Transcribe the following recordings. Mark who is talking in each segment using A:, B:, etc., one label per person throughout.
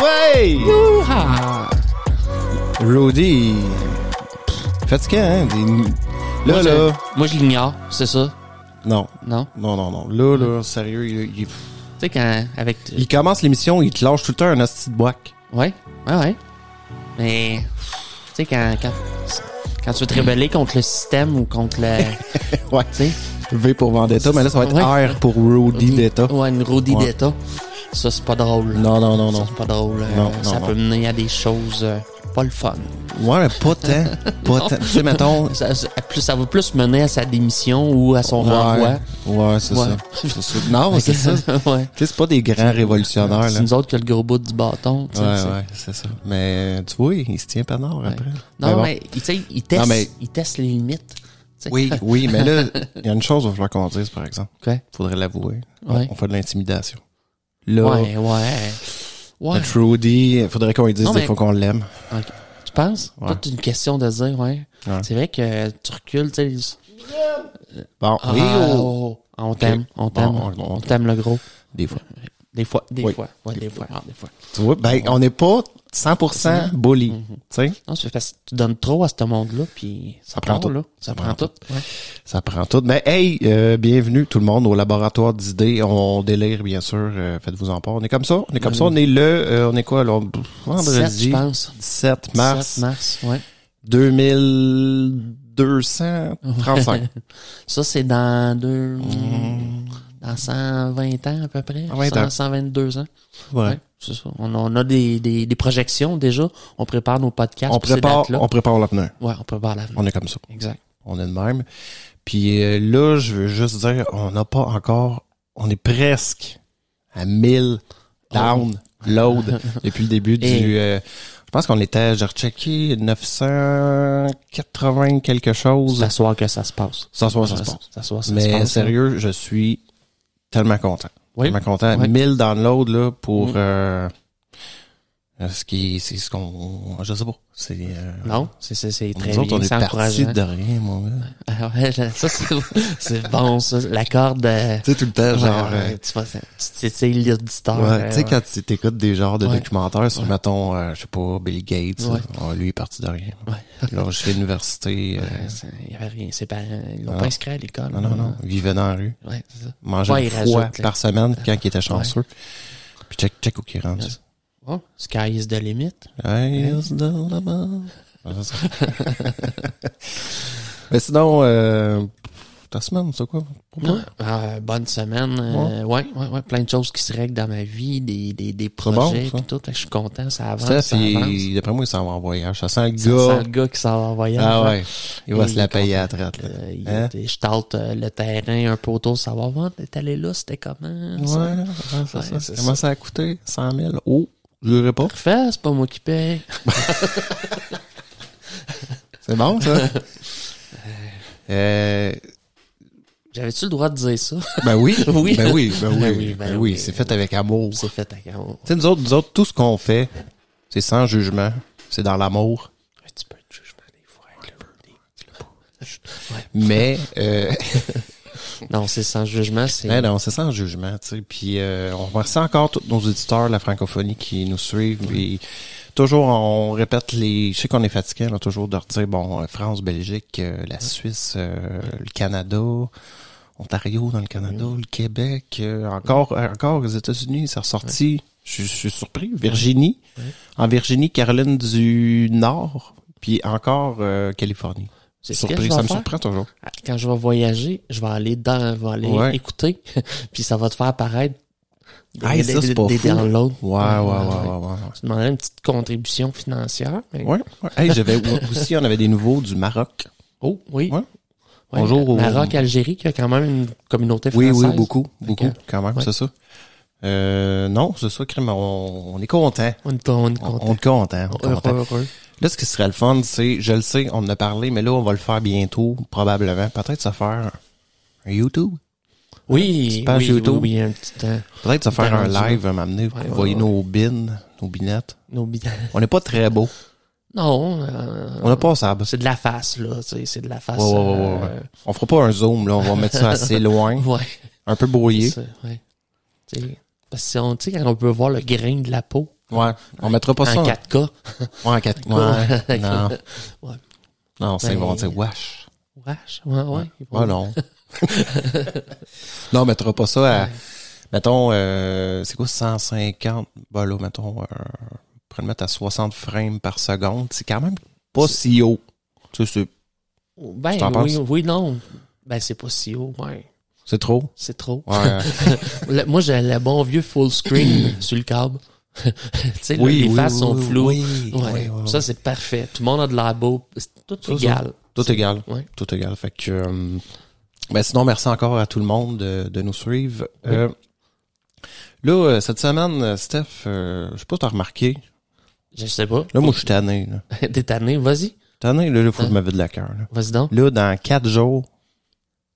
A: Ouais!
B: Youha!
A: Rudy! Fatiguant, hein? Des-
B: Moi,
A: Là, là.
B: je- Moi, je l'ignore, c'est ça,
A: Non.
B: non?
A: Non, non, non. Là, là, sérieux, il, il-
B: Tu sais, quand, avec...
A: il commence l'émission, il te lâche tout le temps un hostie de boîte.
B: Ouais, ouais, ouais. Mais, tu sais, quand, quand, quand tu veux te rebeller contre le système ou contre le...
A: Ouais.
B: tu sais...
A: V pour Vendetta, mais là, ça va être
B: Ouais.
A: R pour Rudy Detta.
B: Ouais, une Rudy
A: Ouais.
B: Detta. Ça, c'est pas drôle.
A: Non, non, non,
B: Ça,
A: non.
B: c'est pas drôle. Euh,
A: Non, non,
B: ça
A: non.
B: peut mener à des choses euh, pas le fun.
A: Ouais, mais pas tant. Pas tant. Tu sais, mettons.
B: Ça, ça, plus, ça va plus mener à sa démission ou à son renvoi.
A: Ouais, ouais c'est
B: Ouais.
A: ça. C'est ça. Non, c'est ça. Tu
B: ouais.
A: sais, c'est pas des grands révolutionnaires,
B: C'est
A: là.
B: nous autres qui a le gros bout du bâton. tu
A: Ouais,
B: sais, c'est-
A: ouais, c'est ça. Mais euh, tu vois, il se tient pas nord après.
B: Non,
A: bon.
B: mais, tu sais, ils testent,
A: Non, mais-
B: ils testent les limites. tu sais.
A: Oui, oui, mais là, il y a une chose qu'il va falloir qu'on dise, par exemple.
B: Quoi?
A: Faudrait l'avouer.
B: Ouais.
A: On fait de l'intimidation. Là,
B: Ouais, ouais. Ouais.
A: notre Rudy, faudrait qu'on lui dise
B: Non,
A: des
B: mais-
A: fois qu'on l'aime.
B: Ok. Ben, Tu penses?
A: Ouais.
B: Toute une question de dire, ouais.
A: Ouais.
B: C'est vrai que tu recules, tu sais. les-
A: Bon,
B: Ah,
A: oui, oh.
B: oh, on t'aime, on t'aime, Mm-hmm.
A: Bon, on-
B: on t'aime le gros.
A: des fois.
B: Des fois, des
A: Oui.
B: fois, ouais, des, fois, ah, des fois.
A: Tu vois, ben, on n'est pas 100%
B: Mm-hmm.
A: bully. Tu sais,
B: Non, c'est parce que tu donnes trop à ce monde-là, puis ça,
A: prend
B: part,
A: tout.
B: Là. Ça, prend, tout. Ouais.
A: ça prend tout. Mais hey, euh, bienvenue tout le monde au laboratoire d'idées. On délire, bien sûr. Euh, Faites-vous en part. On est comme ça. On est comme ça. On est le, euh, on est quoi, là? Vendredi.
B: 17, Mm-hmm. je pense.
A: 17 mars.
B: 17 mars, ouais.
A: 2235.
B: Ça, c'est dans deux,
A: Mm.
B: dans 120 ans à peu près.
A: 120 ans.
B: 100, 122 ans.
A: Ah Ouais.
B: Ouais, c'est ça. On, on a des, des, des projections déjà. On prépare nos podcasts.
A: On
B: pour ces
A: prépare,
B: dates-là.
A: on prépare l'avenir.
B: Ouais, on prépare l'avenir.
A: On est comme ça.
B: Exact.
A: On est de même. Puis euh, là, je veux juste dire, on n'a pas encore, on est presque à 1000 down, load depuis le début du.
B: Et-
A: euh, je pense qu'on était, j'ai rechecké 980 quelque chose.
B: C'est à soir que ça se passe.
A: Ça se voit, ça se passe.
B: C'est à soir, ça se
A: Mais
B: passe. hein.
A: sérieux, je suis tellement content.
B: Oui. Mm.
A: Tellement content.
B: Oui.
A: 1000 downloads là pour euh, euh, ce qui c'est ce qu'on je sais pas, c'est euh,
B: Non, c'est, c'est, c'est très
A: nous autres,
B: bien.
A: on est
B: c'est
A: parti
B: encourageant.
A: de rien, mon gars.
B: Ah ouais, là, ça, c'est, c'est bon, ça. La corde, euh,
A: Tu sais, tout le temps, genre,
B: ouais,
A: euh,
B: ouais, tu vois, c'est, c'est, c'est l'auditeur.
A: ouais,
B: euh,
A: tu sais,
B: ouais.
A: quand tu t'écoutes des genres de
B: Ouais.
A: documentaires sur, mettons, euh, je sais pas, Bill Gates,
B: Ouais.
A: oh, lui, il est parti de rien.
B: Ouais.
A: Il a lâché l'université, euh,
B: Ouais, c'est- Il y avait rien. Ses parents, ils l'ont
A: Non.
B: pas inscrit à l'école. hein.
A: non, non, non, il vivait dans la rue,
B: Ouais, c'est ça.
A: mangeait
B: Ouais,
A: une
B: il
A: fois
B: rajoute, là.
A: par semaine quand il était chanceux. Puis check, check où il rentre.
B: Bon, sky is the limit.
A: Eyes down above. Ah, ça. Mais sinon, euh, ta semaine, c'est quoi? Pourquoi?
B: Euh, bonne semaine. euh, ouais. ouais, ouais, Plein de choses qui se règlent dans ma vie, des, des, des projets,
A: bon, ça.
B: pis tout. Fait que Je suis content, ça avance.
A: Ça,
B: ça avance.
A: c'est, d'après moi, il s'en va en voyage. Ça sent le
B: Ça
A: gars.
B: sent le gars qui s'en va en voyage.
A: Ah ouais. Il va
B: Et
A: se la
B: il
A: payer à la traite, là.
B: Euh, il
A: Hein?
B: était- je tente euh, le terrain un peu autour, savoir, oh, t'es allé là, c'était comment?
A: Ouais,
B: ça?
A: ouais, c'est
B: Ouais,
A: ça.
B: c'est
A: Comment ça a coûté? 100 000. Oh, je l'aurais pas.
B: Parfait, c'est pas moi qui paye.
A: C'est bon, ça? euh,
B: J'avais-tu le droit de dire ça?
A: ben oui.
B: Oui.
A: Ben oui, ben oui. Ben oui,
B: ben oui.
A: c'est fait avec amour. Tu
B: c'est fait à quand?
A: sais, nous autres, nous autres, tout ce qu'on fait, c'est sans jugement. C'est dans l'amour.
B: Un petit peu de jugement des fois. avec
A: Mais, euh,
B: le- Non, c'est sans jugement, c'est...
A: Ouais, Eh Ben non, c'est sans jugement, tu sais. Puis euh, on remercie encore tous nos auditeurs, la francophonie qui nous suivent. Puis toujours, on répète les. Je sais qu'on est fatigué, là, toujours de redire bon, euh, France, Belgique, euh, la Suisse, euh, le Canada, Ontario dans le Canada, le Québec, euh, encore, euh, encore les États-Unis, c'est ressorti. Je je suis surpris. Virginie, en Virginie, Caroline du Nord, puis encore euh, Californie.
B: C'est ce que
A: surpris,
B: je vais
A: ça me
B: faire. Ah,
A: surprend toujours.
B: Quand je vais voyager, je vais aller dans, je vais aller
A: Ouais.
B: écouter, puis ça va te faire apparaître des,
A: Ah,
B: des-
A: ça,
B: des-
A: c'est pas
B: des
A: fou.
B: downloads. Ah,
A: Ouais, ouais, ouais, ouais, ouais.
B: Ça demandait une petite contribution financière. mais-
A: Ouais, ouais. Hey, j'avais aussi, on avait des nouveaux du Maroc.
B: Oh, oui.
A: Ouais.
B: Ouais,
A: Bonjour au-
B: Maroc, Algérie, qui a quand même une communauté
A: Oui,
B: française.
A: oui, beaucoup, beaucoup,
B: Ok.
A: quand même,
B: Ouais.
A: c'est ça. Euh, non, c'est ça, crime, on, on est content.
B: On est on est
A: On,
B: content.
A: on est content. on est
B: Heureux,
A: content.
B: heureux.
A: Là, ce qui serait le fun, c'est, je le sais, on en a parlé, mais là, on va le faire bientôt, probablement. Peut-être se faire un YouTube.
B: Oui,
A: page
B: oui,
A: YouTube.
B: oui, oui, un petit euh, temps.
A: Peut-être se faire un
B: Internet.
A: live, euh, m'amener,
B: Ouais, ouais,
A: vous voyez
B: ouais.
A: nos bines, nos binettes.
B: Nos bidons.
A: On n'est pas très beau.
B: Non, euh,
A: On n'a pas ça.
B: c'est de la face, là. tu sais, C'est de la face.
A: Ouais, ouais, ouais, ouais. On fera pas un zoom, là. On va mettre ça assez
B: euh,
A: loin.
B: ouais.
A: Un peu brouillé.
B: Ça, ouais. Tu sais, Parce que si on, tu sais, quand on peut voir le grain de la peau
A: Ouais. On mettra pas ça
B: en
A: en-
B: 4K,
A: Ouais, en quatre. Ouais.
B: Ouais.
A: non.
B: Ouais.
A: Non, c'est
B: Ben,
A: bon. C'est wesh.
B: wesh, ouais, ouais. ils vont-
A: Ah non. non, on mettra pas ça à. Mettons, euh, c'est quoi 150? Bah là, mettons, euh, on pourrait le mettre à 60 frames par seconde. C'est quand même pas si haut. Tu sais, c'est-
B: Ben,
A: t'en
B: oui,
A: penses?
B: oui, non. Ben, c'est pas si haut, ouais.
A: c'est trop.
B: C'est trop.
A: Ouais.
B: Le- moi, j'ai le bon vieux full screen sur le câble. tu sais, là, les faces sont
A: oui,
B: floues.
A: Oui,
B: Ouais.
A: oui, oui,
B: Ça,
A: oui.
B: c'est parfait. Tout le monde a de la beau. C'est tout
A: Ça,
B: égal.
A: Tout égal.
B: Ouais.
A: Tout égal. Fait que. euh, ben sinon, merci encore à tout le monde de, de nous suivre. Euh, là, euh, cette semaine, euh, Steph, euh, je sais pas si t'as remarqué.
B: Je sais pas.
A: Là, moi, je suis tanné. Là.
B: T'es tanné. Vas-y.
A: Tanné, là, il faut que je
B: Hein?
A: me vide la cœur. Là.
B: Vas-y donc.
A: Là, dans quatre jours.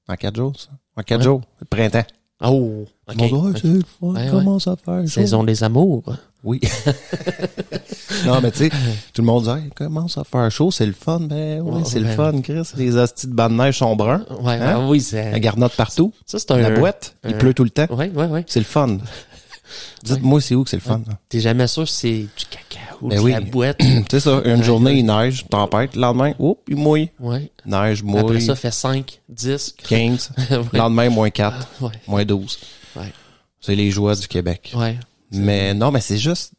A: Dans quatre jours, ça? En quatre
B: Ouais.
A: jours. Le printemps.
B: Oh, ok.
A: Ils vont dire, Ah, c'est le fun,
B: Ouais,
A: comment ça faire? chaud?
B: Saison des amours.
A: Oui. non, mais tu sais, tout le monde dit, Hey, comment ça faire chaud? C'est le fun. Ben oui,
B: Ouais,
A: c'est le
B: ben-
A: fun, Chris. Les hosties de bas de neige sont bruns.
B: Ouais,
A: Hein?
B: ben oui, c'est.
A: La garnotte partout.
B: Ça, c'est un.
A: la boîte. Il
B: euh,
A: pleut tout le temps.
B: Ouais, ouais, ouais.
A: C'est le fun. Dites-moi, c'est où que c'est le fun? là?
B: T'es jamais sûr si c'est du caca ou
A: Ben
B: de
A: oui.
B: la boîte.
A: C'est ça. Une journée, il neige, tempête. Le lendemain, oups, il mouille.
B: ouais.
A: Neige,
B: Après
A: mouille.
B: ça, fait 5, 10.
A: 15.
B: ouais.
A: Le lendemain, moins 4.
B: ouais.
A: moins 12.
B: Ouais.
A: C'est les joies du Québec.
B: Ouais.
A: Mais non, mais c'est juste.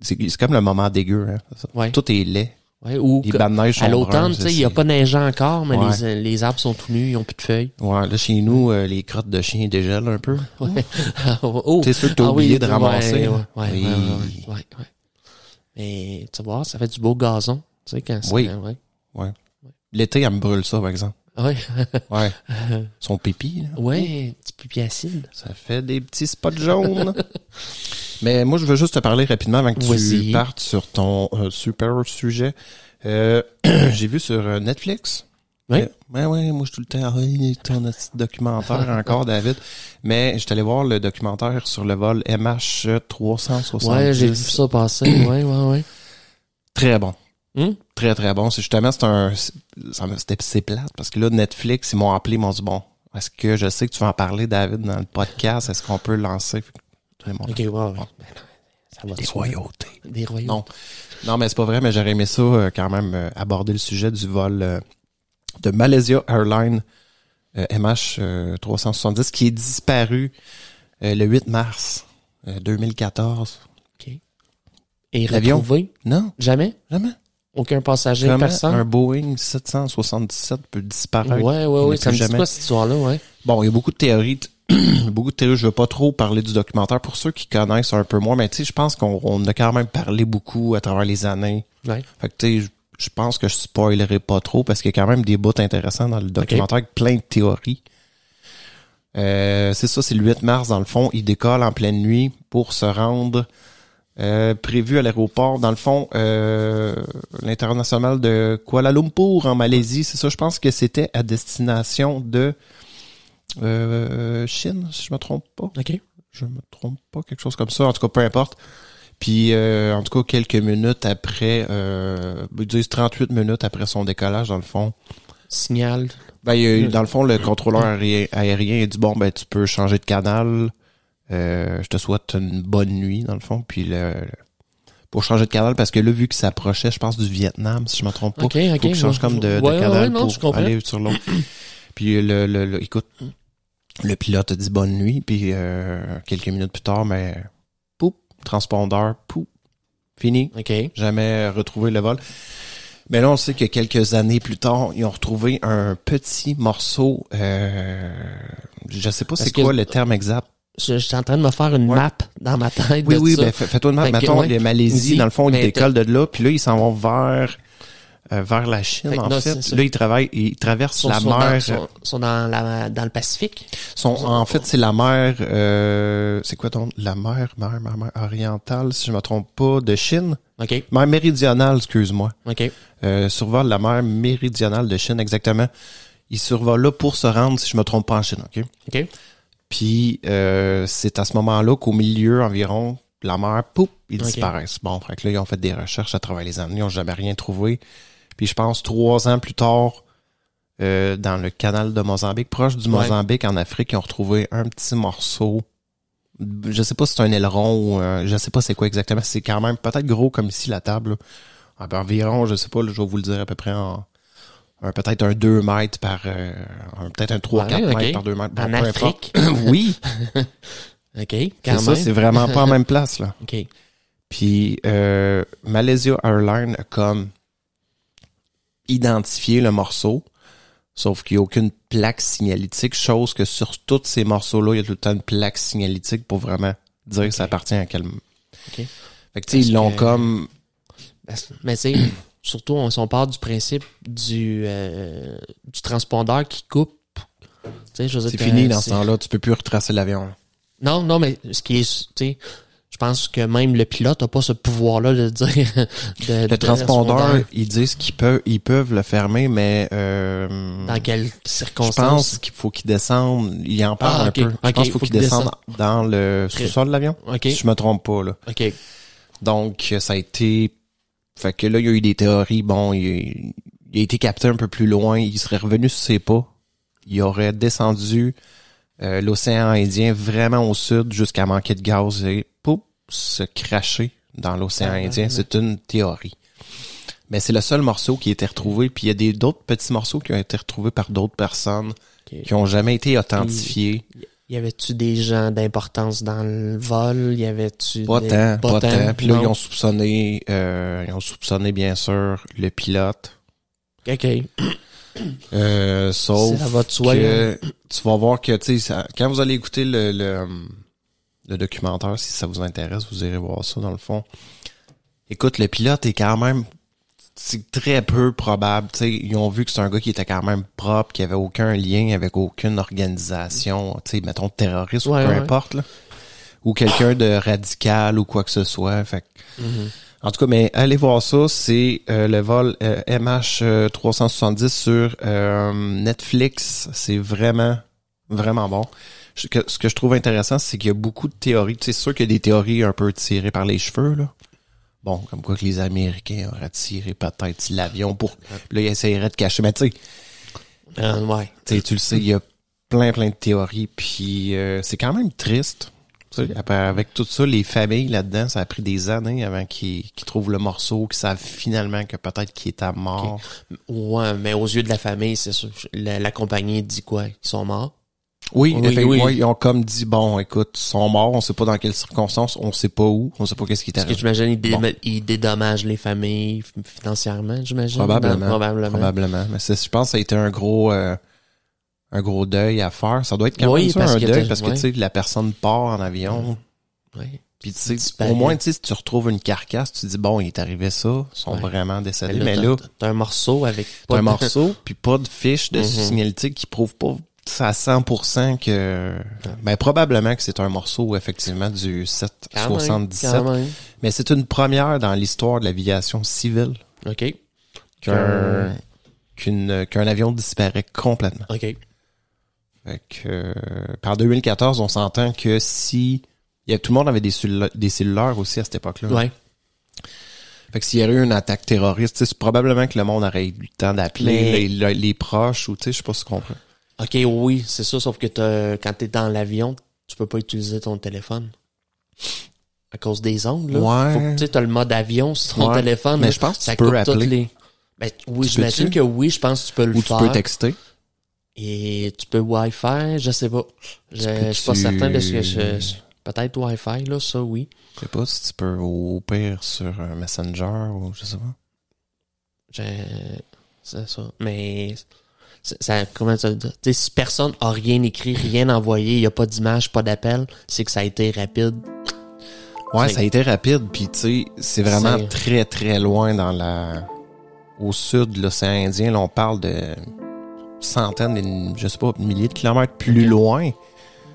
A: C'est c'est comme le moment dégueu. Hein, c'est ça.
B: Ouais.
A: Tout est laid.
B: Ouais. Ou.
A: Les
B: que-
A: bandes de neige sont
B: À l'automne,
A: brunes,
B: tu
A: c'est-
B: sais, il n'y a pas neigé encore, mais
A: Ouais.
B: les, les arbres sont tout nus, ils n'ont plus de feuilles.
A: Ouais, là, chez nous, euh, les crottes de chien dégèlent un peu.
B: Ouais. oh.
A: T'es sûr que t'as
B: Ah oui,
A: oublié de
B: ouais,
A: ramasser.
B: Ouais,
A: là.
B: ouais,
A: Oui.
B: ouais, ouais, ouais, ouais. Mais tu vois, ça fait du beau gazon, tu sais, quand c'est.
A: Oui.
B: Ouais.
A: L'été, elle me brûle ça, par exemple.
B: Ouais.
A: Ouais. Son pipi, là.
B: ouais, petit pipi acide.
A: Ça fait des petits spots jaunes. Mais moi, je veux juste te parler rapidement avant que tu
B: Vas-y.
A: partes sur ton euh, super sujet. Euh, J'ai vu sur euh, Netflix.
B: Oui.
A: Euh, ouais, ouais, moi, je suis tout le temps. Ah, il est ton petit documentaire encore, David. Mais je suis allé voir le documentaire sur le vol MH370.
B: Ouais, j'ai vu ça passer. ouais, ouais, ouais.
A: Très bon.
B: Hum?
A: Très, très bon. C'est justement, c'est un. c'est- ça me- C'était c'est plate parce que là, Netflix, ils m'ont appelé, ils m'ont dit bon, est-ce que je sais que tu vas en parler, David, dans le podcast? Est-ce qu'on peut le lancer? Tout le monde
B: Ok, ouais, ouais. Ben, ça va de soi.
A: royautés.
B: Des royaux.
A: Non. Non, mais c'est pas vrai, mais j'aurais aimé ça euh, quand même euh, aborder le sujet du vol euh, de Malaysia Airlines euh, MH euh, 370 qui est disparu euh, le 8 mars euh, 2014.
B: Ok. Et
A: L'avion?
B: retrouvé?
A: Non,
B: Jamais?
A: jamais.
B: Aucun passager,
A: Jamais
B: personne?
A: un Boeing 777 peut disparaître.
B: Ouais, ouais,
A: On
B: ouais.
A: n'est
B: Ça me
A: plus
B: dit
A: jamais.
B: quoi, cette histoire-là, ouais.
A: Bon, il y a beaucoup de théories. t- beaucoup de théories. Je veux pas trop parler du documentaire pour ceux qui connaissent un peu moins, mais tu sais, je pense qu'on on a quand même parlé beaucoup à travers les années.
B: Ouais.
A: Fait que, tu sais, je- je pense que je spoilerai pas trop parce qu'il y a quand même des bouts intéressants dans le documentaire avec plein de théories. Euh, c'est ça, c'est le 8 mars, dans le fond. Il décolle en pleine nuit pour se rendre euh, prévu à l'aéroport. Dans le fond, euh, l'international de Kuala Lumpur en Malaisie, c'est ça. Je pense que c'était à destination de euh, Chine, si je me trompe pas
B: Ok.
A: je me trompe pas, quelque chose comme ça. En tout cas, peu importe. Puis, euh, en tout cas, quelques minutes après, euh, ils disent 38 minutes après son décollage, dans le fond.
B: Signal.
A: Ben, il y a eu- dans le fond, le contrôleur aérien, aérien a dit, bon, ben, tu peux changer de canal. Euh, je te souhaite une bonne nuit, dans le fond. Puis, le, le- pour changer de canal, parce que là, vu qu'il s'approchait, je pense, du Vietnam, si je me trompe pas,
B: Ok, ok.
A: faut qu'il change
B: ouais.
A: comme de, de
B: Ouais, ouais,
A: canal
B: ouais, non,
A: pour
B: je comprends.
A: aller sur l'autre. puis le, le, le- écoute, le pilote a dit bonne nuit, puis euh, quelques minutes plus tard, mais poup, transpondeur, poup, fini,
B: Ok.
A: jamais retrouvé le vol. Mais là, on sait que quelques années plus tard, ils ont retrouvé un petit morceau, euh, je sais pas
B: Parce
A: c'est
B: que-
A: quoi le terme exact
B: je, je suis en train de me faire une
A: Ouais.
B: map dans ma tête.
A: Oui,
B: de
A: oui,
B: ça.
A: ben, fais- fais-toi de
B: Fait
A: mal.
B: que,
A: Mettons,
B: ouais.
A: les Malaisie,
B: Vas-y.
A: dans le fond, ils
B: Mais
A: décollent de là, puis là, ils s'en vont vers, euh, vers la Chine,
B: Fait que
A: en
B: non, c'est
A: fait.
B: ça.
A: Là, ils travaillent, ils traversent
B: sont,
A: la
B: sont
A: mer. euh,
B: Dans, sont, sont dans, la, dans le Pacifique.
A: sont- en fait, c'est la mer, euh, c'est quoi donc? La mer, mer, mer, mer orientale, si je me trompe pas, de Chine.
B: OK,
A: Mer méridionale, excuse-moi.
B: OK.
A: Euh, survole la mer méridionale de Chine, exactement. Ils survolent là pour se rendre, si je me trompe pas, en Chine, OK?
B: OK.
A: Puis euh, c'est à ce moment-là qu'au milieu environ, la mer, poup, ils
B: Ok.
A: disparaissent. Bon, fait que là, ils ont fait des recherches à travers les années, ils n'ont jamais rien trouvé. Puis je pense trois ans plus tard, euh, dans le canal de Mozambique, proche du
B: Ouais.
A: Mozambique en Afrique, ils ont retrouvé un petit morceau. Je sais pas si c'est un aileron ou euh, je sais pas c'est quoi exactement. C'est quand même peut-être gros comme ici la table. là. Ah, ben, environ, je sais pas, là, je vais vous le dire à peu près en un- peut-être un 2 mètres par euh, un- peut-être un 3-4
B: Ouais, ok.
A: mètres par 2 mètres. Bon,
B: en
A: Ben, peu importe.
B: Afrique.
A: oui,
B: OK,
A: c'est
B: quand
A: ça,
B: même.
A: c'est vraiment pas en même place là.
B: OK.
A: Puis euh, Malaysia Airlines a comme identifié le morceau, sauf qu'il n'y a aucune plaque signalétique, chose que sur tous ces morceaux-là, il y a tout le temps une plaque signalétique pour vraiment dire que ça appartient à quel. Fait que tu sais,
B: Parce
A: ils l'ont
B: que-
A: comme.
B: Parce- Mais Ben, c'est surtout, on, si on part du principe du, euh, du transpondeur qui coupe. Tu sais, je veux dire,
A: C'est fini
B: euh,
A: dans ce
B: c'est-
A: temps-là, tu peux plus retracer l'avion.
B: Non, non, mais ce qui est, tu sais, je pense que même le pilote n'a pas ce pouvoir-là de dire. de- de-
A: Le transpondeur, ils disent qu'ils peuvent, ils peuvent le fermer, mais euh,
B: Dans quelles
A: je
B: circonstances
A: pense qu'il faut qu'il descende. Il en parle
B: Ah,
A: un
B: ok,
A: peu. Je
B: ok,
A: pense qu'il faut,
B: faut
A: qu'il
B: qu'il
A: descende dans le sous-sol de l'avion.
B: Ok,
A: Si je me trompe pas, là.
B: ok.
A: Donc, ça a été... Fait que là, il y a eu des théories. Bon, il, il a été capté un peu plus loin. Il serait revenu sur ses pas. Il aurait descendu euh, l'océan Indien vraiment au sud jusqu'à manquer de gaz et pouf, se cracher dans l'océan
B: Ah,
A: Indien.
B: ouais.
A: C'est une théorie. Mais c'est le seul morceau qui a été retrouvé. Puis il y a des- d'autres petits morceaux qui ont été retrouvés par d'autres personnes
B: Ok.
A: qui ont jamais été authentifiés.
B: Y avait-tu des gens d'importance dans le vol? Y avait-tu
A: Pas
B: des...
A: tant, pas tant. Puis là,
B: non?
A: ils ont soupçonné, euh, ils ont soupçonné, bien sûr, le pilote.
B: OK.
A: Euh, sauf
B: Ça va de hein. soi,
A: que tu vas voir que, tu sais, ça- quand vous allez écouter le, le, le documentaire, si ça vous intéresse, vous irez voir ça, dans le fond. Écoute, le pilote est quand même... C'est très peu probable. tu sais. ils ont vu que c'est un gars qui était quand même propre, qui avait aucun lien avec aucune organisation, tu sais, mettons terroriste
B: Ouais,
A: ou peu
B: ouais.
A: importe. là. Ou quelqu'un de radical ou quoi que ce soit. Fait que- en tout cas, mais allez voir ça, c'est euh, le vol euh, MH370 sur euh, Netflix. C'est vraiment, vraiment bon. Je- que- ce que je trouve intéressant, c'est qu'il y a beaucoup de théories. Tu sais, C'est sûr qu'il y a des théories un peu tirées par les cheveux, là. Bon, comme quoi que les Américains auraient tiré peut-être l'avion pour... Là, ils essaieraient de cacher. Mais tu sais,
B: Euh, ouais.
A: tu sais, tu le sais, il y a plein, plein de théories. Puis euh, c'est quand même triste. Tu sais, après, avec tout ça, les familles là-dedans, ça a pris des années avant qu'ils qu'ils trouvent le morceau, qu'ils savent finalement que peut-être qu'il est à mort.
B: Ouais, mais aux yeux de la famille, c'est sûr. La, la compagnie dit quoi? Ils sont morts?
A: Oui,
B: Oui,
A: effectivement,
B: oui.
A: ils ont comme dit, bon, écoute, ils sont morts, on sait pas dans quelles circonstances, on sait pas où, on sait pas qu'est-ce qui est
B: Parce que
A: arrivé.
B: j'imagine ils, dé-
A: Bon.
B: ils dédommagent les familles f- financièrement, j'imagine.
A: Probablement.
B: Probablement.
A: Probablement. Mais c'est- je pense que ça a été un gros, euh, un gros deuil à faire. Ça doit être quand
B: Oui,
A: même ça,
B: parce
A: un
B: que
A: deuil
B: t'as-
A: parce que,
B: ouais.
A: tu sais, la personne part en avion,
B: Ouais.
A: Puis tu sais,
B: Disparaît.
A: au moins, tu sais, si tu retrouves une carcasse, tu te dis, bon, il est arrivé ça, ils sont
B: Ouais.
A: vraiment décédés.
B: Mais
A: Mais
B: t'as-
A: là,
B: t'as un morceau avec
A: t'as
B: pas
A: un
B: de-
A: morceau, puis pas de fiche de
B: Mhm.
A: signalétique qui prouve pas ça à 100% que... Ben, probablement que c'est un morceau, effectivement, du
B: Quand même,
A: 777.
B: quand même.
A: Mais c'est une première dans l'histoire de l'aviation civile
B: OK.
A: qu'un qu'une- qu'un avion disparaît complètement.
B: OK.
A: Fait que, euh, par 2014, on s'entend que si... il Y a, tout le monde avait des, cellula- des cellulaires aussi à cette époque-là.
B: Ouais.
A: Fait que s'il y avait eu une attaque terroriste, tu sais, c'est probablement que le monde aurait eu le temps d'appeler
B: Mais-
A: les, les- les proches ou tu sais, je sais pas si tu comprends.
B: OK, oui, c'est ça, sauf que t'as- quand t'es dans l'avion, tu peux pas utiliser ton téléphone. À cause des ondes, là.
A: Ouais.
B: Faut que, tu sais, t'as le mode avion sur ton
A: Ouais.
B: téléphone.
A: Mais
B: là,
A: je pense que
B: ça
A: tu peux
B: coupe toutes
A: appeler.
B: les- Ben, oui,
A: Tu
B: j'imagine
A: peux-tu?
B: que oui, je pense que tu peux le
A: Ou tu
B: faire.
A: peux texter.
B: Et tu peux Wi-Fi, je sais pas. Je, je suis pas
A: peux-tu-
B: certain de ce que je... je- Peut-être Wi-Fi, là, ça, oui.
A: Je sais pas si tu peux au pire sur un Messenger ou je sais pas.
B: Je- C'est ça. Mais ça- ça- comment ça dire? Tu sais, si personne a rien écrit, rien envoyé, il n'y a pas d'image, pas d'appel, c'est que ça a été rapide.
A: Ouais,
B: C'est-
A: ça a été rapide, puis tu sais, c'est vraiment
B: C'est-
A: très très loin dans la au sud de l'océan Indien, là on parle de centaines, et- je sais pas, milliers de kilomètres plus
B: Ok.
A: loin,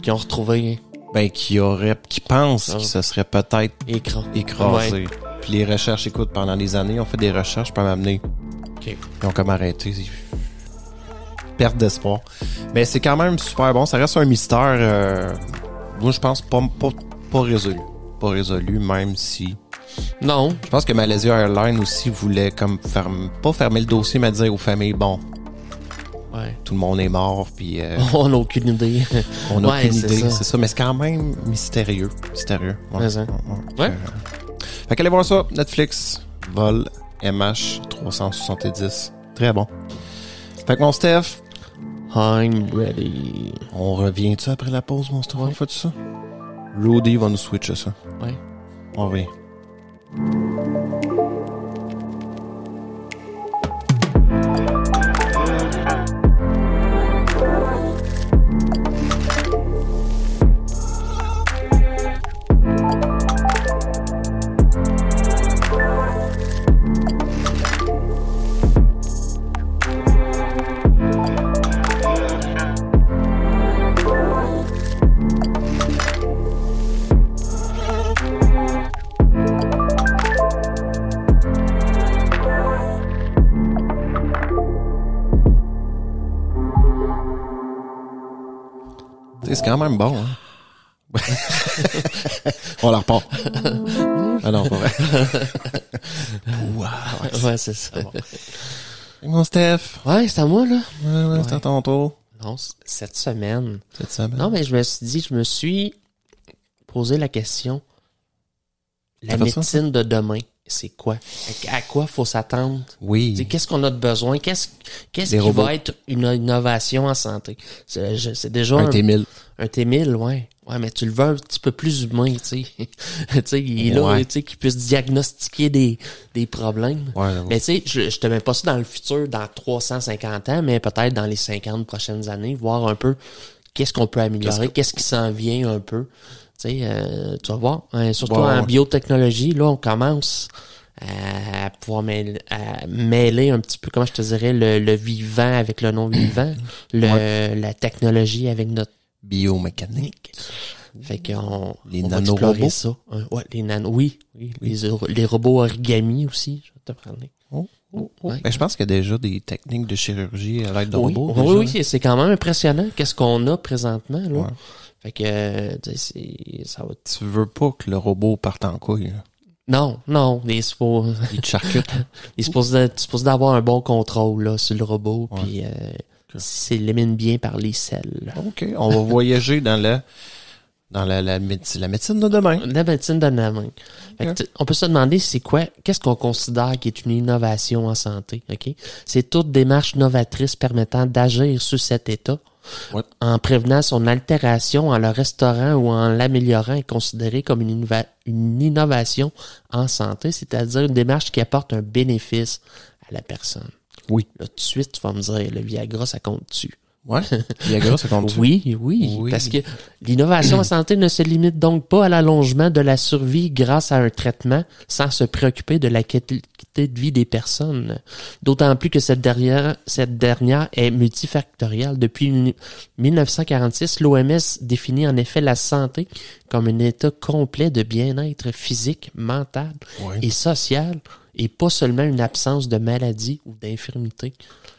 B: Qui ont retrouvé
A: ben qui aurait qui pense
B: Ah.
A: qu'ils se serait peut-être
B: écran.
A: écrasé. Puis les recherches, écoute, pendant des années, on fait des recherches pour m'amener.
B: Ok.
A: Ils ont comme arrêté. Perte d'espoir. Mais c'est quand même super bon. Ça reste un mystère. euh, moi, je pense pas, pas, pas résolu. Pas résolu, même si.
B: Non,
A: Je pense que Malaysia Airlines aussi voulait comme ferm- pas fermer le dossier, mais dire aux familles, bon,
B: ouais.
A: tout le monde est mort, puis euh,
B: on n'a aucune idée.
A: on n'a
B: Ouais,
A: aucune
B: c'est
A: idée.
B: ça.
A: C'est ça. Mais c'est quand même mystérieux. Mystérieux. Ouais.
B: Mais, hein.
A: Ouais. Euh,
B: Ouais.
A: Fait qu'allez voir ça. Netflix, Vol, MH 370. Très bon. Fait que mon Steph,
B: I'm ready.
A: On revient-tu après la pause, mon Steph? On fait ça? Rudy va nous switcher ça. Ah
B: Ouais.
A: On revient. Tu sais, C'est quand même bon, hein? on la repart. ah non, pas vrai.
B: Ouais, c'est ça.
A: Mon Steph,
B: Ouais, c'est à moi, là.
A: ouais, ouais, c'est à ton tour.
B: Non, c- cette semaine.
A: Cette semaine.
B: Non, mais je me suis dit, je me suis posé la question. La
A: T'as fait ça,
B: médecine de demain, c'est quoi? À, à quoi faut s'attendre? Tu sais,
A: Oui.
B: Qu'est-ce qu'on a de besoin? Qu'est-ce qu'est-ce
A: Des
B: qui
A: robots.
B: va être une innovation en santé? C'est je- c'est déjà
A: Un
B: un,
A: T1000.
B: un T1000, ouais. Ouais, mais tu le veux un petit peu plus humain, tu sais. tu sais, il est là,
A: Ouais.
B: tu sais, qu'il puisse diagnostiquer des, des problèmes.
A: Ouais, là,
B: Mais tu sais, je, je te mets pas ça dans le futur, dans 350 ans, mais peut-être dans les 50 prochaines années, voir un peu qu'est-ce qu'on peut améliorer, qu'est-ce qui s'en vient un peu. Tu sais, euh, tu vas voir. hein, surtout
A: Ouais, ouais,
B: en
A: ouais.
B: biotechnologie, là, on commence à pouvoir mêler, à mêler un petit peu, comment je te dirais, le, le vivant avec le non-vivant, le, la technologie avec notre
A: Biomécanique.
B: fait qu'on
A: Les
B: on va
A: nanorobots.
B: explorer ça. Hein, ouais, les nano, oui, oui, Les, or- les robots origami aussi, je vais te prendre.
A: Oh, oh, oh.
B: Ouais.
A: Ben, je pense qu'il y a déjà des techniques de chirurgie à l'aide de
B: Oui,
A: robots.
B: oui,
A: déjà.
B: oui, c'est- c'est quand même impressionnant qu'est-ce qu'on a présentement. Là.
A: Ouais.
B: Fait que, euh, tu sais, c'est- ça va.
A: Tu veux pas que le robot parte en couille. là.
B: Non, non, il est supposé,
A: Il te charcute.
B: il est supposé d'être- supposé d'avoir un bon contrôle là, sur le robot,
A: Ouais.
B: puis euh, s'élimine bien par les selles.
A: OK, on va voyager dans la dans la, la, méde- la médecine de demain.
B: La médecine de la main. Fait que
A: Ok.
B: tu- on peut se demander c'est quoi, qu'est-ce qu'on considère qui est une innovation en santé, ok C'est toute démarche novatrice permettant d'agir sur cet état
A: Ouais.
B: en prévenant son altération, en le restaurant ou en l'améliorant est considérée comme une, innova- une innovation en santé, c'est-à-dire une démarche qui apporte un bénéfice à la personne.
A: Oui.
B: Là, tout de suite, tu vas me dire, le Viagra, ça compte-tu?
A: Ouais. Viagra, ça compte
B: Oui, oui,
A: Oui.
B: parce que l'innovation en santé ne se limite donc pas à l'allongement de la survie grâce à un traitement sans se préoccuper de la qualité de vie des personnes. D'autant plus que cette dernière, cette dernière est multifactorielle. Depuis une- 1946, l'OMS définit en effet la santé comme un état complet de bien-être physique, mental
A: Ouais.
B: et social et pas seulement une absence de maladie ou d'infirmité.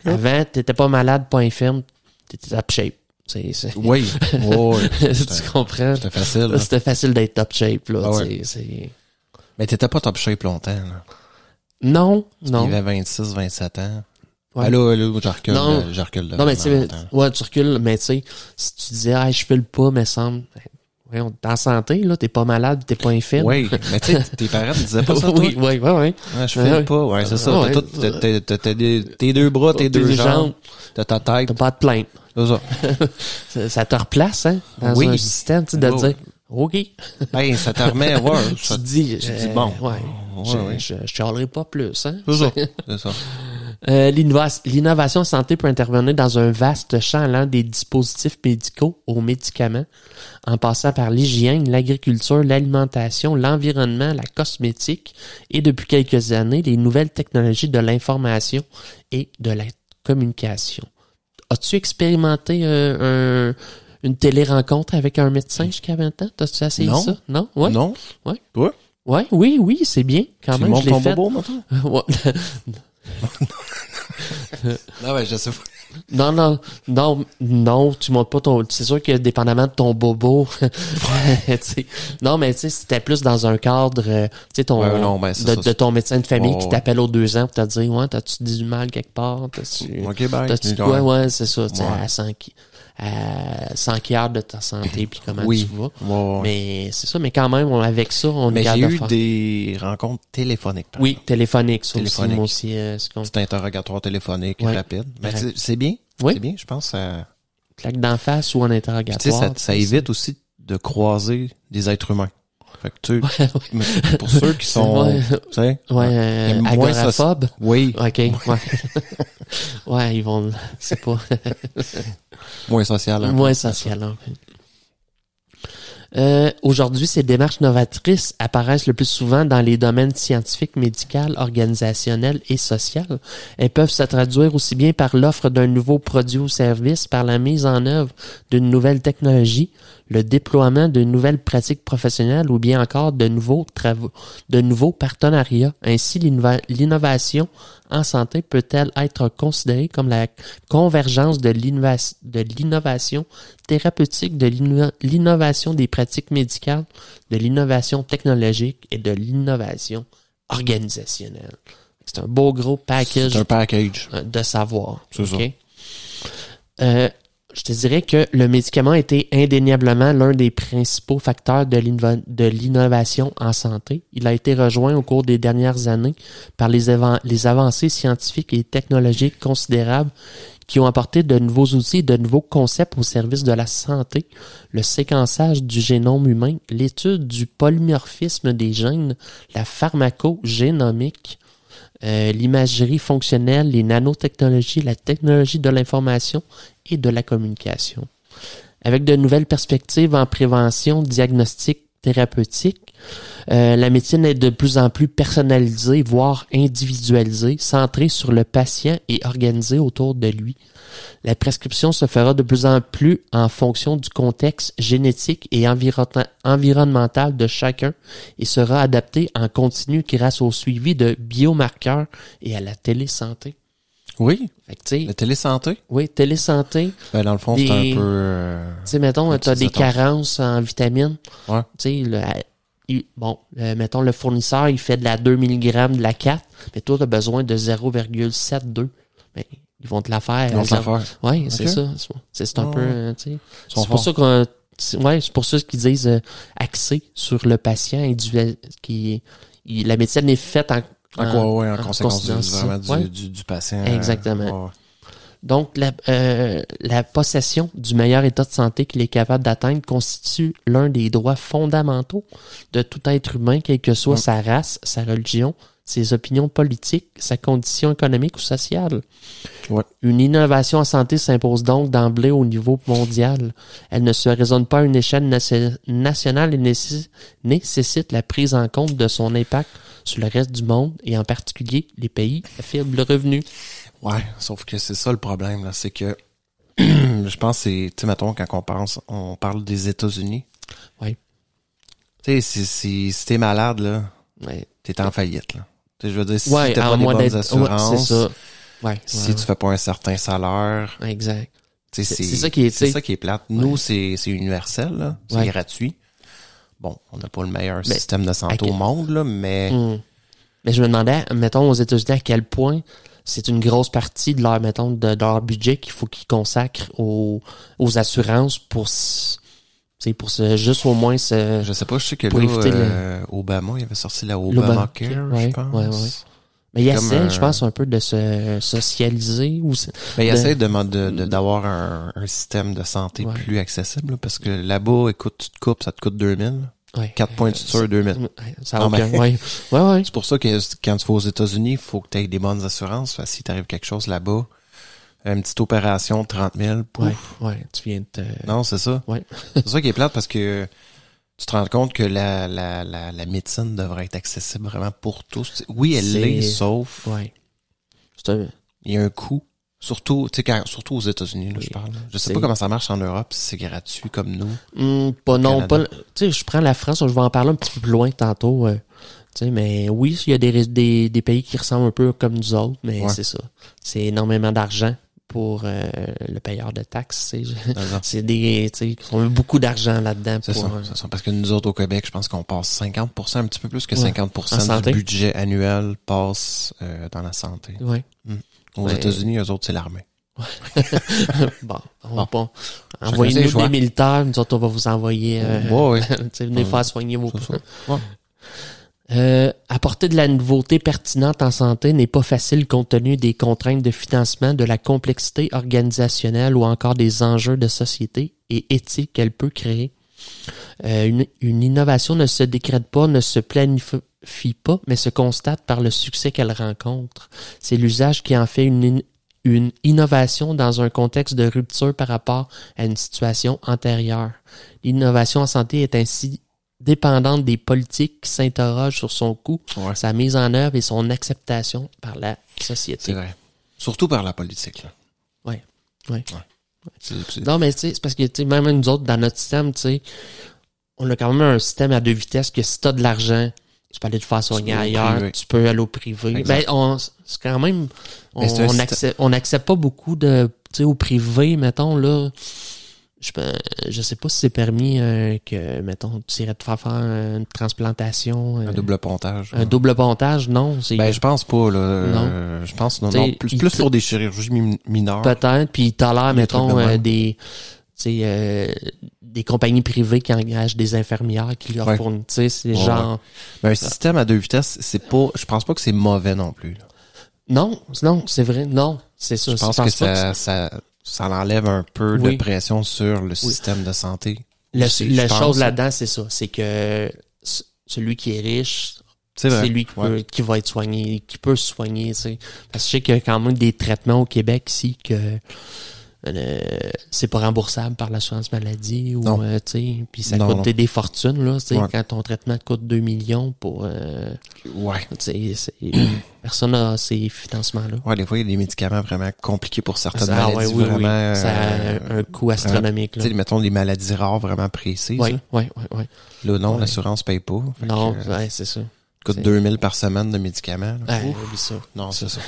A: Mmh.
B: Avant, t'étais pas malade, pas infirme, t'étais top shape. C'est, c'est-
A: Oui. oui.
B: tu comprends?
A: C'était facile. là.
B: C'était facile d'être top shape, là.
A: Ah ouais.
B: tu sais, c'est-
A: Mais t'étais pas top shape longtemps. Là.
B: Non, non.
A: Il avait 26, 27 ans.
B: Ouais.
A: Ah là, là, je recule.
B: Non.
A: là, Je recule là,
B: Non, mais tu sais,
A: longtemps.
B: ouais, tu recules, mais tu sais, si tu disais, ah, je file pas, mais semble, voyons, t'es en santé, là, t'es pas malade, t'es pas infirme.
A: Oui, mais tu sais, tes parents te disaient pas ça, toi?
B: oui, oui, oui, oui.
A: Ouais, je
B: Ouais.
A: fais pas. Ouais, c'est ça.
B: Ouais.
A: T'as tout- t'as- t'as- t'as- t'as des- tes deux bras, tes deux jambes, t'as ta tête,
B: T'as pas à te plaindre.
A: tout ça.
B: Ça, ça te replace, hein, dans
A: Oui.
B: un système, tu sais, de
A: Oh.
B: dire, OK.
A: Hey, Ben, ça te remet, ouais.
B: Tu
A: ça-
B: te dis,
A: tu te
B: euh,
A: dis, bon.
B: ouais,
A: Ouais,
B: je,
A: ouais.
B: je, je chialerai pas plus, hein.
A: C'est ça. C'est ça.
B: Euh, l'innova- L'innovation en santé peut intervenir dans un vaste champ allant des dispositifs médicaux aux médicaments, en passant par l'hygiène, l'agriculture, l'alimentation, l'environnement, la cosmétique et depuis quelques années, les nouvelles technologies de l'information et de la communication. As-tu expérimenté euh, un- une télé-rencontre avec un médecin jusqu'à 20 ans? T'as-tu essayé
A: Non.
B: ça? Non? Ouais?
A: Non?
B: Ouais.
A: Toi?
B: Ouais, oui, oui, c'est bien. Quand
A: tu
B: même,
A: montes
B: je l'ai
A: ton
B: fait.
A: bobo maintenant?
B: Ouais.
A: Non, ben, je sais pas.
B: Non, non, non, non, tu montes pas ton. C'est sûr que dépendamment de ton bobo, tu sais, non, mais tu sais, c'était plus dans un cadre, euh, tu sais, ton
A: Ouais, non, ben, ça,
B: de,
A: ça,
B: de
A: ça.
B: ton médecin de famille
A: Ouais,
B: qui
A: ouais.
B: t'appelle aux deux ans pour te dire, ouais, t'as-tu du mal quelque part, t'as-tu,
A: Ok, bye.
B: t'as-tu de quoi, ouais, c'est ça, tu sais,
A: Ouais.
B: à 100 qui- à 100 qui heures de ta santé puis comment
A: Oui.
B: tu vas.
A: Ouais, ouais.
B: Mais c'est ça, mais quand même, on, avec ça, on est
A: Mais j'ai
B: capable de
A: eu
B: faire.
A: des rencontres téléphoniques. par
B: Oui,
A: exemple.
B: téléphonique, ça
A: Téléphonique.
B: aussi, moi aussi, euh, ce qu'on
A: C'est interrogatoire téléphonique
B: Ouais.
A: rapide. Mais
B: Ouais.
A: c'est- c'est bien.
B: Oui.
A: C'est bien, je pense. Ça,
B: claque d'en face ou en
A: Puis
B: interrogatoire.
A: tu sais, ça, ça
B: tu sais,
A: évite aussi de croiser des êtres humains. Fait que tu
B: c'est- Ouais,
A: mais pour ceux qui sont,
B: Ouais.
A: tu sais,
B: Ouais, euh,
A: Il y a moins ça-
B: agoraphobe.
A: oui,
B: Ok, ouais. ouais, ils vont, c'est pas
A: moins social. hein.
B: moins social. hein. Euh, Aujourd'hui, ces démarches novatrices apparaissent le plus souvent dans les domaines scientifiques, médical, organisationnel et social. Elles peuvent se traduire aussi bien par l'offre d'un nouveau produit ou service, par la mise en œuvre d'une nouvelle technologie, le déploiement de nouvelles pratiques professionnelles ou bien encore de nouveaux travaux, de nouveaux partenariats. Ainsi, l'innova- l'innovation en santé peut-elle être considérée comme la convergence de l'innova- de l'innovation thérapeutique, de l'inno- l'innovation des pratiques médicales, de l'innovation technologique et de l'innovation organisationnelle. C'est un beau gros package
A: C'est un package.
B: euh, de savoir.
A: C'est ça.
B: OK? Euh, je te dirais que le médicament a été indéniablement l'un des principaux facteurs de l'inno- de l'innovation en santé. Il a été rejoint au cours des dernières années par les, avan- les avancées scientifiques et technologiques considérables qui ont apporté de nouveaux outils et de nouveaux concepts au service de la santé, le séquençage du génome humain, l'étude du polymorphisme des gènes, la pharmacogénomique, euh, l'imagerie fonctionnelle, les nanotechnologies, la technologie de l'information et de la communication. Avec de nouvelles perspectives en prévention, diagnostic, thérapeutique, euh, la médecine est de plus en plus personnalisée, voire individualisée, centrée sur le patient et organisée autour de lui. La prescription se fera de plus en plus en fonction du contexte génétique et environ- environnemental de chacun et sera adaptée en continu grâce au suivi de biomarqueurs et à la télésanté.
A: Oui,
B: Fait que, tu
A: la
B: sais,
A: télésanté.
B: oui, télésanté,
A: Ben, dans le fond, c'est
B: Des-
A: un peu, euh,
B: tu sais, mettons, tu as des
A: Utilisateur.
B: carences en vitamines.
A: Ouais.
B: Tu sais, le- à- il- bon, euh, mettons, le fournisseur, il fait de la 2 mg de la 4, mais toi, tu as besoin de 0,72. Ben, ils vont te la faire.
A: ils vont
B: à
A: te la
B: 0,72.
A: faire.
B: Oui, c'est
A: Ok.
B: ça. C'est c'est un
A: Ouais,
B: peu,
A: ouais.
B: euh, tu sais.
A: Ils sont
B: C'est pour
A: forts.
B: ça qu'on, c'est- ouais, c'est pour ça qu'ils disent euh, axé sur le patient individuel, qui, il- la médecine est faite en,
A: En quoi, ouais, en,
B: Ah, en
A: conséquence du,
B: considérant
A: vraiment du,
B: ça. Ouais.
A: du, du patient. euh,
B: Exactement.
A: Ouais.
B: Donc, la, euh, la possession du meilleur état de santé qu'il est capable d'atteindre constitue l'un des droits fondamentaux de tout être humain, quelle que soit
A: Mm.
B: sa race, sa religion, ses opinions politiques, sa condition économique ou sociale.
A: Ouais.
B: Une innovation en santé s'impose donc d'emblée au niveau mondial. Elle ne se raisonne pas à une échelle nation- nationale et nécess- nécessite la prise en compte de son impact sur le reste du monde et en particulier les pays à faible revenu.
A: Ouais, sauf que c'est ça le problème, là, c'est que je pense que c'est, tu sais, mettons, quand on pense, on parle des États-Unis.
B: Ouais.
A: Tu sais, si, si, si t'es malade, là,
B: Ouais.
A: t'es en faillite, là. Tu sais, je veux dire, si
B: ouais,
A: t'as
B: à
A: pas des
B: moins
A: bonnes
B: d'être. ouais,
A: assurances,
B: c'est ça. Ouais.
A: si
B: ouais,
A: tu fais pas un certain salaire,
B: ouais, Exact.
A: tu sais,
B: C'est- c'est ça qui est- tu
A: c'est
B: sais-
A: ça qui est plate. Nous,
B: Ouais.
A: c'est, c'est universel, là. C'est
B: Ouais.
A: gratuit. Bon, on n'a pas le meilleur
B: Mais-
A: système de santé
B: à
A: au
B: que-
A: monde, là, mais
B: Hmm. Mais je me demandais, mettons, aux États-Unis, à quel point c'est une grosse partie de leur, mettons, de, de leur budget qu'il faut qu'ils consacrent aux, aux assurances pour, s- tu sais, pour se, juste au moins se.
A: je sais pas, je sais que
B: Pour
A: là,
B: éviter le-
A: euh, Obama, il avait sorti la
B: L'Obamacare,
A: Obamacare,
B: ouais,
A: je pense.
B: ouais, ouais. Mais ils
A: comme
B: essaient,
A: un-
B: je pense, un peu de se socialiser ou. se-
A: Mais ils
B: de-
A: essayent de m'en- de- de- d'avoir un, un système de santé
B: Ben. Ouais.
A: plus accessible là, parce que là-bas, écoute, tu te coupes, ça te coûte 2000.
B: Ouais.
A: Quatre points de suture, deux mètres.
B: Ouais, Ça
A: Non,
B: va bien.
A: mais-
B: Ouais. Ouais, ouais.
A: C'est pour ça que c- quand tu vas aux États-Unis, il faut que tu aies des bonnes assurances. Fait que si t'arrive quelque chose là-bas, une petite opération de 30 000, pouf.
B: Ouais, ouais, tu viens de te-
A: Non, c'est ça.
B: Ouais.
A: c'est ça qui est plate parce que tu te rends compte que la, la, la, la médecine devrait être accessible vraiment pour tous. Oui, elle
B: C'est-
A: l'est, sauf
B: Ouais. C'est un-
A: il y a un coût. Surtout, tu sais, quand- surtout aux États-Unis, là,
B: Oui.
A: je parle. là. Je sais
B: C'est-
A: pas comment ça marche en Europe, si c'est gratuit comme nous.
B: Hum, pas non,
A: Canada.
B: pas. le- Tu sais, je prends la France, je vais en parler un petit peu plus loin tantôt. euh, tu sais, mais oui, il y a des, res- des, des pays qui ressemblent un peu comme nous autres, mais
A: Ouais.
B: c'est ça. C'est énormément d'argent pour euh, le payeur de taxes. tu sais.
A: Non, non.
B: C'est des, tu sais, on a beaucoup d'argent là-dedans
A: C'est
B: pour
A: ça,
B: un-
A: c'est ça. Parce que nous autres, au Québec, je pense qu'on passe 50%, un petit peu plus que
B: Ouais. En
A: 50%
B: santé.
A: du budget annuel passe euh, dans la santé.
B: Ouais.
A: Aux
B: Ouais.
A: États-Unis, eux autres, c'est l'armée.
B: bon, on
A: Bon.
B: va pas.
A: Chacun
B: Envoyez-nous
A: ses
B: des
A: choix.
B: militaires, nous autres, on va vous envoyer. euh,
A: Ouais, ouais.
B: tu sais, venez
A: Ouais.
B: faire soigner vos
A: C'est ça. Ouais.
B: Euh, apporter de la nouveauté pertinente en santé n'est pas facile compte tenu des contraintes de financement, de la complexité organisationnelle ou encore des enjeux de société et éthique qu'elle peut créer. Euh, une, une innovation ne se décrète pas, ne se planifie pas, mais se constate par le succès qu'elle rencontre. C'est l'usage qui en fait une, in- une innovation dans un contexte de rupture par rapport à une situation antérieure. L'innovation en santé est ainsi dépendante des politiques qui s'interrogent sur son coût,
A: Ouais.
B: sa mise en œuvre et son acceptation par la
A: C'est
B: société.
A: vrai. Surtout par la politique, là.
B: Ouais. Ouais.
A: C'est- c'est-
B: Non, mais tu sais, c'est parce que tu sais, même nous autres, dans notre système, tu sais, on a quand même un système à deux vitesses que si t'as de l'argent, tu peux aller te faire soigner
A: peux aller au
B: ailleurs,
A: privé.
B: tu peux aller au privé.
A: Exact.
B: Ben, on, c'est quand même, on
A: Mais c'est un système-
B: n'accepte on accepte pas beaucoup de, tu sais, au privé, mettons, là, je, pe- je sais pas si c'est permis euh, que, mettons, tu irais te faire faire une transplantation. euh,
A: Un double pontage.
B: Un
A: là.
B: double pontage, non. C'est
A: Ben, je pense pas, là. Euh, Je pense, non, non.
B: T'sais,
A: Plus,
B: il
A: plus
B: te-
A: pour des chirurgies mi- mineures.
B: peut-être. Puis il tolère,
A: Des
B: mettons,
A: trucs de
B: euh,
A: même.
B: des, tu sais, euh, des compagnies privées qui engagent des infirmières qui leur
A: Ouais.
B: fournissent. tu sais, C'est
A: Ouais,
B: genre.
A: Mais un système à deux vitesses, c'est pas, je pense pas que c'est mauvais non plus. là.
B: Non, non, c'est vrai. Non, c'est ça.
A: Je pense
B: pas
A: que
B: c'est-
A: ça, ça, ça enlève un peu
B: Oui.
A: de pression sur le système de santé.
B: La,
A: C'est-
B: la
A: je pense,
B: chose
A: là.
B: là-dedans, c'est ça. C'est que c- celui qui est riche,
A: C'est vrai.
B: c'est lui qui,
A: Ouais.
B: peut, qui va être soigné, qui peut se soigner, tu sais. Parce que je sais qu'il y a quand même des traitements au Québec ici que euh, c'est pas remboursable par l'assurance maladie ou
A: Non.
B: euh, tu sais, puis ça
A: Non,
B: coûte des fortunes là, tu sais,
A: Ouais.
B: quand ton traitement te coûte 2 millions pour euh,
A: Ouais.
B: tu sais, c'est- personne n'a ces financements là.
A: Ouais, des fois, il y a des médicaments vraiment compliqués pour certaines
B: Ah ouais,
A: maladies.
B: oui, oui.
A: vraiment,
B: Ça
A: euh,
B: a un, un coût astronomique
A: tu
B: là.
A: sais, mettons des maladies rares vraiment précises.
B: Oui,
A: Là,
B: oui, oui, oui.
A: Là, non,
B: Ouais.
A: l'assurance paye pas. Fait
B: Non,
A: que, euh,
B: ouais, c'est ça.
A: coûte
B: c'est-
A: 2000 par semaine de médicaments. là.
B: Ouais,
A: Ouf.
B: oublie ça.
A: Non, c'est ça.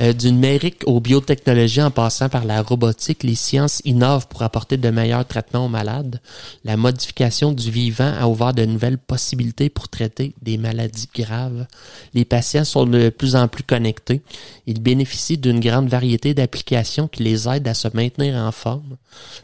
B: Euh, du numérique aux biotechnologies en passant par la robotique, les sciences innovent pour apporter de meilleurs traitements aux malades. La modification du vivant a ouvert de nouvelles possibilités pour traiter des maladies graves. Les patients sont de plus en plus connectés. Ils bénéficient d'une grande variété d'applications qui les aident à se maintenir en forme.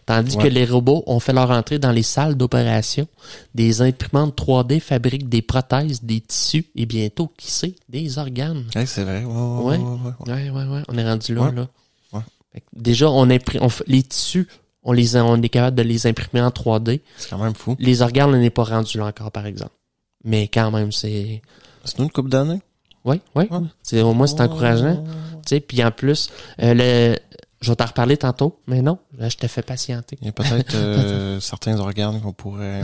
B: Tandis
A: Ouais.
B: que les robots ont fait leur entrée dans les salles d'opération, des imprimantes 3D fabriquent des prothèses, des tissus et bientôt, qui sait, des organes.
A: Ouais, c'est vrai. Ouais,
B: Ouais.
A: ouais, ouais, ouais, ouais.
B: Ouais, ouais, ouais. On est rendu là,
A: Ouais.
B: là.
A: Ouais.
B: Fait que déjà, on impri- on fait- les tissus, on les a- on est capable de les imprimer en 3D.
A: C'est quand même fou.
B: Les organes, on n'est pas rendu là encore, par exemple. Mais quand même, c'est.
A: C'est nous une coupe d'années.
B: Oui, oui.
A: Ouais.
B: C'est, au moins,
A: Oh.
B: c'est encourageant. Tu sais, puis en plus, euh, le... je vais t'en reparler tantôt, mais non, là, je te fais patienter.
A: Il y a peut-être euh, certains organes qu'on pourrait...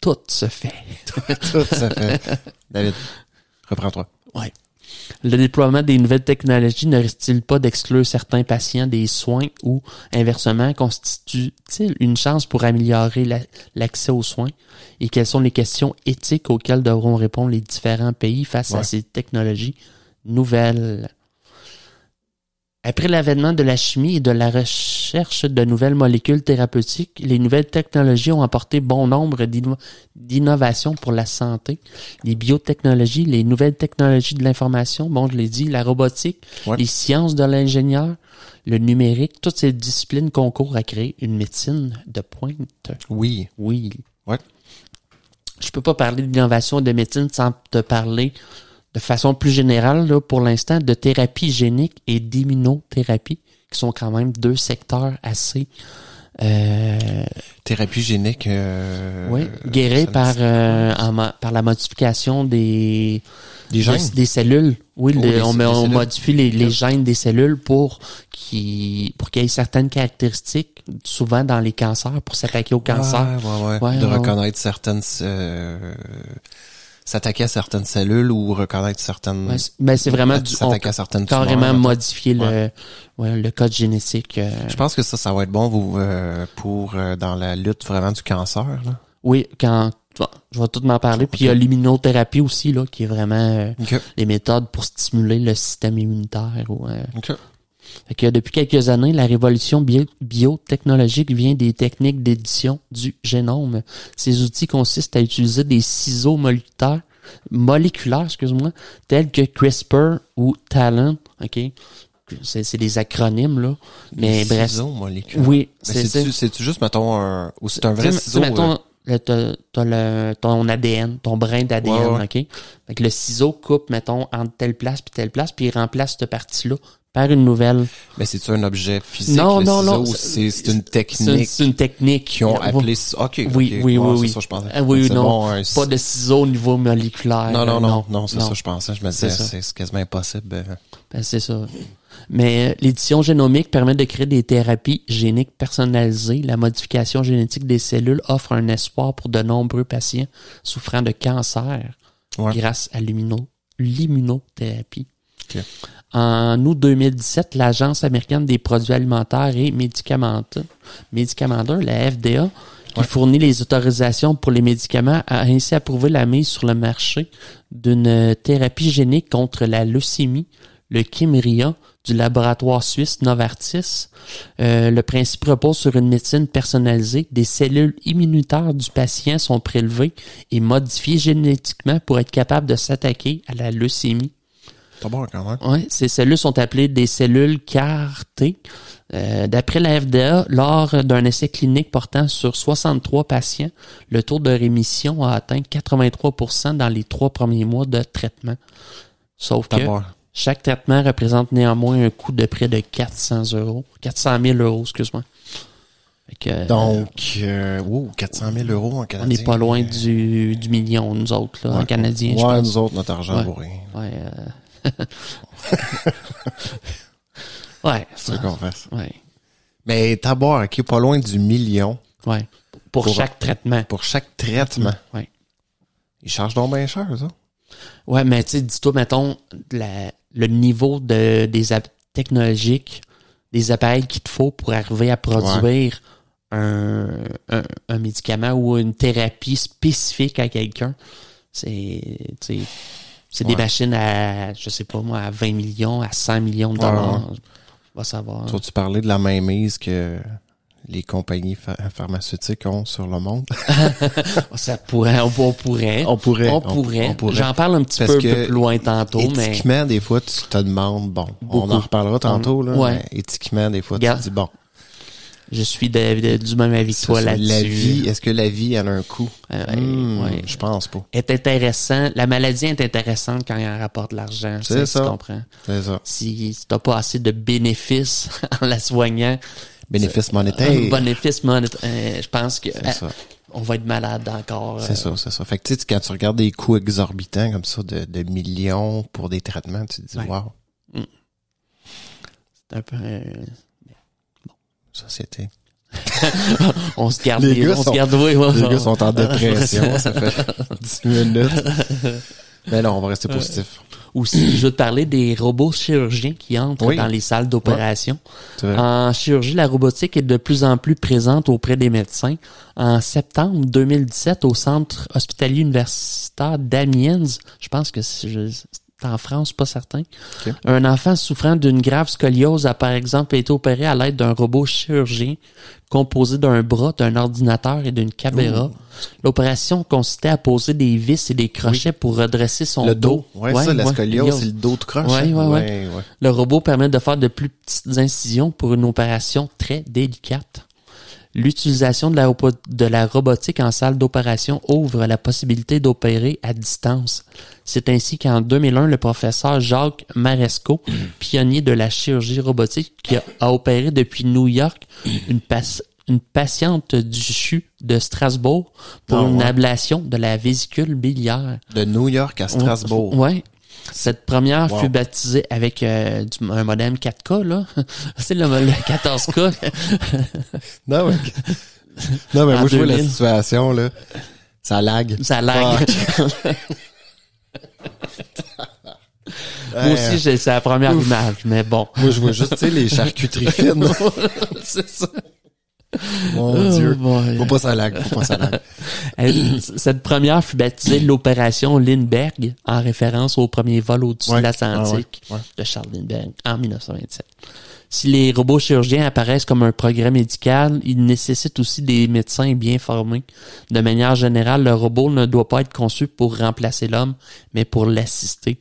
B: Tout se fait.
A: Tout ça fait. David, reprends-toi.
B: Le déploiement des nouvelles technologies ne risque-t-il pas d'exclure certains patients des soins ou, inversement, constitue-t-il une chance pour améliorer la- l'accès aux soins? Et quelles sont les questions éthiques auxquelles devront répondre les différents pays face à
A: Ouais.
B: ces technologies nouvelles? Après l'avènement de la chimie et de la recherche de nouvelles molécules thérapeutiques, les nouvelles technologies ont apporté bon nombre d'inno- d'innovations pour la santé les biotechnologies, les nouvelles technologies de l'information, bon, je l'ai dit, la robotique,
A: Ouais.
B: les sciences de l'ingénieur, le numérique, toutes ces disciplines concourent à créer une médecine de pointe.
A: Oui.
B: Oui.
A: Ouais.
B: Je peux pas parler d'innovation de médecine sans te parler de façon plus générale, là, pour l'instant, de thérapie génique et d'immunothérapie, qui sont quand même deux secteurs assez Euh,
A: Thérapie génique. euh,
B: oui,
A: euh,
B: guérir
A: ça me
B: par,
A: dit-
B: euh, en mo- par la modification des,
A: Des
B: des,
A: gènes.
B: des cellules. Oui,
A: Oh,
B: le-
A: des-
B: on,
A: des
B: on
A: cellules.
B: modifie les, les gènes des cellules pour qu'ils pour qu'il y ait certaines caractéristiques, souvent dans les cancers, pour s'attaquer au cancer.
A: Ouais, ouais, ouais.
B: Ouais,
A: de
B: ouais,
A: reconnaître certaines... euh, S'attaquer à certaines cellules ou reconnaître certaines...
B: Ouais, c'est- ben, c'est vraiment du, on
A: S'attaquer à certaines tumeurs,
B: carrément
A: mettons.
B: modifier le, ouais, le code génétique. euh,
A: Je pense que ça, ça va être bon vous, euh, pour euh, dans la lutte vraiment du cancer. Là.
B: Oui, quand bon, je vais tout m'en parler. Puis il y a l'immunothérapie aussi, là, qui est vraiment euh,
A: OK.
B: les méthodes pour stimuler le système immunitaire. Ou, euh, Fait que depuis quelques années, la révolution bio- biotechnologique vient des techniques d'édition du génome. Ces outils consistent à utiliser des ciseaux moléculaires, moléculaires excuse-moi, tels que CRISPR ou Talent. Ok, c'est c'est des acronymes là, mais
A: Des
B: bref.
A: ciseaux moléculaires.
B: Oui,
A: Mais
B: c'est ça.
A: c'est-tu, c'est-tu juste, mettons, un, ou c'est un vrai
B: Tu sais,
A: ciseau?
B: mettons,
A: euh,
B: le- t'as- t'as le- ton ADN, ton brin d'ADN,
A: Ouais, ouais.
B: OK? Fait que le ciseau coupe, mettons, entre telle place puis telle place, puis il remplace cette partie-là par une nouvelle.
A: Mais c'est-tu un objet physique?
B: Non,
A: le
B: non,
A: ciseau,
B: non,
A: ou
B: c'est-
A: C'est,
B: C'est
A: c'est une
B: une,
A: technique
B: c'est une technique.
A: qui ont
B: Ouais.
A: appelé... ça. OK, OK.
B: Oui, oui,
A: Ouais,
B: oui,
A: c'est
B: oui.
A: ça, je pensais.
B: Ah oui,
A: C'est
B: non.
A: bon, un-
B: Pas de ciseaux au niveau moléculaire.
A: Non, non,
B: euh,
A: non, non, c'est ça, je pensais. Je me
B: C'est
A: disais,
B: ça.
A: c'est, c'est quasiment impossible. euh.
B: Ben, c'est ça. Mais euh, l'édition génomique permet de créer des thérapies géniques personnalisées. La modification génétique des cellules offre un espoir pour de nombreux patients souffrant de cancer
A: Ouais.
B: grâce à l'immuno- l'immunothérapie.
A: Ok.
B: En août 2017, l'Agence américaine des produits alimentaires et médicamenteux, médicamenteux la FDA, qui fournit les autorisations pour les médicaments, a ainsi approuvé la mise sur le marché d'une euh, thérapie génique contre la leucémie, le Kimria, du laboratoire suisse Novartis. Euh, le principe repose sur une médecine personnalisée. Des cellules immunitaires du patient sont prélevées et modifiées génétiquement pour être capables de s'attaquer à la leucémie.
A: C'est bon, quand même.
B: Ouais, ces cellules sont appelées des cellules CAR T. Euh, D'après la FDA, lors d'un essai clinique portant sur 63 patients, le taux de rémission a atteint 83 dans les trois premiers mois de traitement. Sauf
A: C'est
B: que
A: bon.
B: chaque traitement représente néanmoins un coût de près de 400 euros, 400 000 euros, excuse-moi. Fait que,
A: Donc, euh, wow, 400 000 euros en
B: on
A: canadien. euh,
B: n'est pas loin du, du million, nous autres, là, en canadien,
A: Ouais,
B: je pense.
A: nous autres, notre argent
B: Ouais.
A: bourré.
B: Ouais, euh, ouais,
A: C'est ça qu'on fasse.
B: ouais,
A: Mais tabac, qui est pas loin du million
B: ouais. Pour,
A: Pour-
B: chaque traitement.
A: pour chaque traitement.
B: Ouais.
A: Ils chargent donc bien cher, ça.
B: Ouais, mais tu sais, dis-toi, mettons, la- le niveau de, des app- technologiques, des appareils qu'il te faut pour arriver à produire un, un, un médicament ou une thérapie spécifique à quelqu'un, c'est, tu sais, c'est des
A: Ouais.
B: machines à, je sais pas moi, à 20 millions, à 100 millions de
A: Ouais, ouais.
B: dollars. On va savoir.
A: Toi, tu parlais de la mainmise que les compagnies pha- pharmaceutiques ont sur le monde.
B: Ça pourrait, on, on pourrait.
A: On pourrait,
B: Eh, On
A: on-
B: pourrait.
A: on pourrait.
B: J'en parle un petit
A: Parce
B: peu
A: que
B: plus loin tantôt, mais
A: éthiquement, des fois, tu te demandes, bon,
B: Beaucoup.
A: on en reparlera tantôt, là,
B: Ouais.
A: mais éthiquement, des fois,
B: Regarde.
A: tu te dis, bon,
B: je suis de- de- du même avis que
A: ça,
B: toi
A: c'est
B: là-dessus.
A: la vie, est-ce que la vie, elle a un coût?
B: Euh,
A: Hmm,
B: ouais.
A: Je pense pas.
B: Est intéressant. La maladie est intéressante quand elle rapporte de l'argent.
A: C'est
B: tu sais,
A: ça.
B: Tu comprends?
A: C'est ça.
B: Si, si t'as pas assez de bénéfices en la soignant,
A: Bénéfice monétaire.
B: un bénéfice monétaire, euh, je pense que euh,
A: ça.
B: on va être malade encore.
A: C'est ça, c'est ça. Fait que tu sais, quand tu regardes des coûts exorbitants comme ça de, de millions pour des traitements, tu te dis,
B: Ouais.
A: wow,
B: C'est un peu, euh,
A: société.
B: on se garde,
A: Les
B: des-
A: gars
B: on se
A: sont-
B: garde, oui, ouais,
A: Les
B: on-
A: gars sont en dépression, ça fait 10 minutes. Mais non, on va rester positif.
B: Aussi, je veux te parler des robots chirurgiens qui entrent
A: Oui.
B: dans les salles d'opération.
A: Tu vois.
B: En chirurgie, la robotique est de plus en plus présente auprès des médecins. En septembre 2017, au Centre hospitalier universitaire d'Amiens, je pense que c'est je- c'est en France, pas certain,
A: Ok.
B: un enfant souffrant d'une grave scoliose a par exemple été opéré à l'aide d'un robot chirurgien composé d'un bras, d'un ordinateur et d'une caméra. L'opération consistait à poser des vis et des crochets pour redresser son
A: Le
B: dos.
A: dos. Ouais, ça, la
B: ouais,
A: scoliose, c'est le dos de croche.
B: Ouais,
A: hein.
B: ouais, ouais.
A: ouais.
B: le robot permet de faire de plus petites incisions pour une opération très délicate. L'utilisation de la, robo- de la robotique en salle d'opération ouvre la possibilité d'opérer à distance. C'est ainsi qu'en 2001, le professeur Jacques Maresco, pionnier de la chirurgie robotique, qui a, a opéré depuis New York une, pas- une patiente du CHU de Strasbourg pour
A: Ah,
B: une
A: ouais.
B: ablation de la vésicule biliaire.
A: De New York à Strasbourg.
B: Ouais. Cette première
A: Wow.
B: fut baptisée avec euh, du- un modem 4K, là. C'est le, le 14K.
A: Non, mais, non, mais
B: En
A: moi, je vois la
B: 2000.
A: situation, là. Ça lag.
B: Ça lag. Moi aussi, j'ai- c'est la première image, mais bon.
A: Moi, je vois juste, tu sais, les charcuteries fines.
B: c'est ça.
A: Mon
B: Oh
A: Dieu.
B: boy.
A: Faut pas ça lag, faut pas ça lag.
B: Elle- Euh, Cette première fut baptisée l'opération Lindbergh en référence au premier vol au-dessus
A: Ouais, Ah
B: de l'Atlantique
A: ouais, ouais.
B: de Charles Lindbergh en 1927. Si les robots chirurgiens apparaissent comme un progrès médical, ils nécessitent aussi des médecins bien formés. De manière générale, le robot ne doit pas être conçu pour remplacer l'homme, mais pour l'assister.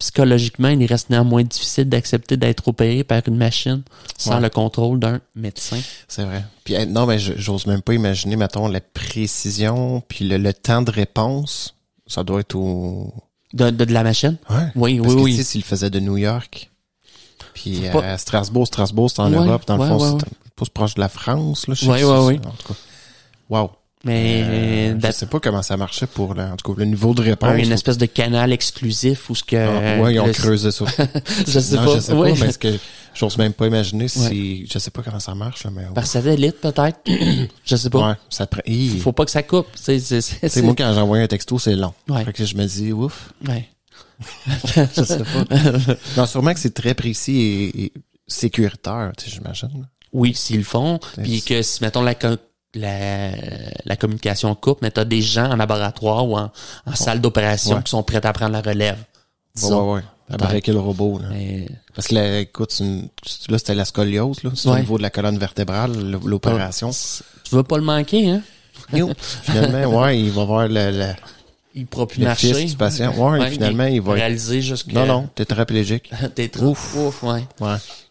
B: Psychologiquement, il reste néanmoins difficile d'accepter d'être opéré par une machine sans
A: Ouais.
B: le contrôle d'un médecin.
A: C'est vrai. Puis, euh, non, mais je- j'ose même pas imaginer, mettons, la précision, puis le, le temps de réponse. Ça doit être au...
B: De, de, de la machine?
A: Ouais.
B: Oui,
A: Parce
B: oui,
A: que,
B: oui.
A: tu sais, s'il le faisait de New York, puis
B: Faut pas-
A: à Strasbourg, Strasbourg, c'est en
B: Ouais,
A: Europe, dans
B: ouais,
A: le fond,
B: ouais,
A: c'est pas proche de la France, là, je sais
B: Ouais,
A: que
B: ouais,
A: c'est-
B: ouais.
A: En tout cas, wow.
B: Mais
A: Euh, je
B: d'a-
A: sais pas comment ça marchait pour, le, en tout cas, le niveau de réponse.
B: un, une espèce de canal exclusif ou ce que euh,
A: Ah, ouais, ils ont
B: le-
A: creusé ça.
B: je sais
A: non,
B: pas,
A: je sais
B: Ouais.
A: pas, mais ce que j'ose même pas imaginer si, je sais pas comment ça marche, là, mais
B: par satellite peut-être je sais pas
A: ouais, ça te prend, Hi.
B: faut pas que ça coupe c'est c'est c'est
A: Tu sais,
B: c'est-
A: moi, quand j'envoie un texto, c'est long.
B: Ouais.
A: Fait que je me dis, ouf.
B: ouais.
A: Je sais pas. non, sûrement que c'est très précis et, et sécuritaire, tu sais, j'imagine.
B: oui s'ils le font puis que si mettons la co- la, la communication coupe mais t'as des gens en laboratoire ou en, en salle d'opération
A: Ouais.
B: qui sont prêts à prendre la relève
A: Ouais,
B: disons.
A: ouais, ouais. À braquer le robot, là.
B: Mais-
A: Parce que là, écoute, c'est une- là, c'était la scoliose, là. C'est
B: Ouais.
A: au niveau de la colonne vertébrale, l- l'opération.
B: tu veux pas le manquer hein
A: Yo. finalement, ouais, il va voir le, le,
B: il pourra plus
A: le
B: marcher
A: fils du patient. Ouais,
B: Ouais,
A: finalement, il va être...
B: réaliser jusqu'à
A: Non, non, tétraplégique.
B: t'es trop ouf, ouais
A: Ouais,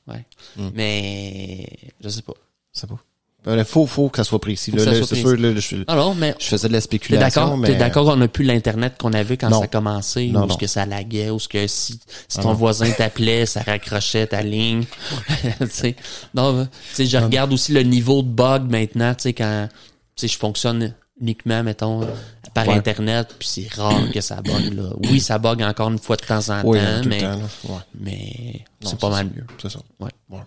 B: ouais
A: Mm.
B: mais je sais pas
A: c'est beau. Il faut, faut que ça soit précis.
B: Faut
A: là.
B: que ça
A: Là,
B: soit
A: C'est
B: précis.
A: sûr, là, je, suis-
B: non non mais
A: je faisais de la
B: T'es d'accord,
A: spéculation, mais...
B: t'es d'accord qu'on n'a plus l'Internet qu'on avait quand
A: Non.
B: ça a commencé,
A: Non,
B: ou ce
A: non.
B: que ça laguait, ou ce que si, si
A: Ah
B: ton
A: non.
B: voisin t'appelait, ça raccrochait ta ligne. Tu sais. non, mais, tu sais, je regarde aussi le niveau de bug maintenant, tu sais, quand tu sais, je fonctionne uniquement, mettons, par
A: Ouais.
B: Internet, puis c'est rare que ça bug. Là. Oui, ça bug encore une fois de temps en
A: Oui, hein,
B: temps,
A: tout
B: mais,
A: le temps, là. Ouais.
B: mais
A: Non,
B: c'est pas
A: ça,
B: mal mieux.
A: C'est ça.
B: Ouais.
A: Ouais.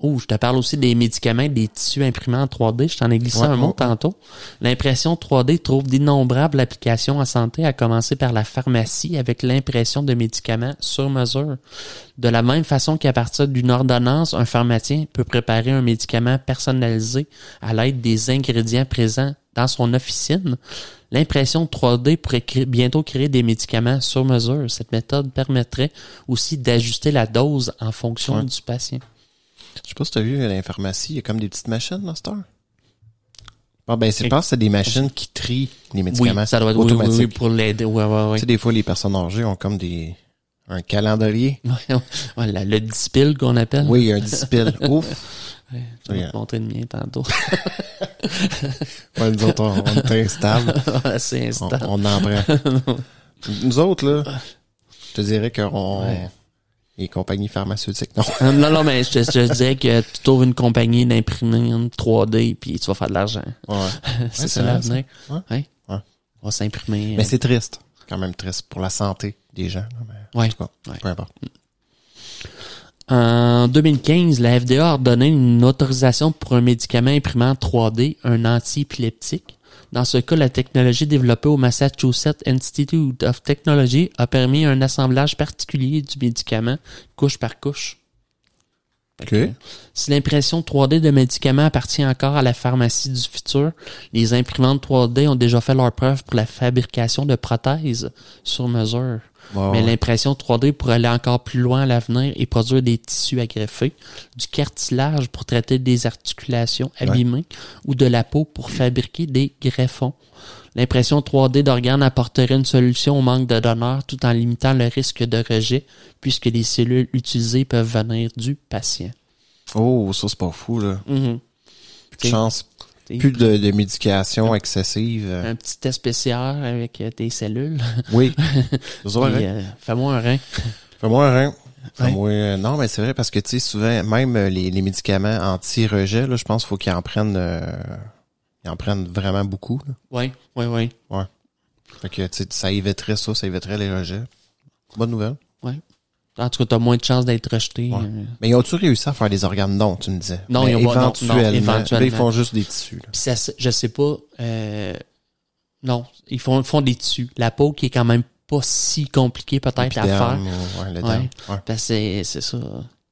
B: Oh, je te parle aussi des médicaments, des tissus imprimés en 3D. Je t'en ai glissé
A: Ouais, oh,
B: un mot
A: ouais.
B: tantôt. L'impression 3D trouve d'innombrables applications en santé, à commencer par la pharmacie avec l'impression de médicaments sur mesure. De la même façon qu'à partir d'une ordonnance, un pharmacien peut préparer un médicament personnalisé à l'aide des ingrédients présents dans son officine. L'impression 3D pourrait cré- bientôt créer des médicaments sur mesure. Cette méthode permettrait aussi d'ajuster la dose en fonction
A: Ouais.
B: du patient.
A: Je sais pas si t'as vu à la pharmacie, il y a comme des petites machines dans cette heure. Ah ben, c'est- je pense que c'est des machines qui trient les médicaments
B: Oui, ça doit être oui, oui,
A: automatiques.
B: oui, pour l'aider. Ouais, ouais, ouais.
A: Tu sais, des fois, les personnes âgées ont comme des un calendrier.
B: Ouais, ouais. Voilà, le dispil qu'on appelle.
A: Oui, il y a un dispel. Ouf! hein.
B: Je vais
A: Yeah.
B: te montrer le mien tantôt.
A: Ouais, nous autres, on, on est instables.
B: Ah, C'est
A: On,
B: instant.
A: on en prend. Nous autres, là, je te dirais qu'on...
B: Ouais.
A: Les compagnies pharmaceutiques, non.
B: Non, non, mais je te, je te dirais que tu trouves une compagnie d'imprimer 3D puis tu vas faire de l'argent.
A: Ouais.
B: c'est
A: c'est
B: ça
A: vrai,
B: l'avenir.
A: ça. Ouais.
B: Ouais.
A: Ouais.
B: On va s'imprimer.
A: Mais
B: euh,
A: c'est triste. Quand même triste pour la santé des gens. là, mais
B: Ouais.
A: En tout cas,
B: Ouais.
A: peu importe.
B: En 2015, la FDA a ordonné une autorisation pour un médicament imprimé en 3D, un antiépileptique. Dans ce cas, la technologie développée au Massachusetts Institute of Technology a permis un assemblage particulier du médicament couche par couche.
A: OK.
B: Si l'impression 3D de médicaments appartient encore à la pharmacie du futur, les imprimantes 3D ont déjà fait leur preuve pour la fabrication de prothèses sur mesure.
A: Bon,
B: Mais l'impression 3D pourrait aller encore plus loin à l'avenir et produire des tissus à greffer, du cartilage pour traiter des articulations abîmées ou de la peau pour fabriquer des greffons. L'impression 3D d'organes apporterait une solution au manque de donneurs tout en limitant le risque de rejet puisque les cellules utilisées peuvent venir du patient.
A: Oh, ça, c'est pas fou, là.
B: Mhm.
A: Plus de chance.
B: T'sais.
A: Plus de, de médication excessive. euh,
B: Un petit test PCR avec euh, tes cellules.
A: Oui. Vous aurez-
B: Puis, euh, Fais-moi un rein.
A: Fais-moi un rein. Enfin, moi, euh, non, mais c'est vrai parce que tu sais, souvent, même euh, les, les médicaments anti-rejet, là, je pense qu'il faut qu'ils en prennent euh, ils en prennent vraiment beaucoup. là.
B: Oui, oui, oui.
A: Fait que tu sais, ça éviterait ça, ça éviterait les rejets. Bonne nouvelle.
B: En tout cas, t'as moins de chances d'être rejeté.
A: Ouais.
B: euh.
A: Mais ils ont-tu réussi à faire des organes non, tu me disais?
B: Non,
A: Mais
B: ils ont pas- non, non,
A: Là, ils
B: éventuellement.
A: font juste des tissus. là.
B: Puis ça, se- je sais pas. euh, non, ils font, font des tissus. La peau qui est quand même pas si compliquée peut-être à faire.
A: L'épiderme ou- ouais, l'éderme.
B: Ouais.
A: Ouais.
B: Parce que c'est c'est ça.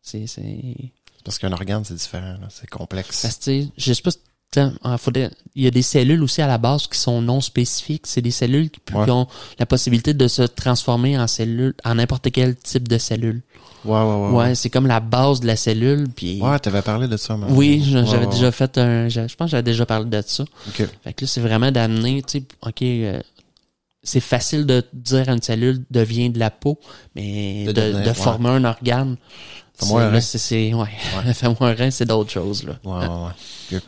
B: C'est c'est-
A: Parce qu'un organe, c'est différent. là. C'est complexe.
B: Parce que, tu sais, je sais pas si- tiens, en faudrait- il y a des cellules aussi à la base qui sont non spécifiques. C'est des cellules qui,
A: Ouais.
B: qui ont la possibilité de se transformer en cellule, en n'importe quel type de cellule.
A: Ouais, ouais, ouais.
B: Ouais, c'est comme la base de la cellule. Puis,
A: Ouais, t'avais parlé de ça, un moment
B: oui,
A: donné.
B: je-
A: Ouais,
B: j'avais
A: ouais,
B: déjà fait un, je, je pense que j'avais déjà parlé de ça.
A: ouais. Ok.
B: Fait que là, c'est vraiment d'amener, tu sais, ok, euh, c'est facile de dire une cellule devient de la peau, mais
A: De
B: de,
A: devenir,
B: de
A: ouais.
B: former un organe.
A: Fais-moi
B: c'est-
A: un
B: là,
A: rein.
B: c'est- c'est- ouais. Fais-moi un rein, c'est d'autres choses, là.
A: Ouais, ouais, ouais.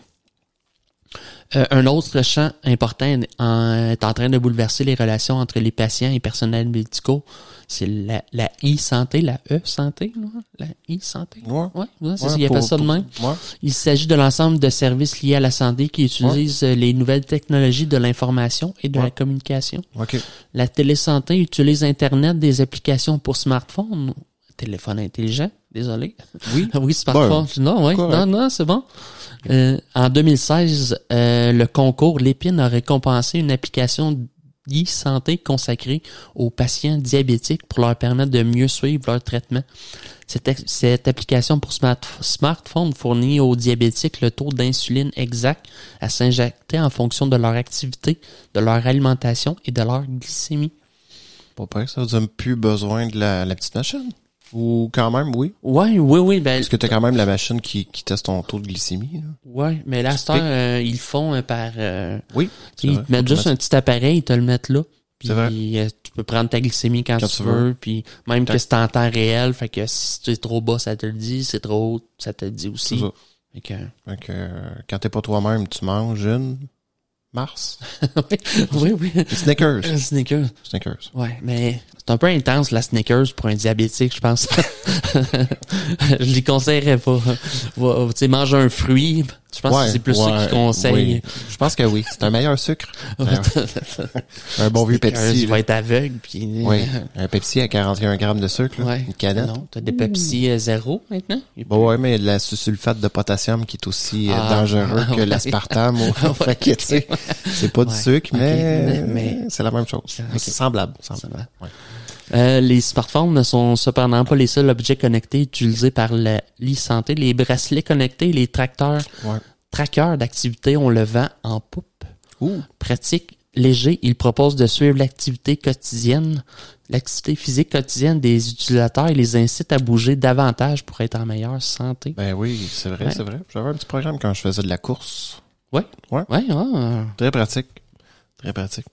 B: Euh, un autre champ important en- euh, est en train de bouleverser les relations entre les patients et personnels médicaux. C'est la, la e-santé, la e-santé, non? la e-santé.
A: Ouais.
B: Ouais, ouais, Euh, c'est
A: Ouais,
B: ça, il
A: pour-
B: appelle ça de
A: pour-
B: même.
A: ouais.
B: Il s'agit de l'ensemble de services liés à la santé qui utilisent euh, les nouvelles technologies de l'information et de
A: Ouais.
B: la communication.
A: OK.
B: La télésanté utilise Internet, des applications pour smartphone, téléphone intelligent, désolé.
A: Oui.
B: Oui, smartphone. non, oui. Non,
A: correct.
B: non, c'est bon. Euh, en 2016, euh, le concours Lépine a récompensé une application e-santé consacrée aux patients diabétiques pour leur permettre de mieux suivre leur traitement. Cette, ex- cette application pour smart- smartphone fournit aux diabétiques le taux d'insuline exact à s'injecter en fonction de leur activité, de leur alimentation et de leur glycémie.
A: Pas pire, ça. Vous n'avez plus besoin de la, la petite machine? Ou quand même, oui.
B: Ouais, oui, oui, ben,
A: Parce que t'as quand même la machine qui, qui teste ton taux de glycémie. Là.
B: ouais, mais là, à cette heure, euh, ils le font euh, par, euh,
A: Oui.
B: Tu sais, Ils te mettent juste un petit appareil, ils te le mettent là. Puis
A: C'est vrai.
B: euh, tu peux prendre ta glycémie quand, tu veux. Puis même que c'est en temps réel, fait que si tu es trop bas, ça te le dit. Si c'est trop haut, ça te le dit aussi.
A: ça.
B: Fait que,
A: Fait que, euh, quand t'es pas toi-même, tu manges une Mars.
B: euh, oui, oui.
A: Une Snickers.
B: Un Snickers.
A: Snickers.
B: Ouais, mais c'est un peu intense la Snickers pour un diabétique, je pense. je l'y conseillerais pas. Va- Tu sais, mange un fruit. Je pense que c'est plus ça qu'ils conseillent.
A: oui. Je pense que oui. C'est un meilleur sucre. D'ailleurs, un bon ben vieux
B: Snickers,
A: Pepsi.
B: tu
A: là.
B: vas être aveugle. Puis, euh,
A: Oui. Un Pepsi à 41 grammes de sucre. là.
B: Ouais.
A: Une canette.
B: Non, t'as des Pepsi euh, zéro maintenant.
A: Bon, ouais, mais la sulfate de potassium qui est aussi euh,
B: Ah,
A: dangereux que
B: ouais.
A: l'aspartame. au- fait que, tu sais, c'est pas du
B: Ouais.
A: sucre,
B: Ok,
A: mais,
B: mais- mais-
A: c'est la même chose. C'est
B: ok.
A: semblable. semblable.
B: Semblable.
A: Ouais.
B: Euh, les smartphones ne sont cependant pas les seuls objets connectés utilisés par la- l'e-santé. Les bracelets connectés, et les tracteurs,
A: Ouais.
B: trackers d'activité, on le vend en poupe.
A: Ouh.
B: Pratique léger, il propose de suivre l'activité quotidienne, l'activité physique quotidienne des utilisateurs et les incite à bouger davantage pour être en meilleure santé.
A: Ben oui, c'est vrai,
B: Ouais.
A: c'est vrai. J'avais un petit programme quand je faisais de la course.
B: Ouais, ah.
A: Très pratique. Très pratique.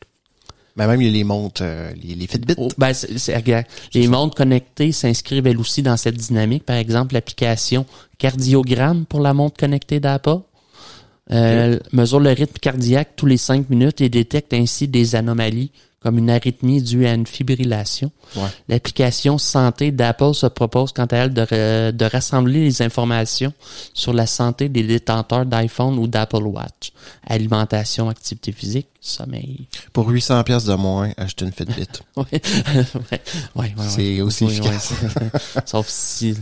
A: Mais même, il y a les montres, euh, les, les Fitbit.
B: Oh, ben, c'est- c'est agréable. les montres connectées s'inscrivent elles aussi dans cette dynamique. Par exemple, l'application cardiogramme pour la montre connectée d'Apple euh, mesure le rythme cardiaque tous les cinq minutes et détecte ainsi des anomalies comme une arythmie due à une fibrillation.
A: Ouais.
B: L'application santé d'Apple se propose quant à elle de, re- de rassembler les informations sur la santé des détenteurs d'iPhone ou d'Apple Watch. Alimentation, activité physique, sommeil.
A: Pour 800 pièces de moins, acheter une Fitbit.
B: Ouais. ouais, ouais, ouais, ouais.
A: C'est aussi
B: Oui,
A: efficace.
B: ouais, c'est- Sauf si.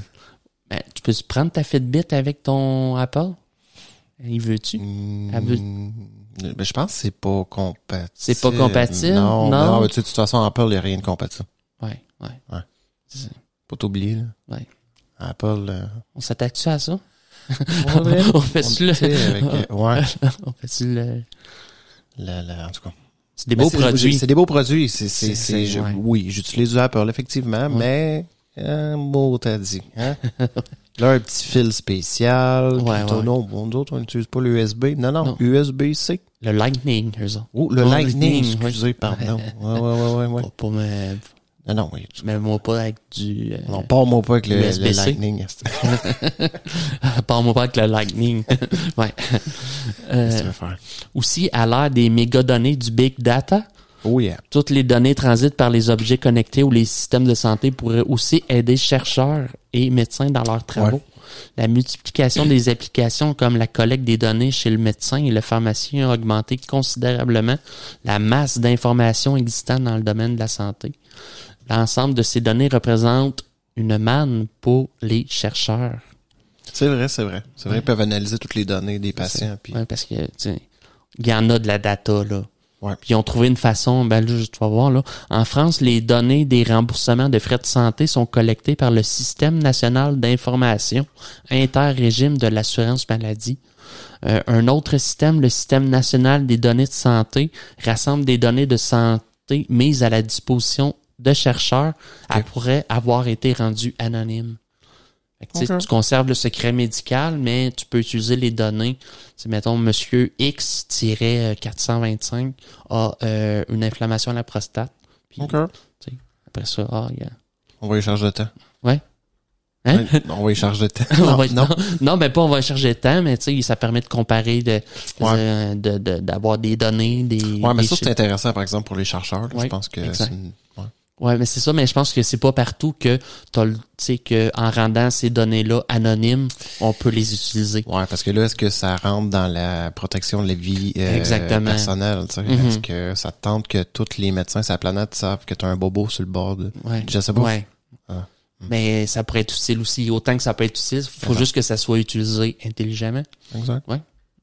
B: Ben, tu peux prendre ta Fitbit avec ton Apple? Il veut-tu?
A: Hmm,
B: Ah, vous-
A: ben, je pense que c'est pas compatible.
B: C'est pas compatible?
A: Non,
B: Non.
A: non, mais tu sais, de toute façon, Apple, il n'y a rien de compatible.
B: Ouais, ouais.
A: Pas t'oublier, là.
B: Ouais.
A: Apple, euh,
B: On s'attaque-tu à ça?
A: Ouais.
B: on
A: on
B: fait-tu le.
A: tu sais, avec, euh, ouais,
B: On fait-tu le.
A: la- la- en tout cas.
B: C'est des
A: Mais
B: beaux
A: c'est-
B: produits.
A: C'est des beaux produits. C'est, c'est,
B: C'est-
A: c'est- je-
B: ouais.
A: Oui, j'utilise du Apple, effectivement, mais un mot t'as dit. Hein? Là, un petit fil spécial.
B: Ouais,
A: plutôt,
B: ouais.
A: Non, bon, nous autres, on n'utilise pas l'USB. Non, non,
B: Non.
A: USB-C.
B: Le Lightning, eux autres.
A: Oh, le
B: Oh,
A: Lightning,
B: Lightning,
A: excusez, pardon. Ouais, ouais, ouais, ouais. ouais.
B: Pas, pas me.
A: Non, non, oui.
B: Mais moi pas avec du. euh,
A: Non, pas moi pas avec le, le
B: USB-C.
A: Lightning. Est-ce que
B: Parle-moi pas avec le Lightning. ouais.
A: tu
B: Euh,
A: veux faire?
B: aussi à l'ère des mégadonnées du big data,
A: Oh yeah.
B: Toutes les données transitent par les objets connectés ou les systèmes de santé pourraient aussi aider chercheurs et médecins dans leurs travaux. La multiplication des applications comme la collecte des données chez le médecin et le pharmacien a augmenté considérablement la masse d'informations existantes dans le domaine de la santé. L'ensemble de ces données représente une manne pour les chercheurs.
A: C'est vrai, c'est vrai. C'est vrai, ils peuvent analyser toutes les données des patients. Puis...
B: Ouais, parce que, tu sais, il y en a de la data, là.
A: Ouais.
B: Puis ils ont trouvé une façon, ben là, je- tu vas voir, là. En France, les données des remboursements de frais de santé sont collectées par le Système national d'information inter-régime de l'assurance maladie. Euh, un autre système, le Système national des données de santé, rassemble des données de santé mises à la disposition de chercheurs après avoir été rendues anonymes. Fait que, tu sais,
A: Ok.
B: Tu conserves le secret médical, mais tu peux utiliser les données. C'est mettons, monsieur X-425 a euh, une inflammation à la prostate. Puis
A: OK.
B: après ça, ah, il y a-
A: On va y charger de temps.
B: Ouais. Hein?
A: Ouais, On va y charger de temps.
B: On va- non.
A: non.
B: non, ben pas on va chercher de temps, mais tu sais, ça permet de comparer, de, de- de- de- d'avoir des données, des.
A: Ouais, mais
B: des
A: ça, c'est
B: chiffres.
A: intéressant, par exemple, pour les chercheurs. là.
B: Ouais,
A: Je pense que
B: exact.
A: c'est une- ouais.
B: Ouais, mais c'est ça, mais je pense que c'est pas partout que t'as le, tu sais, que en rendant ces données-là anonymes, on peut les utiliser.
A: Ouais, parce que là, est-ce que ça rentre dans la protection de la vie euh,
B: Exactement.
A: personnelle? tu sais?
B: Mhm.
A: Est-ce que ça te tente que tous les médecins sur la planète savent que tu as un bobo sur le bord? De...
B: Ouais.
A: Je sais pas.
B: Ouais.
A: Ah.
B: Mais ça pourrait être utile aussi. Autant que ça peut être utile, faut
A: Exact.
B: juste que ça soit utilisé intelligemment.
A: Exact.
B: Ouais.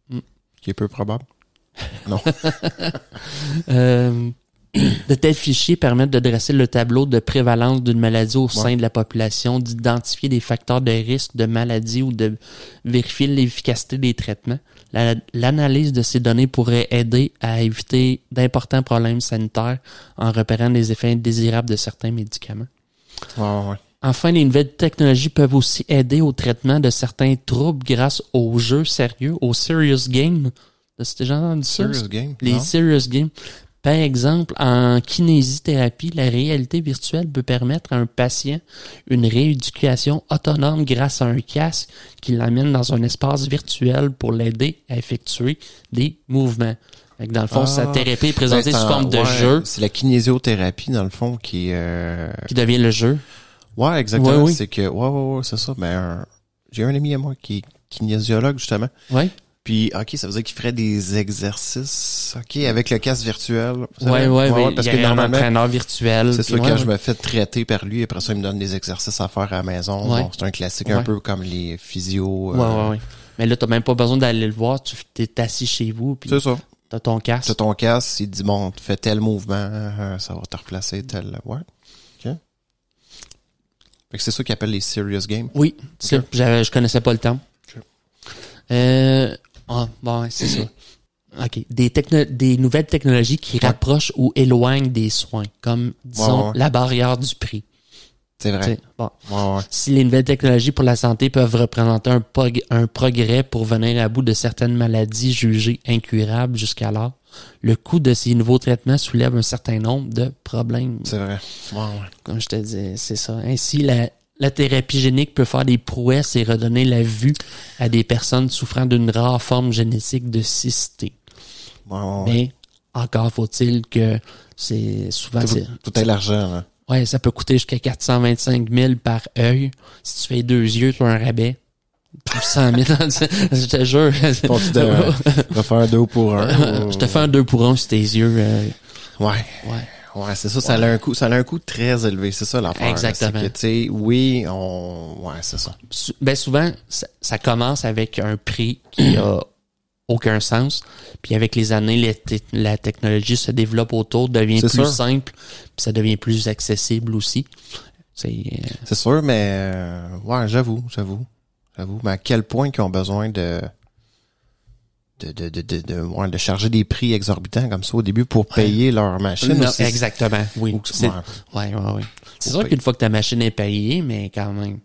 B: Mm.
A: Qui est peu probable.
B: Euh, de tels fichiers permettent de dresser le tableau de prévalence d'une maladie au sein de la population, d'identifier des facteurs de risque de maladie ou de vérifier l'efficacité des traitements. La- L'analyse de ces données pourrait aider à éviter d'importants problèmes sanitaires en repérant les effets indésirables de certains médicaments.
A: Ouais, ouais, ouais.
B: Enfin, les nouvelles technologies peuvent aussi aider au traitement de certains troubles grâce aux jeux sérieux, aux serious games. As-tu déjà entendu ça?
A: Serious game?
B: Les
A: non?
B: serious games. Par exemple, en kinésithérapie, la réalité virtuelle peut permettre à un patient une rééducation autonome grâce à un casque qui l'amène dans un espace virtuel pour l'aider à effectuer des mouvements. Fait que dans le fond,
A: Ah.
B: sa thérapie est
A: Ben,
B: présentée
A: c'est
B: sous
A: en-
B: forme de
A: ouais,
B: jeu
A: C'est la kinésiothérapie, dans le fond, qui est... euh,
B: qui devient le jeu.
A: Ouais, exactement.
B: Ouais, oui.
A: C'est que... Ouais, ouais, ouais, c'est ça. Mais un- j'ai un ami à moi qui est kinésiologue, justement.
B: Ouais.
A: Puis, OK, ça veut dire qu'il ferait des exercices, OK, avec le casque virtuel. C'est
B: Ouais, ouais,
A: vrai?
B: ouais,
A: parce
B: il y
A: que
B: a un
A: normalement,
B: entraîneur virtuel.
A: c'est
B: puis
A: sûr,
B: ouais,
A: quand
B: ouais.
A: je me fais traiter par lui, après ça, il me donne des exercices à faire à la maison.
B: Ouais.
A: Bon, c'est un classique,
B: Ouais.
A: un peu comme les physios. euh,
B: Ouais, ouais, ouais. Mais là, t'as même pas besoin d'aller le voir. Tu t'es assis chez vous, puis
A: C'est ça.
B: t'as ton casque.
A: T'as ton casque, il te dit, bon, tu fais tel mouvement, euh, ça va te replacer tel... Ouais. OK. Fait que c'est ça qu'ils appellent les serious games.
B: Oui, c'est ça. J'avais- je connaissais pas le terme.
A: Ok.
B: Euh, ah, bon, ouais, c'est ça. OK. Des, techno- des nouvelles technologies qui rapprochent ou éloignent des soins, comme, disons,
A: ouais.
B: la barrière du prix.
A: C'est vrai.
B: T'sais, Bon,
A: Ouais, ouais.
B: si les nouvelles technologies pour la santé peuvent représenter un, prog- un progrès pour venir à bout de certaines maladies jugées incurables jusqu'alors, le coût de ces nouveaux traitements soulève un certain nombre de problèmes
A: C'est vrai. Ouais, ouais.
B: comme je te dis, c'est ça. Ainsi, la, la thérapie génique peut faire des prouesses et redonner la vue à des personnes souffrant d'une rare forme génétique de cystée.
A: Ouais, ouais, ouais.
B: Mais encore faut-il que c'est souvent...
A: Tout,
B: c'est-
A: tout est l'argent, là.
B: ouais, ça peut coûter jusqu'à 425 000 par œil. Si tu fais deux yeux, tu as un rabais. 100 000, je te jure.
A: Bon, tu devrais- On va faire un deux pour un. ou-
B: je te fais un deux pour un sur tes yeux. euh,
A: Ouais.
B: ouais.
A: Ouais, c'est ça, ça a un coût, ça a un coût très élevé, c'est ça l'affaire. là.
B: Exactement.
A: C'est que, tu sais, oui, on, ouais, c'est ça.
B: sou- ben souvent, ça, ça commence avec un prix qui a aucun sens. Puis avec les années, les te- la technologie se développe autour, devient
A: C'est
B: plus
A: sûr.
B: simple, puis ça devient plus accessible aussi. C'est euh,
A: C'est sûr, mais, euh, ouais, j'avoue, j'avoue, j'avoue. Mais à quel point qu'ils ont besoin de, de, de, de, de, de, ouais, de charger des prix exorbitants comme ça au début pour payer leur machine.
B: non,
A: ou c'est-
B: exactement. Oui.
A: ou-
B: C'est
A: ouais.
B: ouais, ouais, ouais. C'est
A: Faut
B: sûr
A: payer.
B: qu'une fois que ta machine est payée, mais quand même,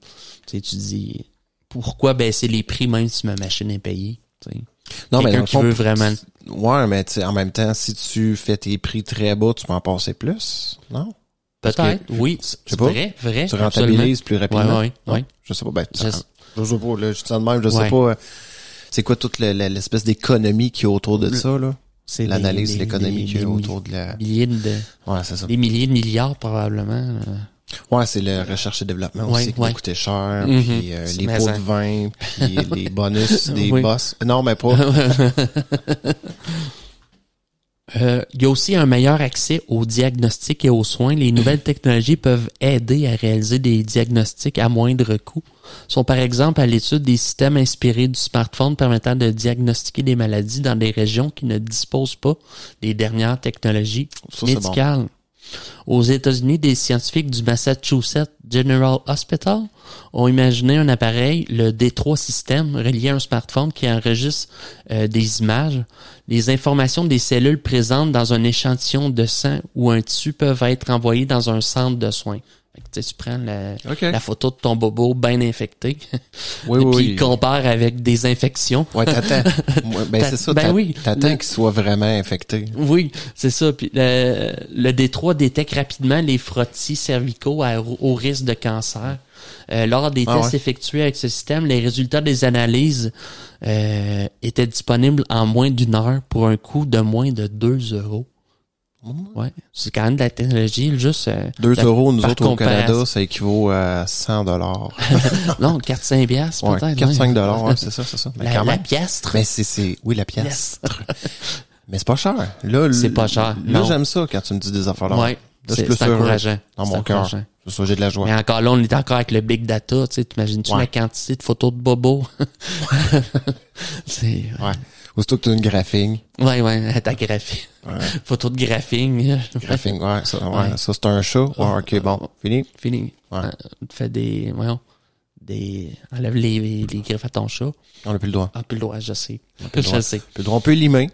B: tu sais, tu dis pourquoi baisser les prix même si ma machine est payée? tu sais?
A: Non, mais
B: Quelqu'un
A: dans le
B: qui
A: fond,
B: veut vraiment-
A: Ouais, mais tu sais, en même temps, si tu fais tes prix très bas, tu peux en passer plus, non? Parce que-
B: Peut-être, oui.
A: sais
B: C'est
A: pas.
B: vrai, vrai.
A: Tu
B: absolument.
A: rentabilises plus
B: Ouais,
A: rapidement.
B: ouais,
A: Non?
B: ouais.
A: Je sais pas, ben, tu-
B: Je-
A: je sais pas, là, je dis ça de même, je sais
B: Ouais.
A: pas, euh, c'est quoi toute le- le- l'espèce d'économie qui est autour de ça, là?
B: C'est des-
A: l'analyse de
B: des-
A: l'économie
B: des-
A: qu'il y a
B: des
A: autour de la...
B: Milliers de,
A: Ouais, c'est ça.
B: des milliers de milliards probablement. euh. là.
A: Ouais, c'est la recherche et développement
B: Ouais,
A: aussi qui
B: ouais.
A: nous coûtait cher,
B: Mhm.
A: puis euh,
B: C'est
A: les pots
B: maison.
A: de vin, puis les bonus des
B: Oui.
A: boss. Non, mais pas...
B: Euh, Il y a aussi un meilleur accès aux diagnostics et aux soins. Les nouvelles technologies peuvent aider à réaliser des diagnostics à moindre coût. Ils sont par exemple à l'étude des systèmes inspirés du smartphone permettant de diagnostiquer des maladies dans des régions qui ne disposent pas des dernières technologies
A: Ça, c'est bon.
B: médicales. Aux États-Unis, des scientifiques du Massachusetts General Hospital ont imaginé un appareil, le D3 System, relié à un smartphone qui enregistre euh, des images. Les informations des cellules présentes dans un échantillon de sang ou un tissu peuvent être envoyées dans un centre de soins. Fait que, tu sais, tu prends la,
A: OK.
B: la photo de ton bobo bien infecté,
A: Oui, oui,
B: puis
A: oui.
B: il compare avec des infections.
A: Ouais, t'attends. Ouais, ben,
B: T'a-
A: c'est ça.
B: ben
A: t'a-
B: oui.
A: T'attends
B: Le-
A: qu'il soit vraiment infecté.
B: Oui, c'est ça. Puis le, le D3 détecte rapidement les frottis cervicaux à- au risque de cancer. Euh, lors des
A: Ah
B: tests
A: ouais.
B: effectués avec ce système, les résultats des analyses euh, étaient disponibles en moins d'une heure pour un coût de moins de 2 euros. Ouais, c'est quand même de la technologie, là, juste... euh,
A: 2
B: la-
A: Mmh. euros, nous
B: par
A: autres, au Canada,
B: comparaison.
A: ça équivaut à 100 dollars.
B: Non, 4-5 piastres,
A: Ouais,
B: peut-être.
A: 4-5
B: ouais.
A: dollars, ouais, c'est ça, c'est ça. Mais
B: La,
A: quand
B: la
A: même.
B: piastre.
A: Mais c'est, c'est, oui, la pièce. Mais c'est pas cher. Là,
B: C'est
A: l-
B: pas cher,
A: Là,
B: non.
A: j'aime ça quand tu me dis des affaires. là.
B: Ouais,
A: Là, je suis
B: c'est
A: plus
B: c'est
A: heureux
B: encourageant.
A: Dans
B: C'est
A: mon cœur.
B: encourageant.
A: C'est ça, j'ai de la joie.
B: Mais encore là, on est encore avec le big data, tu sais, t'imagines-tu
A: Ouais.
B: la quantité de photos de bobo? c'est,
A: Ouais. Aussitôt que tu as une graphing.
B: ouais, ouais, ta graphie. Photo de graphing.
A: Graphing, ouais, ça, ouais,
B: Ouais.
A: ça c'est un chat. Ouais, ok, bon, fini.
B: Fini.
A: Ouais.
B: Euh, Tu fais des, voyons, des, enlève les, les, les griffes à ton chat.
A: On n'a plus le droit.
B: Ah, puis le doigt, je sais.
A: le
B: Je
A: droit.
B: sais.
A: Plus le droit. On peut limer.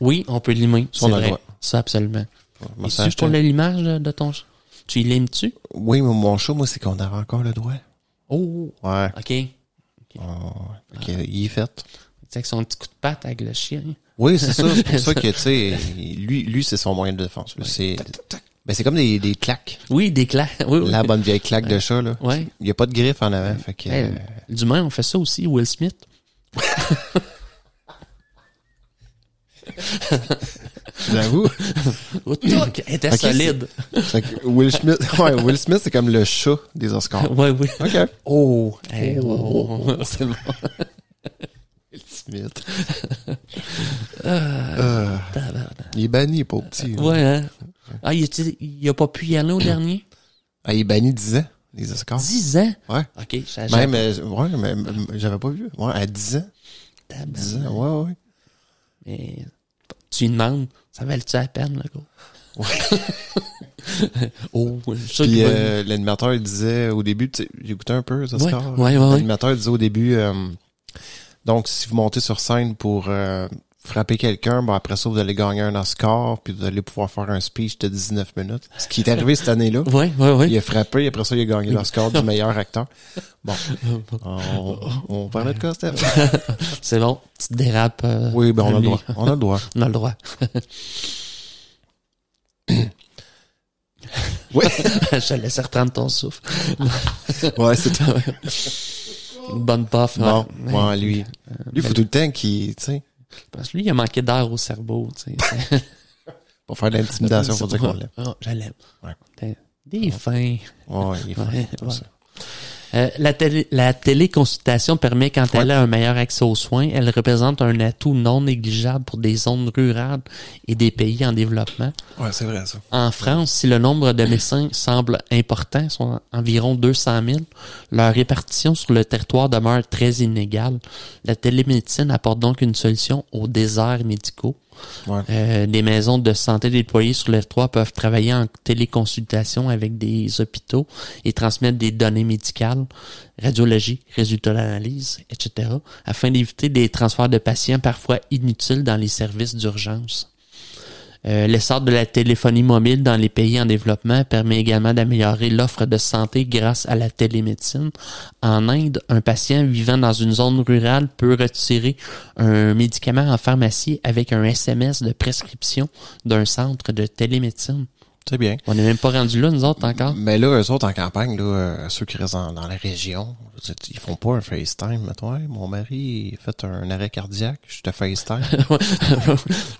B: Oui, on peut limer.
A: Ça, on
B: c'est
A: a le
B: vrai.
A: droit.
B: Ça, absolument.
A: Je me
B: Et
A: sens
B: tu pour
A: acheté.
B: le limage de de ton chat? Tu y limes-tu?
A: Oui, mais mon chat, moi, c'est qu'on avait encore le droit.
B: Oh,
A: Ouais.
B: OK. Tu
A: Ok, il est fait.
B: sais, avec son petit coup de patte avec le chien.
A: Oui, c'est ça. C'est pour ça que, tu sais, lui, lui c'est son moyen de défense. Lui, C'est ben, c'est comme des, des claques.
B: Oui, des claques. Oui, oui.
A: La bonne vieille claque de chat, là.
B: Ouais.
A: Il n'y a pas de griffe en avant. Fait que,
B: Hey,
A: euh,
B: L'humain, on fait ça aussi, Will Smith.
A: j'avoue.
B: Oh, toc, elle était
A: Ok,
B: solide.
A: Fait que Will Smith, ouais, Will Smith, c'est comme le chat des Oscars.
B: Ouais, oui.
A: OK.
B: Oh, hey, oh, c'est bon.
A: Smith. Euh, il est banni, pas petit. là.
B: Ouais, hein. Ah, il, était- il a pas pu y aller au dernier?
A: Ah, il est banni 10 ans, les Oscars.
B: 10 ans?
A: Ouais.
B: OK, j'ai- j'ai-
A: Même, euh, ouais, mais euh, j'avais pas vu. Ouais, à 10 ans.
B: tabarnak.
A: 10 ans, ouais, ouais.
B: Mais tu lui demandes, ça valait-tu la peine, le gars? oh, je suis sûr
A: Puis
B: qu'il va-
A: euh, l'animateur il disait au début, tu sais, j'ai écouté un peu les Oscars.
B: ouais, ouais, ouais.
A: L'animateur disait au début, euh, donc si vous montez sur scène pour euh, frapper quelqu'un, bon, après ça vous allez gagner un Oscar, puis vous allez pouvoir faire un speech de 19 minutes. Ce qui est arrivé cette année-là.
B: Ouais, ouais, ouais.
A: Il a frappé, après ça, il a gagné l'Oscar du meilleur acteur. Bon, on, on parlait de quoi, Steph?
B: C'est bon, tu te dérapes. euh,
A: Oui, ben on a le
B: lui.
A: droit. On a le droit.
B: On a le droit.
A: Oui,
B: je te laisse reprendre ton souffle.
A: ouais, c'est tout.
B: Bonne puff.
A: Bon,
B: ouais.
A: ouais, lui. Lui, il faut tout le temps qu'il, tu sais,
B: Parce que lui, il a manqué d'air au cerveau, tu sais.
A: pour faire de l'intimidation, faut dire qu'on l'aime.
B: Ah, je l'aime.
A: Ouais.
B: Putain, Des fins.
A: Ouais, il est fort.
B: Ouais,
A: comme ça.
B: Euh, la, télé, la téléconsultation permet, quand elle
A: Ouais.
B: a un meilleur accès aux soins, elle représente un atout non négligeable pour des zones rurales et des pays en développement.
A: Ouais, c'est vrai, ça.
B: En France, si le nombre de médecins semble important, sont environ 200 000, leur répartition sur le territoire demeure très inégale. La télémédecine apporte donc une solution aux déserts médicaux.
A: Ouais.
B: Euh, des maisons de santé déployées sur le territoire peuvent travailler en téléconsultation avec des hôpitaux et transmettre des données médicales, radiologie, résultats d'analyse, etc., afin d'éviter des transferts de patients parfois inutiles dans les services d'urgence. Euh, L'essor de la téléphonie mobile dans les pays en développement permet également d'améliorer l'offre de santé grâce à la télémédecine. En Inde, un patient vivant dans une zone rurale peut retirer un médicament en pharmacie avec un SMS de prescription d'un centre de télémédecine.
A: C'est bien.
B: On n'est même pas rendu là, nous autres, encore.
A: Mais là, eux autres en campagne, là, euh, ceux qui restent dans, dans la région, je veux dire, ils font pas un FaceTime. Mettons, Hey, mon mari il a fait un arrêt cardiaque, je te FaceTime.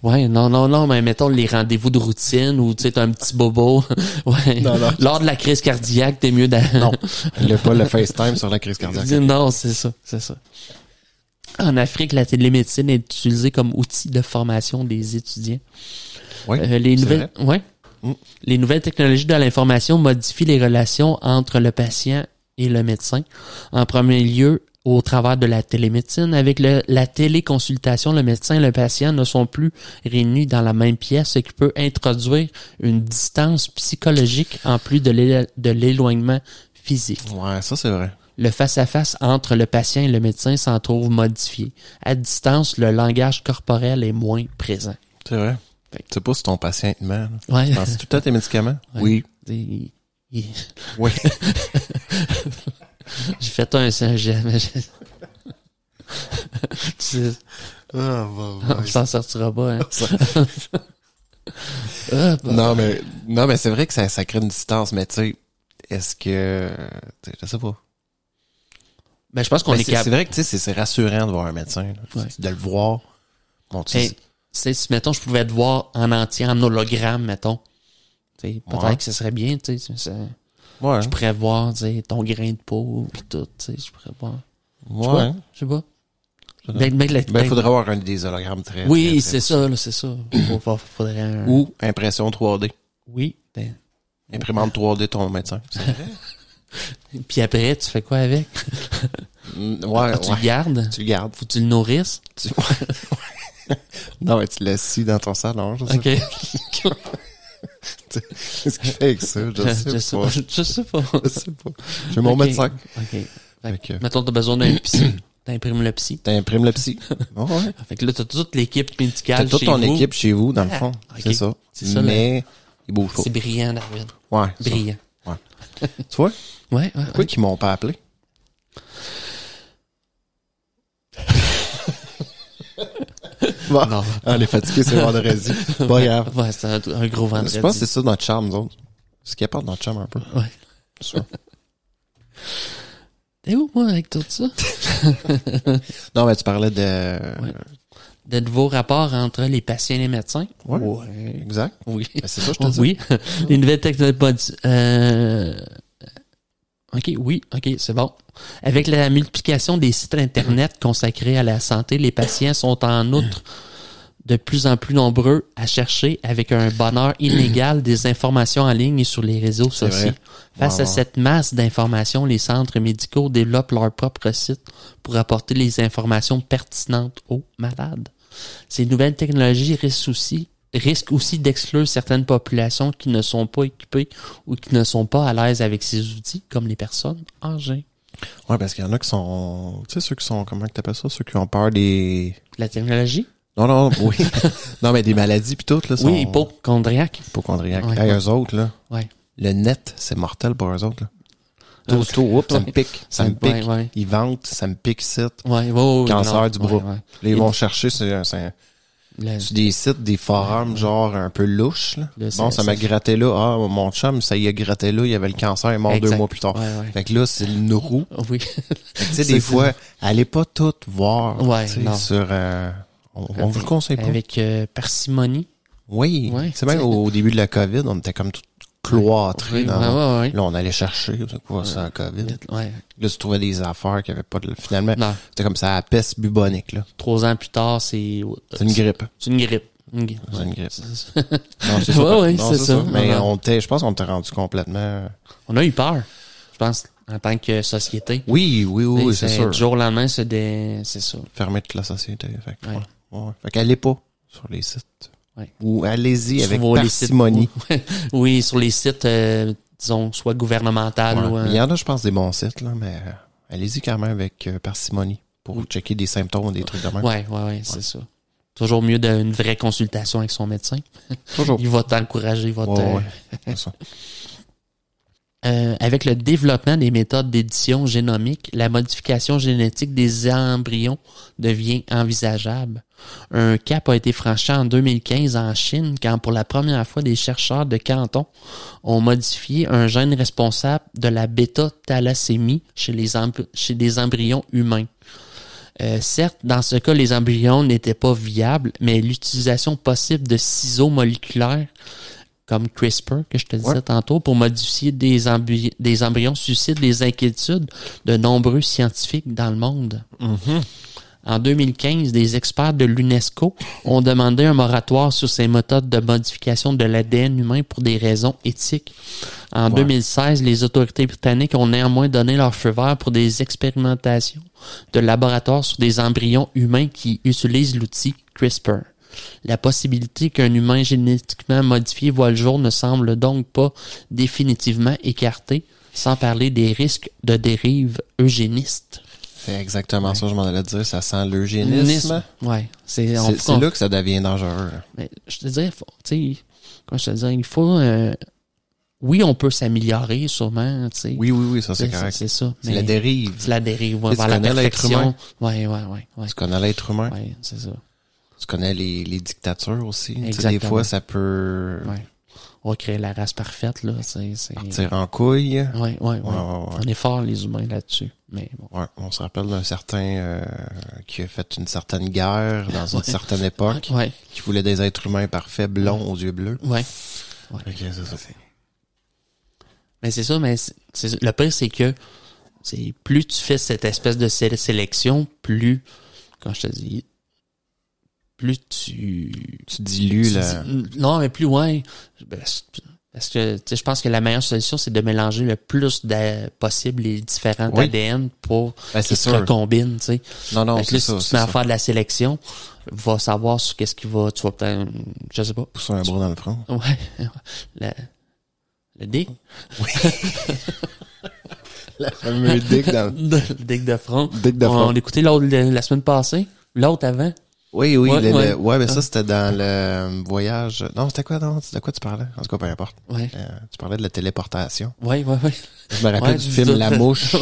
B: ouais, non, non, non, mais mettons les rendez-vous de routine ou tu sais, t'as un petit bobo. ouais.
A: Non, non.
B: Lors de la crise cardiaque, t'es mieux d'aller.
A: non, le, pas le FaceTime sur la crise cardiaque.
B: Non, c'est ça, c'est ça. En Afrique, la télémédecine est utilisée comme outil de formation des étudiants.
A: Oui,
B: Euh, les
A: c'est
B: nouvelles, ouais.
A: Mm.
B: Les nouvelles technologies de l'information modifient les relations entre le patient et le médecin. En premier lieu, au travers de la télémédecine, avec le- la téléconsultation, le médecin et le patient ne sont plus réunis dans la même pièce, ce qui peut introduire une distance psychologique en plus de l'é- de l'éloignement physique.
A: vrai. Ouais, ça c'est vrai.
B: Le face-à-face entre le patient et le médecin s'en trouve modifié. À distance, le langage corporel est moins présent.
A: C'est vrai.
B: Fait que-
A: Tu sais pas si ton patient te ment. là.
B: Ouais.
A: Penses-tu tout le temps à tes médicaments?
B: Ouais.
A: Oui.
B: Il- il-
A: Oui.
B: J'ai fait un singe, mais je- Tu sais, on s'en sortira pas. hein. Ah, bah.
A: non, mais, non, mais c'est vrai que ça, ça crée une distance, mais tu sais, est-ce que, tu sais, je sais pas.
B: Ben, je pense qu'on
A: Mais
B: est
A: c'est c'est
B: capable.
A: vrai que tu sais, c'est- c'est rassurant de voir un médecin, là.
B: Ouais.
A: de le voir. Bon, tu
B: Hey,
A: sais,
B: tu sais, si mettons, je pouvais te voir en entier, en hologramme, mettons. Tu sais, Peut-être
A: Ouais.
B: que ce serait bien, tu sais. ça-
A: ouais,
B: Je pourrais voir tu sais, ton grain de peau, pis tout, tu sais, je pourrais voir.
A: ouais.
B: vois? Je sais pas. Ben, ben, la-
A: Ben,
B: ben-
A: il faudrait avoir un des hologrammes très. très,
B: Oui,
A: très-
B: c'est ça, là, c'est ça. Faut- faut- faudrait un-
A: Ou impression 3D.
B: Oui. ben.
A: Imprimante 3D, ton médecin.
B: Puis après, tu fais quoi avec?
A: Mm, ouais,
B: Ah, tu
A: ouais.
B: le gardes?
A: Tu le gardes.
B: Faut que tu le nourrisses?
A: Tu- non, mais tu l'assis dans ton salon, je sais
B: Ok.
A: pas ce qu'il fait avec ça, je sais
B: je,
A: pas.
B: sais, je sais pas.
A: Je sais pas. J'ai mon
B: Ok.
A: médecin.
B: OK. Fait que,
A: Fait que-
B: mettons, t'as besoin d'un psy. T'imprimes le psy.
A: euh, T'imprimes le psy. Oh, ouais.
B: Fait que là, t'as toute l'équipe médicale
A: T'as toute
B: chez
A: ton
B: vous.
A: équipe chez vous, dans le
B: Ah,
A: fond.
B: ok.
A: C'est ça.
B: C'est ça,
A: Mais il bouge pas.
B: C'est brillant, David.
A: Ouais. ça.
B: Brillant.
A: Tu vois?
B: Ouais, ouais,
A: Pourquoi qu'ils m'ont pas appelé? bon,
B: Non.
A: Ah, les fatigués, c'est vendredi. C'est Pas grave.
B: ouais. Ouais, c'est un, un gros vendredi.
A: Je pense que c'est ça notre charme, nous autres. Ce qui apporte notre charme un peu.
B: Ouais.
A: C'est ça.
B: T'es où, moi, avec tout ça?
A: Non, mais tu parlais de...
B: Ouais. De nouveaux rapports entre les patients et les médecins?
A: Ouais.
B: Ouais.
A: Exact.
B: Oui.
A: Ben, c'est ça, je te
B: Oh,
A: dis.
B: oui. Les nouvelles technologies. modi- euh, OK, oui, OK, c'est bon. Avec la multiplication des sites Internet consacrés à la santé, les patients sont en outre de plus en plus nombreux à chercher avec un bonheur inégal des informations en ligne et sur les réseaux
A: C'est
B: sociaux.
A: vrai.
B: Face
A: Ouais,
B: à
A: ouais.
B: cette masse d'informations, les centres médicaux développent leur propre site pour apporter les informations pertinentes aux malades. Ces nouvelles technologies risquent aussi, risquent aussi d'exclure certaines populations qui ne sont pas équipées ou qui ne sont pas à l'aise avec ces outils, comme les personnes âgées.
A: Ouais, parce qu'il y en a qui sont... Tu sais, ceux qui sont... Comment que t'appelles ça? Ceux qui ont peur des...
B: La technologie?
A: Non, non, oui. non, mais des maladies pis toutes, là, sont...
B: Oui, hypochondriaque.
A: Hypochondriaques.
B: Ouais.
A: Hey, eux autres, là.
B: Ouais.
A: Le net, c'est mortel pour eux autres, là.
B: Euh,
A: Tout, tout, oups, ça me pique. Ça me pique.
B: Ah, Ouais, ouais.
A: Ils vantent, ça me pique, site.
B: Ouais, ouais, ouais, ouais,
A: Cancer
B: non.
A: du bras.
B: Ouais, ouais.
A: Là, ils
B: Il-
A: vont chercher sur, un- sur un-
B: La-
A: sur des sites, des forums, genre un peu louches. Là.
B: Le- ça-
A: bon, ça m'a
B: ça-
A: gratté là. Ah, mon chum, ça y a gratté là. Il avait le cancer, il est mort deux
B: Exact.
A: mois plus tard.
B: Ouais, ouais.
A: Fait que là, c'est une roue.
B: Oui.
A: Fait que, Tu sais, des
B: C'est-
A: fois, allez pas toutes voir
B: Ouais,
A: tu sais,
B: non.
A: sur... euh, on, on vous le conseille pas.
B: Avec euh, parcimonie.
A: Oui,
B: Ouais,
A: c'est même
B: tu sais.
A: au début de la COVID, on était comme tout cloîtrés.
B: Oui,
A: dans-
B: ouais, ouais, ouais.
A: Là, on allait chercher, c'est quoi ça, la COVID?
B: Ouais.
A: Là, tu trouvais des affaires qui avaient pas de... Finalement,
B: Non.
A: c'était comme ça, la peste bubonique, là.
B: Trois ans plus tard, c'est...
A: C'est une grippe.
B: C'est une grippe. Une grippe.
A: C'est une grippe.
B: C'est-
A: Non,
B: Ouais,
A: c'est ça.
B: ouais,
A: Non,
B: c'est ça.
A: Mais
B: Ouais.
A: on t'est, je pense qu'on t'a rendu complètement. euh,
B: On a eu peur, je pense, en tant que société.
A: Oui, oui, oui,
B: Tu
A: oui,
B: sais,
A: c'est sûr.
B: Du jour au lendemain, c'est des... C'est ça.
A: Fermer toute la société. Fait que,
B: Ouais.
A: ouais. ouais. Fait qu'allez pas sur les sites.
B: Ouais.
A: Ou allez-y avec
B: Sur les sites-
A: parcimonie.
B: oui, sur les sites, euh, disons, soit gouvernemental
A: Ouais.
B: ou...
A: Mais Il
B: euh,
A: y en a, je pense, des bons sites, là, mais euh, allez-y quand même avec euh, parcimonie pour checker des symptômes, des trucs de même.
B: Ouais, ouais, ouais, c'est ça. Toujours mieux d'une vraie consultation avec son médecin.
A: Toujours.
B: Il va t'encourager, il va
A: Ouais,
B: te...
A: ouais. C'est ça.
B: euh, avec le développement des méthodes d'édition génomique, la modification génétique des embryons devient envisageable. Un cap a été franchi en 2015 en Chine quand pour la première fois des chercheurs de Canton ont modifié un gène responsable de la bêta-thalassémie chez, les embry- chez des embryons humains. Euh, certes, dans ce cas, les embryons n'étaient pas viables, mais l'utilisation possible de ciseaux moléculaires comme CRISPR, que je te disais
A: Ouais.
B: tantôt, pour modifier des, embry- des embryons suscite des inquiétudes de nombreux scientifiques dans le monde. En 2015, des experts de l'UNESCO ont demandé un moratoire sur ces méthodes de modification de l'ADN humain pour des raisons éthiques. En 2016, les autorités britanniques ont néanmoins donné leur feu vert pour des expérimentations de laboratoires sur des embryons humains qui utilisent l'outil CRISPR. La possibilité qu'un humain génétiquement modifié voit le jour ne semble donc pas définitivement écartée, sans parler des risques de dérive eugéniste.
A: C'est exactement ça, je m'en allais dire. Ça sent l'eugénisme.
B: Ouais, c'est on-
A: C'est c'est
B: on-
A: là que ça devient dangereux.
B: mais je te dirais, faut- tu sais, quand je te dirais, il faut. euh, oui, on peut s'améliorer, sûrement, tu sais.
A: Oui, oui, oui, ça
B: c'est
A: c'est correct.
B: c'est ça.
A: C'est
B: mais
A: la dérive.
B: C'est la dérive, ouais,
A: Tu
B: vers la
A: connais l'être
B: perfection.
A: humain.
B: Ouais, ouais, ouais, ouais.
A: Tu connais l'être humain,
B: Ouais, c'est ça.
A: tu connais les, les dictatures aussi. Tu sais, Des
B: Exactement.
A: fois, ça peut
B: Ouais. On va créer la race parfaite, là, tu sais, c'est.
A: partir en couille.
B: Ouais, ouais, ouais.
A: Ouais, ouais, ouais.
B: On est fort, les humains, là-dessus. Mais bon.
A: Ouais, on se rappelle d'un certain euh, qui a fait une certaine guerre dans une certaine époque,
B: Ouais,
A: qui voulait des êtres humains parfaits, blonds aux yeux bleus.
B: ouais.
A: Ok, c'est ça.
B: Mais c'est ça, mais c'est- c'est ça. le pire, c'est que c'est plus tu fais cette espèce de sé- sélection, plus, quand je te dis, plus tu.
A: Tu dilues
B: tu
A: la...
B: dis- non, mais plus loin. Parce que tu sais, je pense que la meilleure solution, c'est de mélanger le plus d'a- possible les différents
A: Oui.
B: ADN pour
A: Ben, c'est
B: qu'ils se
A: sûr.
B: recombinent. tu sais.
A: Non, non,
B: Fait que là,
A: c'est
B: si
A: ça.
B: tu
A: c'est
B: te mets à
A: ça.
B: faire de la sélection, va savoir sur qu'est-ce qui va. Tu vas peut-être. Je sais pas.
A: Pousser un bras dans le front.
B: Ouais. La- le dick.
A: Fameux dick dans le...
B: le dick de front.
A: Dick Ah. de front.
B: On l'écoutait l'autre la la semaine passée. L'autre avant.
A: Oui, oui,
B: Ouais,
A: le- le- ouais,
B: ouais.
A: mais ça, c'était dans le euh, voyage... Non, c'était quoi, non? C'était quoi tu parlais? En tout cas, peu importe.
B: Ouais.
A: Euh, tu parlais de la téléportation.
B: Ouais, ouais, ouais.
A: Je me rappelle
B: Ouais,
A: du
B: du-
A: film La Mouche.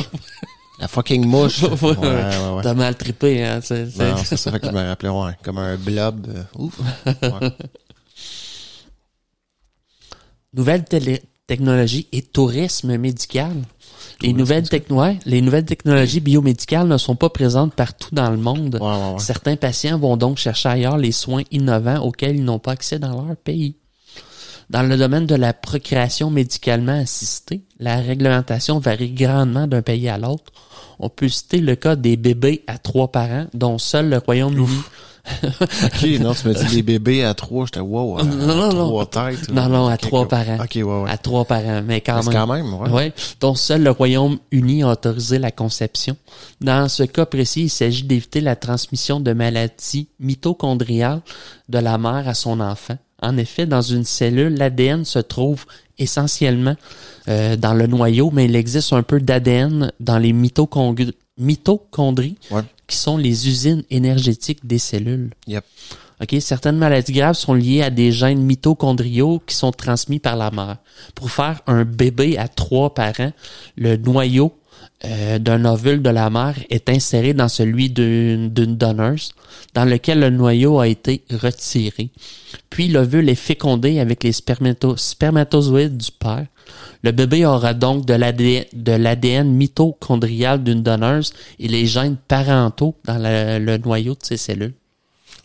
A: la fucking mouche.
B: Ouais, ouais.
A: ouais, ouais.
B: T'as mal trippé, hein. c'est- c'est-
A: Non, c'est ça fait que je me rappelais, ouais, comme un blob. euh, ouf. Ouais.
B: nouvelles télé- technologies et tourisme médical. Les nouvelles, techno- ouais, les nouvelles technologies biomédicales ne sont pas présentes partout dans le monde.
A: Ouais, ouais, ouais.
B: Certains patients vont donc chercher ailleurs les soins innovants auxquels ils n'ont pas accès dans leur pays. Dans le domaine de la procréation médicalement assistée, la réglementation varie grandement d'un pays à l'autre. On peut citer le cas des bébés à trois parents, dont seul le Royaume-Uni
A: Ok, non, tu me dis des bébés à trois, j'étais wow, à,
B: Non, non,
A: à
B: non.
A: trois têtes.
B: Non, non, à
A: Ok,
B: trois
A: cool.
B: parents.
A: Ok, ouais, ouais.
B: à trois parents, mais quand
A: Mais c'est
B: même.
A: quand même, ouais.
B: Ouais, dont seul le Royaume-Uni a autorisé la conception. Dans ce cas précis, il s'agit d'éviter la transmission de maladies mitochondriales de la mère à son enfant. En effet, dans une cellule, l'ADN se trouve essentiellement euh, dans le noyau, mais il existe un peu d'ADN dans les mitochongr- mitochondries,
A: Ouais.
B: qui sont les usines énergétiques des cellules.
A: Yep.
B: OK, certaines maladies graves sont liées à des gènes mitochondriaux qui sont transmis par la mère. Pour faire un bébé à trois parents, le noyau euh, d'un ovule de la mère est inséré dans celui d'une d'une donneuse, dans lequel le noyau a été retiré. Puis l'ovule est fécondé avec les spermato- spermatozoïdes du père. Le bébé aura donc de l'ADN de l'ADN mitochondrial d'une donneuse et les gènes parentaux dans le- le noyau de ces cellules.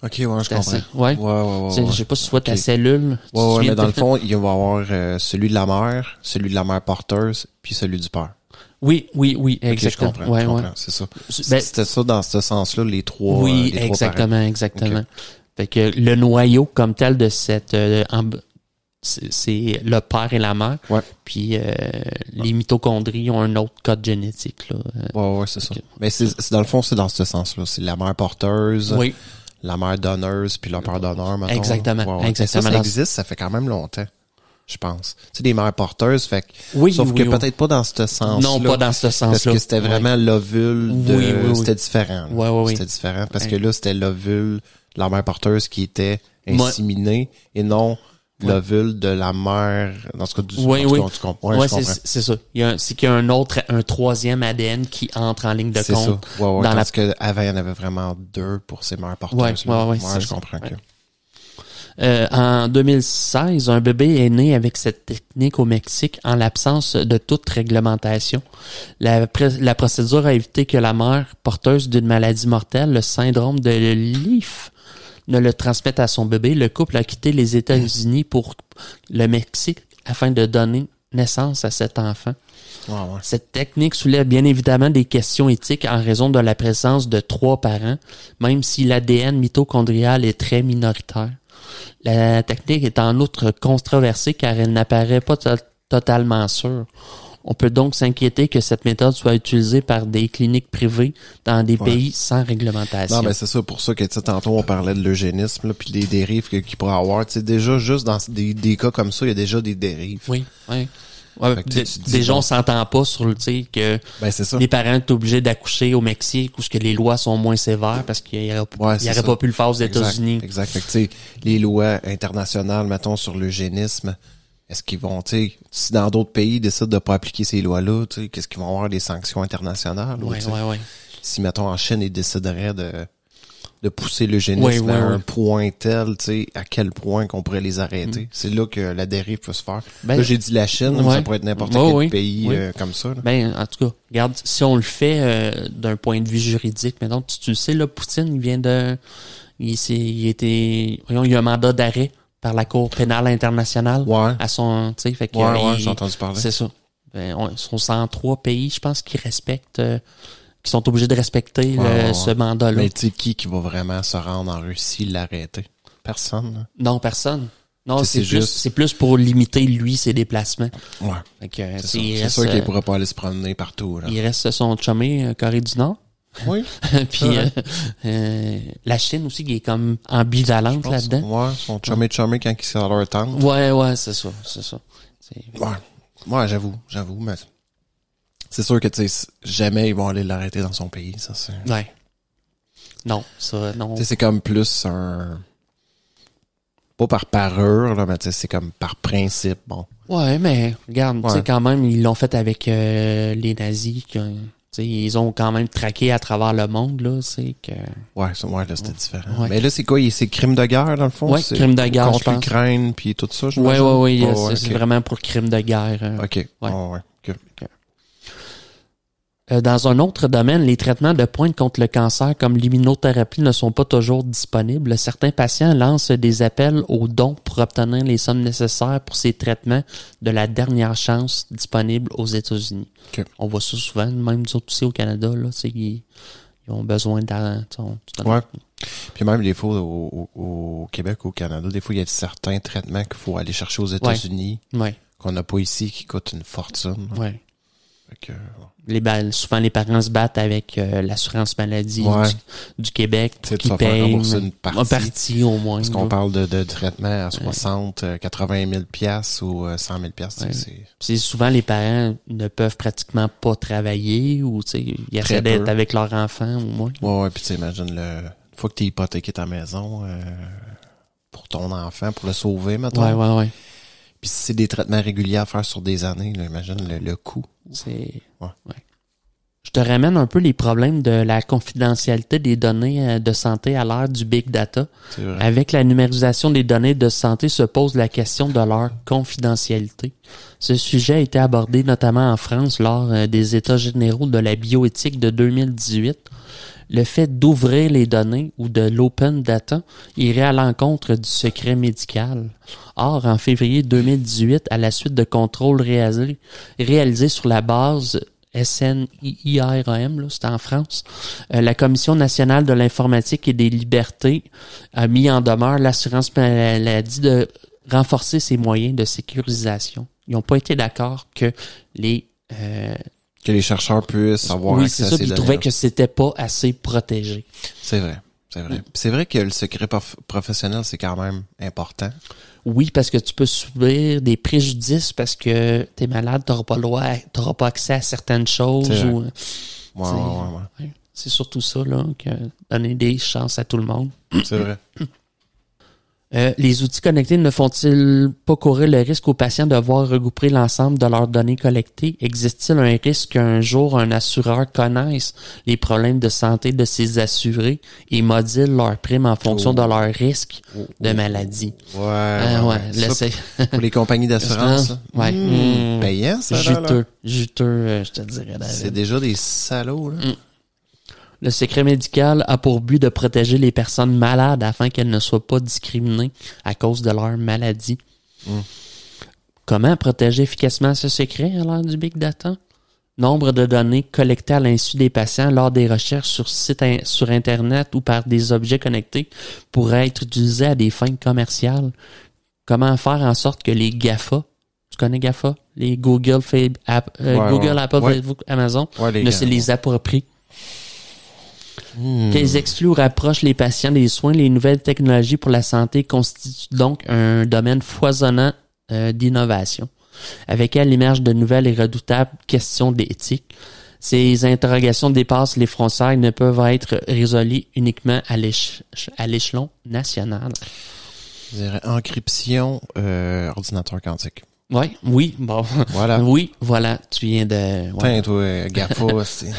A: Ok, ouais, je
B: C'est
A: comprends.
B: assez- ouais.
A: Ouais, ouais, ouais.
B: Tu sais,
A: ouais.
B: Je sais pas si tu vois ta
A: Oh, Ok.
B: cellule. tu te
A: Ouais, ouais,
B: souviens
A: mais dans
B: de-
A: le fond, il va y avoir euh, celui de la mère, celui de la mère porteuse, puis celui du père.
B: Oui, oui, oui,
A: Ok, je
B: exactement.
A: comprends,
B: Ouais,
A: je
B: ouais.
A: comprends, c'est ça.
B: Ben,
A: C'était ça dans ce sens-là, les trois, euh, les
B: oui,
A: trois parents.
B: exactement, exactement. Fait que le noyau comme tel de cette euh, amb- c'est c'est le père et la mère.
A: Ouais.
B: Puis euh, les mitochondries ont un autre code génétique là. Euh,
A: Ouais, ouais, c'est
B: Ok.
A: ça. Mais c'est, c'est- dans le fond, c'est dans ce sens-là. C'est la mère porteuse,
B: Oui,
A: la mère donneuse, puis le père donneur, mettons.
B: Exactement,
A: Ouais, ouais. Mais
B: exactement.
A: Ça, ça
B: Dans-
A: existe, ça fait quand même longtemps, je pense. Tu sais, des mères porteuses, fait que
B: oui,
A: Sauf
B: oui,
A: que
B: oui.
A: peut-être pas dans ce sens-là.
B: non, pas dans ce sens-là.
A: Parce que c'était vraiment l'ovule de...
B: Oui, oui, oui.
A: C'était différent. là.
B: Ouais, ouais, oui.
A: C'était différent parce
B: Ouais.
A: que là, c'était l'ovule de la mère porteuse qui était inséminée et non l'ovule de la mère, dans ce cas du
B: Oui,
A: en tout
B: oui.
A: cas, tu comprends.
B: Ouais,
A: Ouais, je
B: c'est
A: comprends.
B: c'est ça. Il y a un- C'est qu'il y a un autre, un troisième ADN qui entre en ligne de
A: C'est ça.
B: compte.
A: Ouais, ouais,
B: dans la-
A: parce qu'avant, il y en avait vraiment deux pour ces mères porteuses.
B: Ouais,
A: là.
B: ouais, ouais, c'est
A: je
B: ça.
A: comprends. que-
B: Ouais. Euh, en 2016, un bébé est né avec cette technique au Mexique en l'absence de toute réglementation. La, pré- la procédure a évité que la mère porteuse d'une maladie mortelle, le syndrome de Leaf, ne le transmette à son bébé. Le couple a quitté les États-Unis pour le Mexique afin de donner naissance à cet enfant.
A: Ouais, ouais.
B: Cette technique soulève bien évidemment des questions éthiques en raison de la présence de trois parents, même si l'ADN mitochondrial est très minoritaire. La technique est en outre controversée car elle n'apparaît pas to- totalement sûre. On peut donc s'inquiéter que cette méthode soit utilisée par des cliniques privées dans des
A: Ouais.
B: pays sans réglementation.
A: Non, mais c'est ça, pour ça que, tu sais, tantôt, on parlait de l'eugénisme, là, puis des dérives que- qu'il pourrait avoir. Tu sais, déjà, juste dans des, des cas comme ça, il y a déjà des dérives.
B: Oui, oui. Ouais,
A: Fait que
B: dé-
A: tu- tu dis
B: déjà, on
A: bon.
B: s'entend pas sur le, tu sais, que
A: Ben, c'est ça.
B: les parents sont obligés d'accoucher au Mexique où ce que les lois sont moins sévères parce qu'il n'y aurait,
A: Ouais,
B: il y
A: c'est
B: aurait
A: ça.
B: pas pu le faire aux
A: Exact,
B: États-Unis.
A: Exact. Fait que, tu sais, les lois internationales, mettons, sur l'eugénisme, est-ce qu'ils vont, tu sais, si dans d'autres pays ils décident de pas appliquer ces lois-là, tu sais, qu'est-ce qu'ils vont avoir des sanctions internationales? ou,
B: Ouais,
A: tu sais,
B: ouais, ouais.
A: Si, mettons, en Chine, ils décideraient de, de pousser l'eugénisme
B: Ouais, ouais,
A: à un
B: ouais.
A: point tel, tu sais, à quel point qu'on pourrait les arrêter. C'est là que la dérive peut se faire.
B: Mm. Ben,
A: là, j'ai dit la Chine, mais
B: ouais.
A: ça pourrait être n'importe
B: Ouais,
A: quel
B: oui.
A: pays
B: Oui.
A: euh, comme ça. là.
B: Ben, en tout cas, regarde, si on le fait euh, d'un point de vue juridique, maintenant, tu, tu le sais, là, Poutine, il vient de. Il, s'est- il était. Voyons, il y a un mandat d'arrêt par la Cour pénale internationale
A: Ouais.
B: à son. Tu sais, fait que.
A: Ouais,
B: euh,
A: ouais,
B: il-
A: j'ai entendu parler.
B: C'est ça. Ben, on, ce sont 103 pays, je pense, qui respectent. euh, qui sont obligés de respecter
A: Ouais,
B: le-
A: ouais,
B: ce
A: ouais.
B: mandat-là.
A: Mais tu sais, qui, qui va vraiment se rendre en Russie l'arrêter? Personne.
B: Non, personne. Non,
A: Tu sais,
B: c'est
A: c'est
B: plus,
A: juste-
B: c'est plus pour limiter, lui, ses déplacements.
A: là. Ouais.
B: Fait que, euh,
A: C'est
B: tu sais,
A: sûr,
B: il
A: c'est
B: reste,
A: sûr qu'il
B: euh,
A: pourra pas aller se promener partout. Là.
B: il reste son chumé euh, Corée du Nord.
A: Oui,
B: Puis
A: Ouais.
B: euh, euh, la Chine aussi qui est comme ambivalente là-dedans.
A: Ouais, son chummy chummy quand ils sont à leur tente.
B: Ouais, ouais, c'est ça, c'est ça. C'est-
A: Ouais, ouais j'avoue, j'avoue, mais c'est sûr que tu sais, c- jamais ils vont aller l'arrêter dans son pays. Ça, c'est. Tu
B: Ouais. Non, ça, non.
A: sais, c'est comme plus un. Pas par parure, là, mais tu sais, c'est comme par principe. Bon.
B: Ouais, mais regarde, tu sais
A: Ouais.
B: quand même, ils l'ont fait avec euh, les nazis. que, tu sais, ils ont quand même traqué à travers le monde, là, c'est que...
A: Ouais, ça- ouais là, c'était différent.
B: Ouais.
A: Mais là, c'est quoi il- C'est crime de guerre, dans le fond
B: Ouais,
A: c'est
B: crime de guerre, je
A: Contre
B: pense.
A: l'Ukraine, puis tout ça, je
B: Ouais, ouais, ouais,
A: ouais,
B: c'est c'est
A: ok.
B: vraiment pour crime de guerre. hein.
A: Ok.
B: Ouais.
A: Ouais, ouais. ok.
B: Euh, Dans un autre domaine, les traitements de pointe contre le cancer comme l'immunothérapie ne sont pas toujours disponibles. Certains patients lancent des appels aux dons pour obtenir les sommes nécessaires pour ces traitements de la dernière chance disponible aux États-Unis.
A: Ok.
B: On voit ça souvent, même nous autres aussi au Canada, là, c'est qu'ils- ils ont besoin d'un...
A: Ouais. Puis même des fois au, au- au Québec, au Canada, des fois il y a certains traitements qu'il faut aller chercher aux États-Unis
B: Ouais,
A: qu'on n'a pas ici qui coûtent une fortune.
B: ouais.
A: Fait que,
B: Les, ba- souvent, les parents se battent avec euh, l'assurance maladie
A: Ouais.
B: du, du Québec
A: Tu sais, tu
B: qui
A: vas faire
B: paye
A: rembourser une partie.
B: au moins.
A: parce
B: là.
A: qu'on parle de, de traitements à 60, euh, 80 000 piastres ou euh, 100 000 piastres, tu sais, c'est
B: Puis souvent, les parents ne peuvent pratiquement pas travailler ou tu sais, ils essaient d'être
A: peu.
B: avec leur enfant au moins.
A: Ouais, ouais, puis tu imagines, le... une fois que tu hypothéqué ta maison euh, pour ton enfant, pour le sauver, maintenant.
B: Ouais, ouais, ouais.
A: Puis si c'est des traitements réguliers à faire sur des années, là, imagine le, le coût.
B: C'est...
A: Ouais.
B: ouais. Je te ramène un peu les problèmes de la confidentialité des données euh, de santé à l'ère du big data.
A: C'est vrai.
B: Avec la numérisation des données de santé se pose la question de leur confidentialité. Ce sujet a été abordé notamment en France lors euh, des États généraux de la bioéthique de 2018. Le fait d'ouvrir les données ou de l'open data irait à l'encontre du secret médical. Or, en février 2018, à la suite de contrôles réalisés, réalisés sur la base SNIRAM, E là, c'était en France, euh, la Commission nationale de l'informatique et des libertés a mis en demeure l'assurance maladie de renforcer ses moyens de sécurisation. Ils n'ont pas été d'accord que les euh,
A: Que les chercheurs puissent avoir
B: oui c'est
A: accès à
B: ça,
A: ces
B: puis ils
A: données-là.
B: trouvaient que c'était pas assez protégé.
A: C'est vrai. C'est
B: Mm.
A: vrai. Puis C'est vrai que le secret prof- professionnel, c'est quand même important.
B: Oui, parce que tu peux subir des préjudices parce que t'es malade, t'auras pas le droit, à- t'auras pas accès à certaines choses.
A: C'est vrai.
B: ou- euh,
A: Ouais,
B: C'est-
A: ouais, ouais, ouais.
B: ouais. C'est surtout ça là que donner des chances à tout le monde.
A: C'est vrai.
B: Euh, les outils connectés ne font-ils pas courir le risque aux patients de voir regrouper l'ensemble de leurs données collectées? Existe-t-il un risque qu'un jour un assureur connaisse les problèmes de santé de ses assurés et module leurs primes en fonction
A: Oh.
B: de leurs risques de maladie?
A: Ouais.
B: Ah ouais, là,
A: Ça,
B: c'est
A: pour les compagnies d'assurance. là.
B: Ouais.
A: Hmm,
B: Hmm.
A: payant, ça, là, là.
B: juteux, juteux, euh, je te dirais. David.
A: C'est déjà des salauds, là.
B: Hmm. Le secret médical a pour but de protéger les personnes malades afin qu'elles ne soient pas discriminées à cause de leur maladie.
A: Hmm.
B: Comment protéger efficacement ce secret à l'heure du big data? Nombre de données collectées à l'insu des patients lors des recherches sur site in- sur Internet ou par des objets connectés pourraient être utilisés à des fins commerciales. Comment faire en sorte que les GAFA, tu connais GAFA? Les Google, Fa- App- euh,
A: Ouais,
B: Google,
A: ouais.
B: Apple,
A: Ouais.
B: Facebook, Amazon,
A: Ouais, les
B: ne
A: gars.
B: se les approprient
A: Hmm. Mmh.
B: qu'elles excluent ou rapprochent les patients des soins, les nouvelles technologies pour la santé constituent donc un domaine foisonnant euh, d'innovation, avec elle émergent de nouvelles et redoutables questions d'éthique. Ces interrogations dépassent les frontières et ne peuvent être résolues uniquement à l'éche- à l'échelon national.
A: Je dirais encryption, euh, ordinateur quantique.
B: Oui, oui, bon.
A: Voilà.
B: Oui, voilà, tu viens de... ouais.
A: Putain, toi, euh, GAFA, c'est...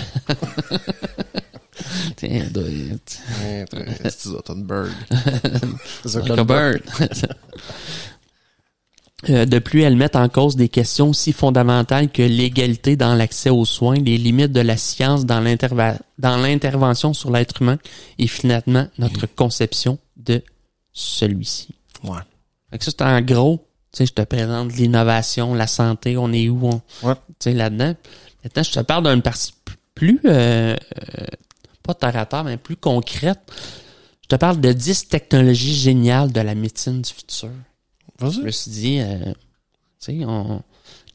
B: Tiens, de-
A: Putain, toi, c'est Zuckerberg.
B: Zuckerberg. Euh, De plus, elles mettent en cause des questions aussi fondamentales que l'égalité dans l'accès aux soins, les limites de la science dans l'interva- dans l'intervention sur l'être humain et finalement notre conception de celui-ci.
A: Ouais.
B: Fait que ça, c'est en gros, tu sais, je te présente l'innovation, la santé, on est où, on,
A: Ouais.
B: tu sais, là-dedans. Maintenant, je te parle d'une partie p- plus, euh, euh, pas terre à terre, mais plus concrète. Je te parle de 10 technologies géniales de la médecine du futur. Je me
A: Vas-y.
B: suis dit, euh, tu sais, on...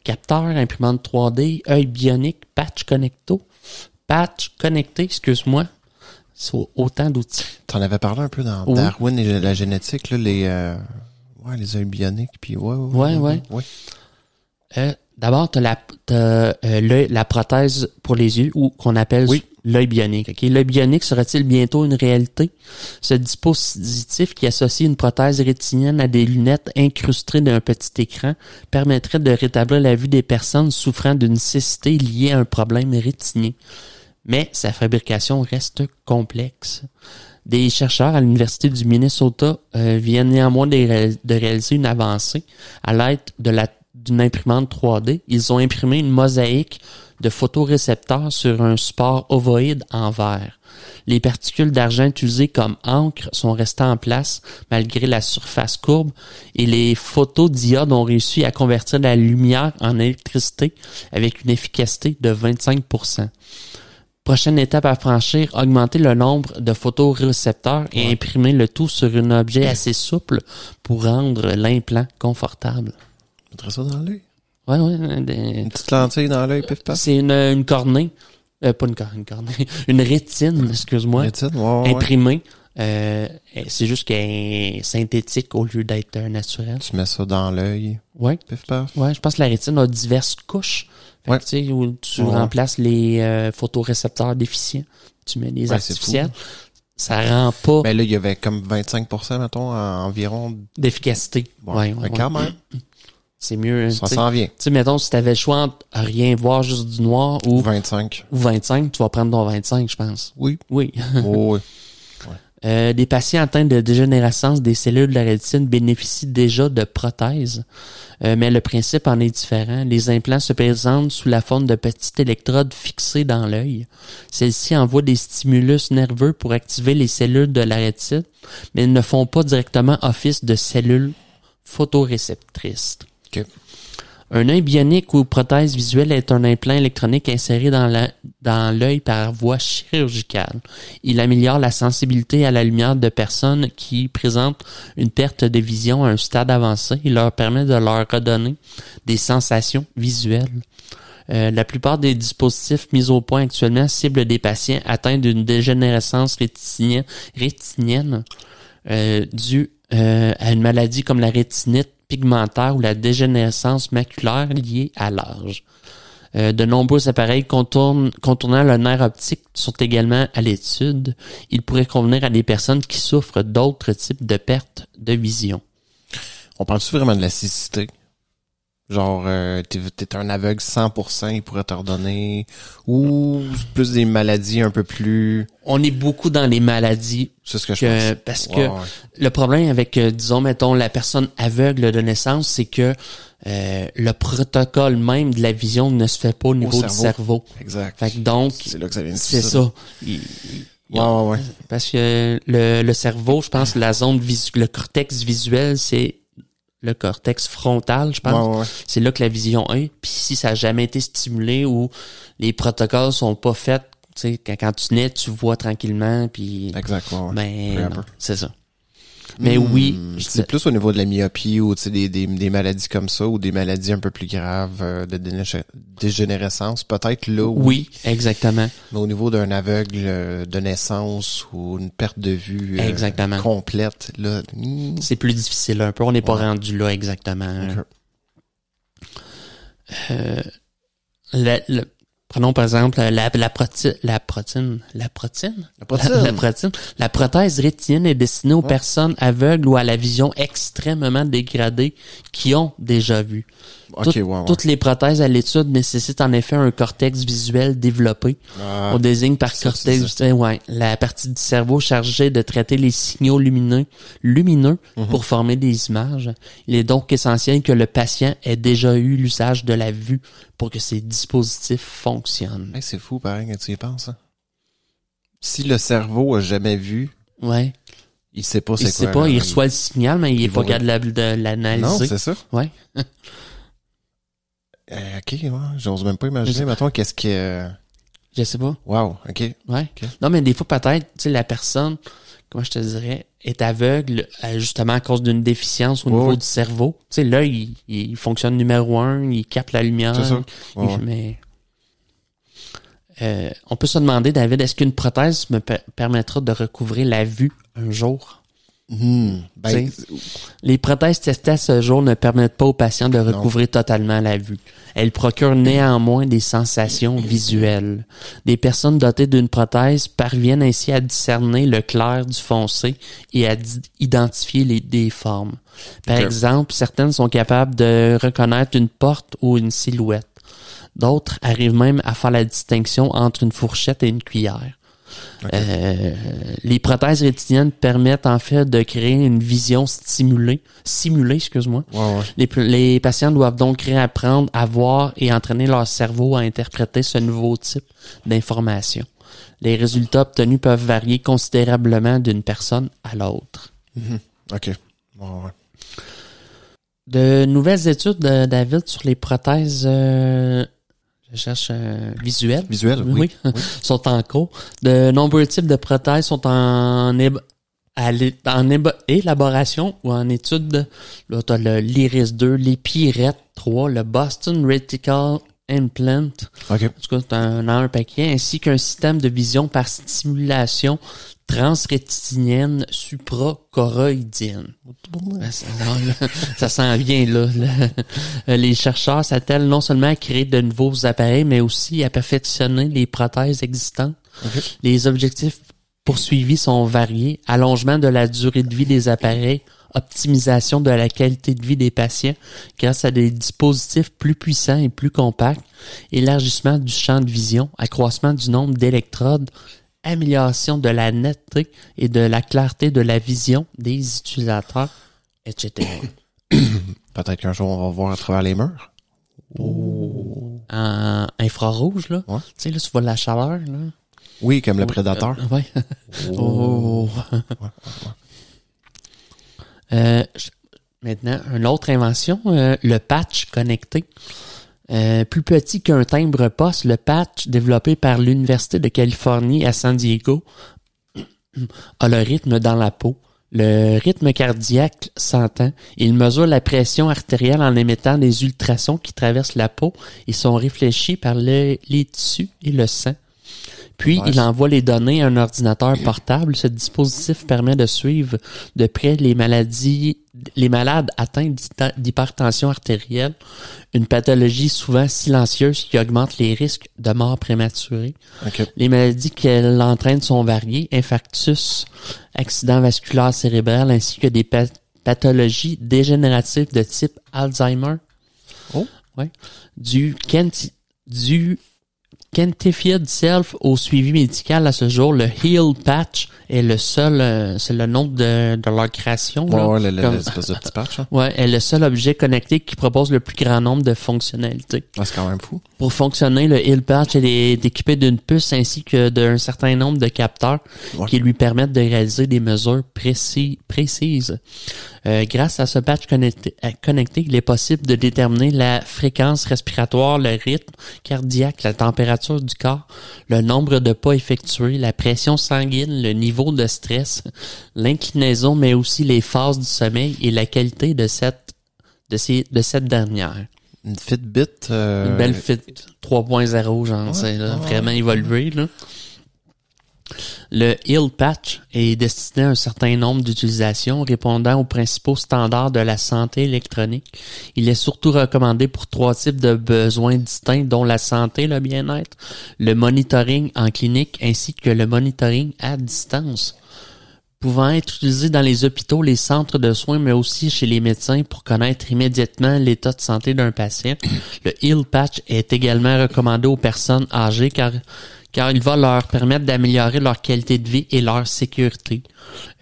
B: capteur, imprimante 3D, œil bionique, patch connecto, patch connecté, excuse-moi. C'est au- autant d'outils.
A: T'en avais parlé un peu dans
B: Oui.
A: Darwin et la génétique, là, les... euh, Ouais, les œils bioniques, puis ouais,
B: Ouais, ouais.
A: ouais.
B: Euh, D'abord, tu as, la, t'as, euh, l'œil- la prothèse pour les yeux, ou qu'on appelle
A: Oui.
B: l'œil bionique. ok? L'œil bionique serait-il bientôt une réalité? Ce dispositif qui associe une prothèse rétinienne à des lunettes incrustées d'un petit écran permettrait de rétablir la vue des personnes souffrant d'une cécité liée à un problème rétinien. Mais sa fabrication reste complexe. Des chercheurs à l'Université du Minnesota euh, viennent néanmoins de, ré- de réaliser une avancée à l'aide de la- d'une imprimante 3D. Ils ont imprimé une mosaïque de photorécepteurs sur un support ovoïde en verre. Les particules d'argent utilisées comme encre sont restées en place malgré la surface courbe et les photodiodes ont réussi à convertir la lumière en électricité avec une efficacité de 25 Prochaine étape à franchir, augmenter le nombre de photorécepteurs et imprimer le tout sur un objet assez souple pour rendre l'implant confortable.
A: Mettrais ça dans l'œil.
B: Ouais, ouais, euh, des-
A: Une petite lentille dans l'œil, pif, paf.
B: c'est une, une cornée, euh, pas une, cor- une cornée, une rétine, excuse-moi,
A: Rétine, ouais, ouais.
B: imprimée. Euh, c'est juste qu'elle est synthétique au lieu d'être euh, naturelle.
A: Tu mets ça dans l'œil,
B: Ouais.
A: pif, paf.
B: Ouais, je pense que la rétine a diverses couches. Fait que,
A: Ouais.
B: tu sais, où tu
A: Ouais.
B: remplaces les euh, photorécepteurs déficients, tu mets des
A: Ouais, c'est
B: artificiels. Ça rend pas
A: Ben là, il y avait comme 25%, mettons, en- environ.
B: d'efficacité.
A: Bon,
B: Ouais, ouais,
A: ben,
B: ouais.
A: quand même,
B: C'est mieux.
A: ça
B: tu sais.
A: s'en vient.
B: Tu sais, mettons, si t'avais le choix entre rien voir, juste du noir ou,
A: Ou 25.
B: ou 25, tu vas prendre ton 25, je pense.
A: Oui.
B: Oui.
A: Oh, oui.
B: Euh, des patients atteints de dégénérescence des cellules de la rétine bénéficient déjà de prothèses, Euh, mais le principe en est différent. Les implants se présentent sous la forme de petites électrodes fixées dans l'œil. Celles-ci envoient des stimulus nerveux pour activer les cellules de la rétine, mais elles ne font pas directement office de cellules photoréceptrices.
A: OK.
B: Un œil bionique ou prothèse visuelle est un implant électronique inséré dans la- dans l'œil par voie chirurgicale. Il améliore la sensibilité à la lumière de personnes qui présentent une perte de vision à un stade avancé et leur permet de leur redonner des sensations visuelles. Euh, la plupart des dispositifs mis au point actuellement ciblent des patients atteints d'une dégénérescence rétinienne, rétinienne euh, due euh, à une maladie comme la rétinite pigmentaire ou la dégénérescence maculaire liée à l'âge. Euh, de nombreux appareils contournent- contournant le nerf optique sont également à l'étude. Ils pourraient convenir à des personnes qui souffrent d'autres types de pertes de vision.
A: On parle-tu vraiment de la cécité? Genre, euh, t'es, t'es un aveugle 100%, il pourrait te redonner. Ou c'est plus des maladies un peu plus...
B: On est beaucoup dans les maladies
A: C'est ce que je
B: que-
A: pense.
B: parce
A: Ouais,
B: que
A: ouais.
B: le problème avec, euh, disons, mettons, la personne aveugle de naissance, c'est que euh, le protocole même de la vision ne se fait pas au niveau du
A: cerveau.
B: cerveau.
A: Exact.
B: Fait que donc,
A: c'est là que ça vient de
B: c'est
A: ça.
B: ça.
A: Ouais, ouais, ouais.
B: Parce que le, le cerveau, je pense, la zone visu le cortex visuel, c'est le cortex frontal, je pense.
A: Ouais, ouais, ouais.
B: C'est là que la vision est. Puis si ça n'a jamais été stimulé ou les protocoles sont pas faits, tu sais, quand, quand tu nais, tu vois tranquillement, puis...
A: Exact, ouais, ouais.
B: Ben,
A: Peu Hmm, à
B: non,
A: peu.
B: c'est ça. Mais oui, je
A: C'est plus au niveau de la myopie ou tu sais, des, des, des maladies comme ça ou des maladies un peu plus graves euh, de déne- dégénérescence, peut-être là.
B: Oui, exactement.
A: Mais au niveau d'un aveugle euh, de naissance ou une perte de vue euh,
B: Exactement.
A: complète, là, hmm,
B: C'est plus difficile un peu. On n'est pas
A: Ouais.
B: rendu là exactement.
A: Ok.
B: Euh, la- la- prenons par exemple la, la, proti- la protine. La protine?
A: La protine.
B: La, protine. La prothèse rétinienne est destinée aux personnes aveugles ou à la vision extrêmement dégradée qui ont déjà vu.
A: ok,
B: Tout-
A: ouais, ouais.
B: Toutes les prothèses à l'étude nécessitent en effet un cortex visuel développé.
A: Ah,
B: On désigne par
A: ça,
B: cortex
A: c'est
B: visuel, ouais, la partie du cerveau chargée de traiter les signaux lumineux, lumineux
A: Mm-hmm.
B: pour former des images. Il est donc essentiel que le patient ait déjà eu l'usage de la vue pour que ces dispositifs fonctionnent.
A: hey, c'est fou, pareil, que tu y penses. hein. Si le cerveau a jamais vu,
B: Ouais.
A: il sait pas
B: Il
A: c'est quoi.
B: sait pas,
A: hein,
B: il reçoit le signal, mais il est
A: il
B: pas
A: va-
B: capable de la- de
A: Non,
B: l'analyser.
A: c'est ça.
B: Ouais.
A: Euh, ok, ouais, j'ose même pas imaginer. Mettons, qu'est-ce que...
B: Je sais pas.
A: Wow, ok.
B: Ouais.
A: Ok.
B: Non, mais des fois, peut-être, tu sais, la personne, comment je te dirais, est aveugle euh, justement à cause d'une déficience au
A: Ouais,
B: niveau
A: ouais.
B: du cerveau. Tu sais, là, il, il fonctionne numéro un, il capte la lumière.
A: C'est ça. Ah, Ouais,
B: Il-
A: ouais.
B: Mais Euh, on peut se demander, David, est-ce qu'une prothèse me per- permettra de recouvrir la vue un jour?
A: Hmm, ben,
B: T'sais, Les prothèses testées à ce jour ne permettent pas aux patients de recouvrir totalement la vue. Elles procurent néanmoins des sensations visuelles. Des personnes dotées d'une prothèse parviennent ainsi à discerner le clair du foncé et à di- identifier les des formes. Par
A: Ok.
B: exemple, certaines sont capables de reconnaître une porte ou une silhouette. D'autres arrivent même à faire la distinction entre une fourchette et une cuillère. Euh, les prothèses rétiniennes permettent en fait de créer une vision stimulée, simulée, excuse-moi.
A: ouais, ouais.
B: Les, les patients doivent donc réapprendre à voir et entraîner leur cerveau à interpréter ce nouveau type d'information. Les résultats obtenus peuvent varier considérablement d'une personne à l'autre.
A: Mhm. OK. Ouais, ouais.
B: De nouvelles études, de David, sur les prothèses, euh, je cherche euh, visuelles.
A: Visuel, oui.
B: Oui, sont en cours. De nombreux types de prothèses sont en, éb- à l'é- en éba- élaboration ou en étude. Là, t'as le l'Iris 2, l'Epirette 3, le Boston Retical Implant.
A: OK.
B: En tout cas, t'en as un paquet, ainsi qu'un système de vision par stimulation transrétinienne supracoroïdienne. Ah, ça- non, là, Ça s'en vient, là. Le- euh, Les chercheurs s'attellent non seulement à créer de nouveaux appareils, mais aussi à perfectionner les prothèses existantes.
A: OK.
B: Les objectifs poursuivis sont variés. Allongement de la durée de vie des appareils, optimisation de la qualité de vie des patients grâce à des dispositifs plus puissants et plus compacts, élargissement du champ de vision, accroissement du nombre d'électrodes, amélioration de la netteté et de la clarté de la vision des utilisateurs, etc.
A: Peut-être qu'un jour, on va voir à travers les murs.
B: en infrarouge, là.
A: Ouais.
B: Tu sais, là, tu vois la chaleur, là.
A: Oui, comme le prédateur.
B: Ouais. Oh. Euh, je- maintenant, une autre invention, euh, le patch connecté. Euh, plus petit qu'un timbre poste, le patch développé par l'Université de Californie à San Diego a le rythme dans la peau. Le rythme cardiaque s'entend. Il mesure la pression artérielle en émettant des ultrasons qui traversent la peau et sont réfléchis par le- les tissus et le sang. Puis, il envoie les données à un ordinateur portable. Ce dispositif permet de suivre de près les maladies, les malades atteints d'hyta- d'hypertension artérielle, une pathologie souvent silencieuse qui augmente les risques de mort prématurée.
A: OK.
B: Les maladies qu'elle entraîne sont variées, infarctus, accident vasculaire cérébral, ainsi que des pa- pathologies dégénératives de type Alzheimer.
A: Oh.
B: Ouais. Du, kenti- du Kentified Self au suivi médical à ce jour, le Heal Patch est le seul, euh, c'est le nom de, de leur création.
A: Ouais,
B: là.
A: ouais, le- le-
B: Comme-
A: l'espèce de petit patch, hein. là.
B: Ouais, est le seul objet connecté qui propose le plus grand nombre de fonctionnalités.
A: Ah, c'est quand même fou.
B: Pour fonctionner, le Hill Patch elle est équipé d'une puce ainsi que d'un certain nombre de capteurs
A: Ouais.
B: qui lui permettent de réaliser des mesures précis- précises. Euh, grâce à ce patch connecté, à- connecté, il est possible de déterminer la fréquence respiratoire, le rythme cardiaque, la température du corps, le nombre de pas effectués, la pression sanguine, le niveau de stress, l'inclinaison, mais aussi les phases du sommeil et la qualité de cette, de ces, de cette dernière.
A: Une Fitbit. euh,
B: Une belle fit 3.0, genre, c'est là, vraiment évolué. Là. Le Hill Patch est destiné à un certain nombre d'utilisations répondant aux principaux standards de la santé électronique. Il est surtout recommandé pour trois types de besoins distincts, dont la santé, le bien-être, le monitoring en clinique ainsi que le monitoring à distance pouvant être utilisé dans les hôpitaux, les centres de soins, mais aussi chez les médecins pour connaître immédiatement l'état de santé d'un patient. Le Heal Patch est également recommandé aux personnes âgées car, car il va leur permettre d'améliorer leur qualité de vie et leur sécurité.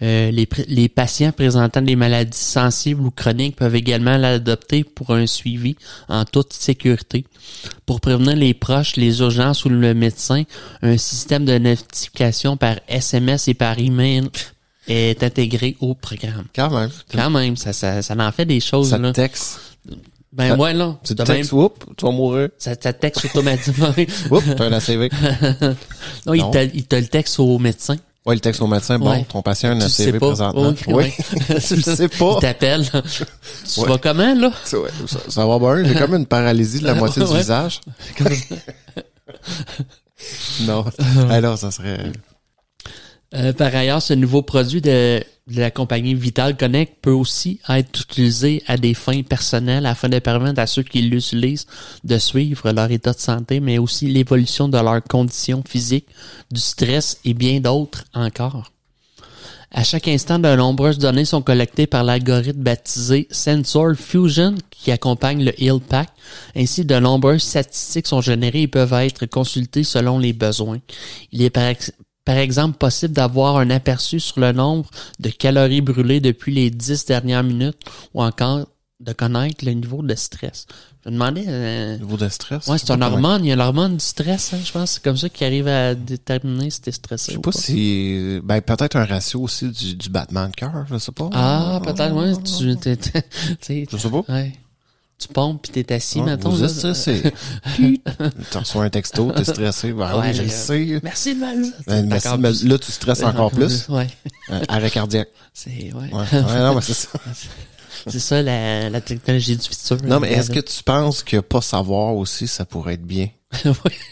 B: Euh, les, pr- les patients présentant des maladies sensibles ou chroniques peuvent également l'adopter pour un suivi en toute sécurité. Pour prévenir les proches, les urgences ou le médecin, un système de notification par SMS et par email est intégré au programme.
A: Quand même.
B: Quand même, ça, ça, ça en fait des choses,
A: Ça te
B: là.
A: texte.
B: Ben,
A: ça-
B: ouais, là.
A: Tu te
B: de même,
A: textes, oups, tu vas mourir.
B: ça, ça texte automatiquement.
A: Oups, t'as un ACV.
B: non, il
A: Non.
B: te, il te le texte au médecin.
A: Ouais, le texte au médecin, bon,
B: Ouais.
A: ton patient a un
B: Tu le sais
A: ACV
B: pas.
A: présentement.
B: Ok,
A: oui.
B: ouais.
A: tu le sais
B: Il
A: pas.
B: t'appelle. Tu
A: Ouais.
B: vas comment, là?
A: Ça, ouais, ça- ça va bien, j'ai comme une paralysie de la moitié du
B: Ouais.
A: visage. non. Alors, ça serait.
B: Euh, par ailleurs, ce nouveau produit de, de la compagnie Vital Connect peut aussi être utilisé à des fins personnelles afin de permettre à ceux qui l'utilisent de suivre leur état de santé, mais aussi l'évolution de leurs conditions physiques, du stress et bien d'autres encore. À chaque instant, de nombreuses données sont collectées par l'algorithme baptisé Sensor Fusion qui accompagne le Hill Pack. Ainsi, de nombreuses statistiques sont générées et peuvent être consultées selon les besoins. Il est par, ex- par exemple possible d'avoir un aperçu sur le nombre de calories brûlées depuis les dix dernières minutes ou encore de connaître le niveau de stress. Je me demandais... euh,
A: Niveau de stress.
B: Ouais,
A: je
B: c'est
A: sais
B: un
A: pas comment-
B: hormone. Il y a l'hormone du stress, hein, je pense. C'est comme ça qu'il arrive à déterminer si t'es stressé.
A: Je sais
B: ou
A: pas si. Ben, peut-être un ratio aussi du, du battement de cœur, je sais pas.
B: Ah, peut-être, ouais. Tu, t'es- t'es- t'sais,
A: Je sais pas.
B: ouais. tu pompes puis t'es assis,
A: Ouais,
B: mettons.
A: vous
B: là.
A: êtes stressé. tu reçois un texto, t'es stressé. Ben
B: Ah Ouais, euh,
A: oui, je le
B: là.
A: sais.
B: Merci de mal.
A: Ben, merci, mais là, tu stresses encore plus.
B: Ouais.
A: Euh, arrêt cardiaque.
B: C'est, ouais.
A: Ouais, ouais, non, mais c'est ça.
B: C'est ça, la, la technologie du futur.
A: Non, mais est-ce que tu penses que pas savoir aussi, ça pourrait être bien?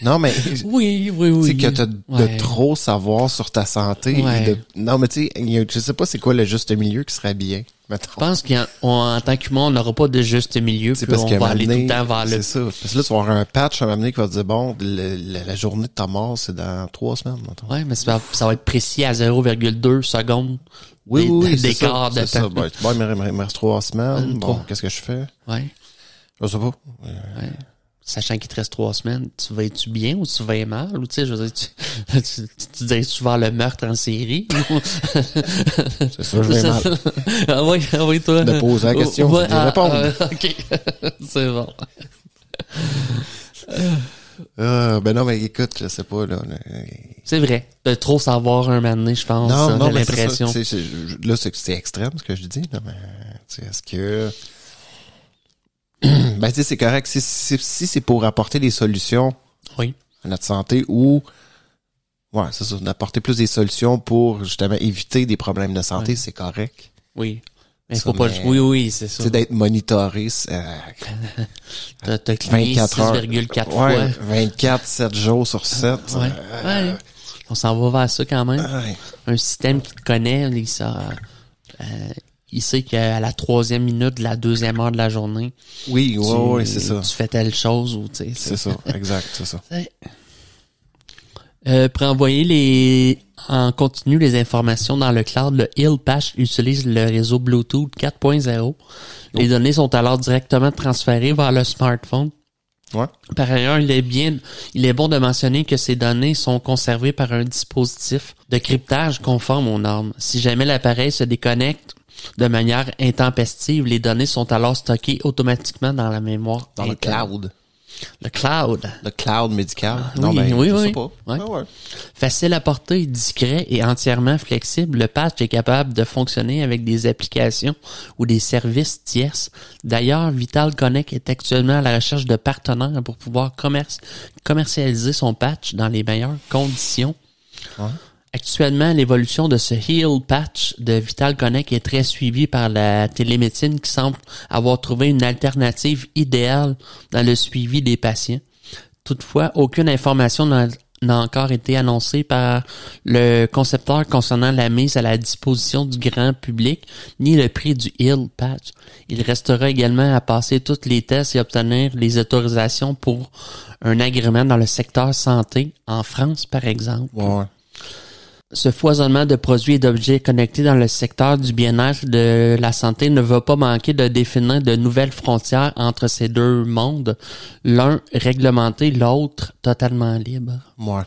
A: Non, mais tu
B: oui, oui, oui.
A: sais, que t'as de
B: Ouais.
A: trop savoir sur ta santé. et
B: Ouais.
A: de- Non, mais tu sais, il y a- je sais pas c'est quoi le juste milieu qui serait bien.
B: Je
A: Mettons.
B: pense qu'en on- en tant qu'humain, on n'aura pas de juste milieu.
A: C'est
B: Puis
A: parce
B: on
A: qu'à
B: va
A: un
B: aller tout
A: moment
B: le temps vers
A: donné,
B: le.
A: C'est ça. Parce que là, tu vas avoir un patch à un moment donné qui va te dire, bon, le- la, la journée de ta mort, c'est dans trois semaines, mettons.
B: Ouais, mais ça va, ça va être précis à 0,2 secondes.
A: Oui,
B: des-
A: oui, oui. c'est ça,
B: d'écart de
A: c'est ça.
B: temps.
A: Ben, tu- bon, il me, il me reste trois semaines. Bon,
B: trois.
A: qu'est-ce que je fais?
B: Ouais.
A: Je sais pas. Euh,
B: sachant qu'il te reste trois semaines, tu vas être bien ou tu vas être mal? Ou tu sais, je veux dire, tu, tu, tu, tu dirais-tu vers le meurtre en série?
A: C'est ça, je vais mal.
B: ah oui, ah oui, toi.
A: De poser la question, c'est de répondre.
B: ah, ok, c'est bon.
A: Euh, ben non, mais écoute, je sais pas, là. le-
B: C'est vrai. De trop savoir un moment donné, je pense.
A: Non,
B: ça,
A: non,
B: j'ai
A: mais c'est ça,
B: l'impression.
A: tu sais, c'est- je- là, c'est c'est extrême ce que je dis, là, mais tu sais, est-ce que. ben, tu sais, c'est correct. Si, si, si c'est pour apporter des solutions
B: Oui.
A: à notre santé ou. Ouais, c'est ça, d'apporter plus des solutions pour justement éviter des problèmes de santé,
B: Ouais.
A: c'est correct.
B: Oui. Il
A: Ça,
B: faut pas
A: mais-
B: le- Oui, oui, c'est ça.
A: C'est d'être monitoré euh,
B: T'as t'as cliqué
A: 24 heures.
B: 6,4
A: Ouais,
B: fois.
A: 24, 7 jours sur 7.
B: Ouais. Ouais. On s'en va vers ça quand même.
A: Ouais.
B: Un système qui te connaît, il, ça, euh, il sait qu'à la troisième minute de la deuxième heure de la journée,
A: Oui, ouais,
B: tu,
A: ouais, c'est ça.
B: tu fais telle chose ou tu sais.
A: C'est ça, exact, c'est ça.
B: Euh, pour envoyer les en continu les informations dans le cloud, le Hillpatch utilise le réseau Bluetooth 4.0.
A: Oh.
B: Les données sont alors directement transférées vers le smartphone.
A: Ouais.
B: Par ailleurs, il est bien, il est bon de mentionner que ces données sont conservées par un dispositif de cryptage conforme aux normes. Si jamais l'appareil se déconnecte de manière intempestive, les données sont alors stockées automatiquement dans la mémoire.
A: Dans le
B: interne.
A: cloud.
B: Le cloud.
A: Le cloud médical.
B: Ah,
A: non,
B: oui,
A: ben,
B: oui,
A: je
B: oui.
A: sais pas.
B: Ouais.
A: Ah ouais.
B: Facile à porter, discret et entièrement flexible, le patch est capable de fonctionner avec des applications ou des services tierces. D'ailleurs, Vital Connect est actuellement à la recherche de partenaires pour pouvoir commerce- commercialiser son patch dans les meilleures conditions. Actuellement, l'évolution de ce Heal Patch de Vital Connect est très suivie par la télémédecine qui semble avoir trouvé une alternative idéale dans le suivi des patients. Toutefois, aucune information n'a n'a encore été annoncée par le concepteur concernant la mise à la disposition du grand public, ni le prix du Heal Patch. Il restera également à passer tous les tests et obtenir les autorisations pour un agrément dans le secteur santé, en France par exemple.
A: Ouais, ouais.
B: Ce foisonnement de produits et d'objets connectés dans le secteur du bien-être et de la santé ne va pas manquer de définir de nouvelles frontières entre ces deux mondes, l'un réglementé, l'autre totalement libre.
A: Ouais.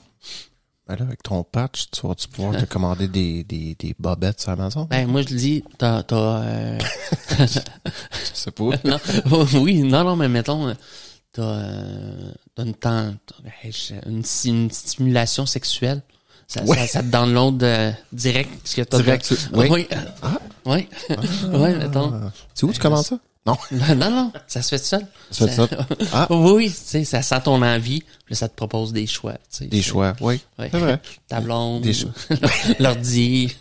A: Ben là, avec ton patch, tu vas-tu pouvoir te commander des, des, des bobettes sur Amazon?
B: Ben moi je dis, t'as, t'as, euh,
A: Je sais pas.
B: non, Oh, oui, non, non, mais mettons, euh, t'as, euh, t'as une, ten- t'as- hey, je- une, si- une stimulation sexuelle, ça,
A: Ouais.
B: ça, ça te download euh, direct ce que t'as.
A: Direct, tu-
B: oui,
A: oui. Ah.
B: oui, oui, ouais, mettons.
A: C'est où tu commandes ça? Non.
B: Non, non, non, ça se fait tout seul.
A: Ça fait ça. Ah,
B: Oui, tu sais, ça sent ton envie, puis ça te propose des choix. tu sais.
A: des choix. Oui.
B: Ouais.
A: C'est vrai.
B: Ta blonde,
A: Des choix.
B: l'ordi.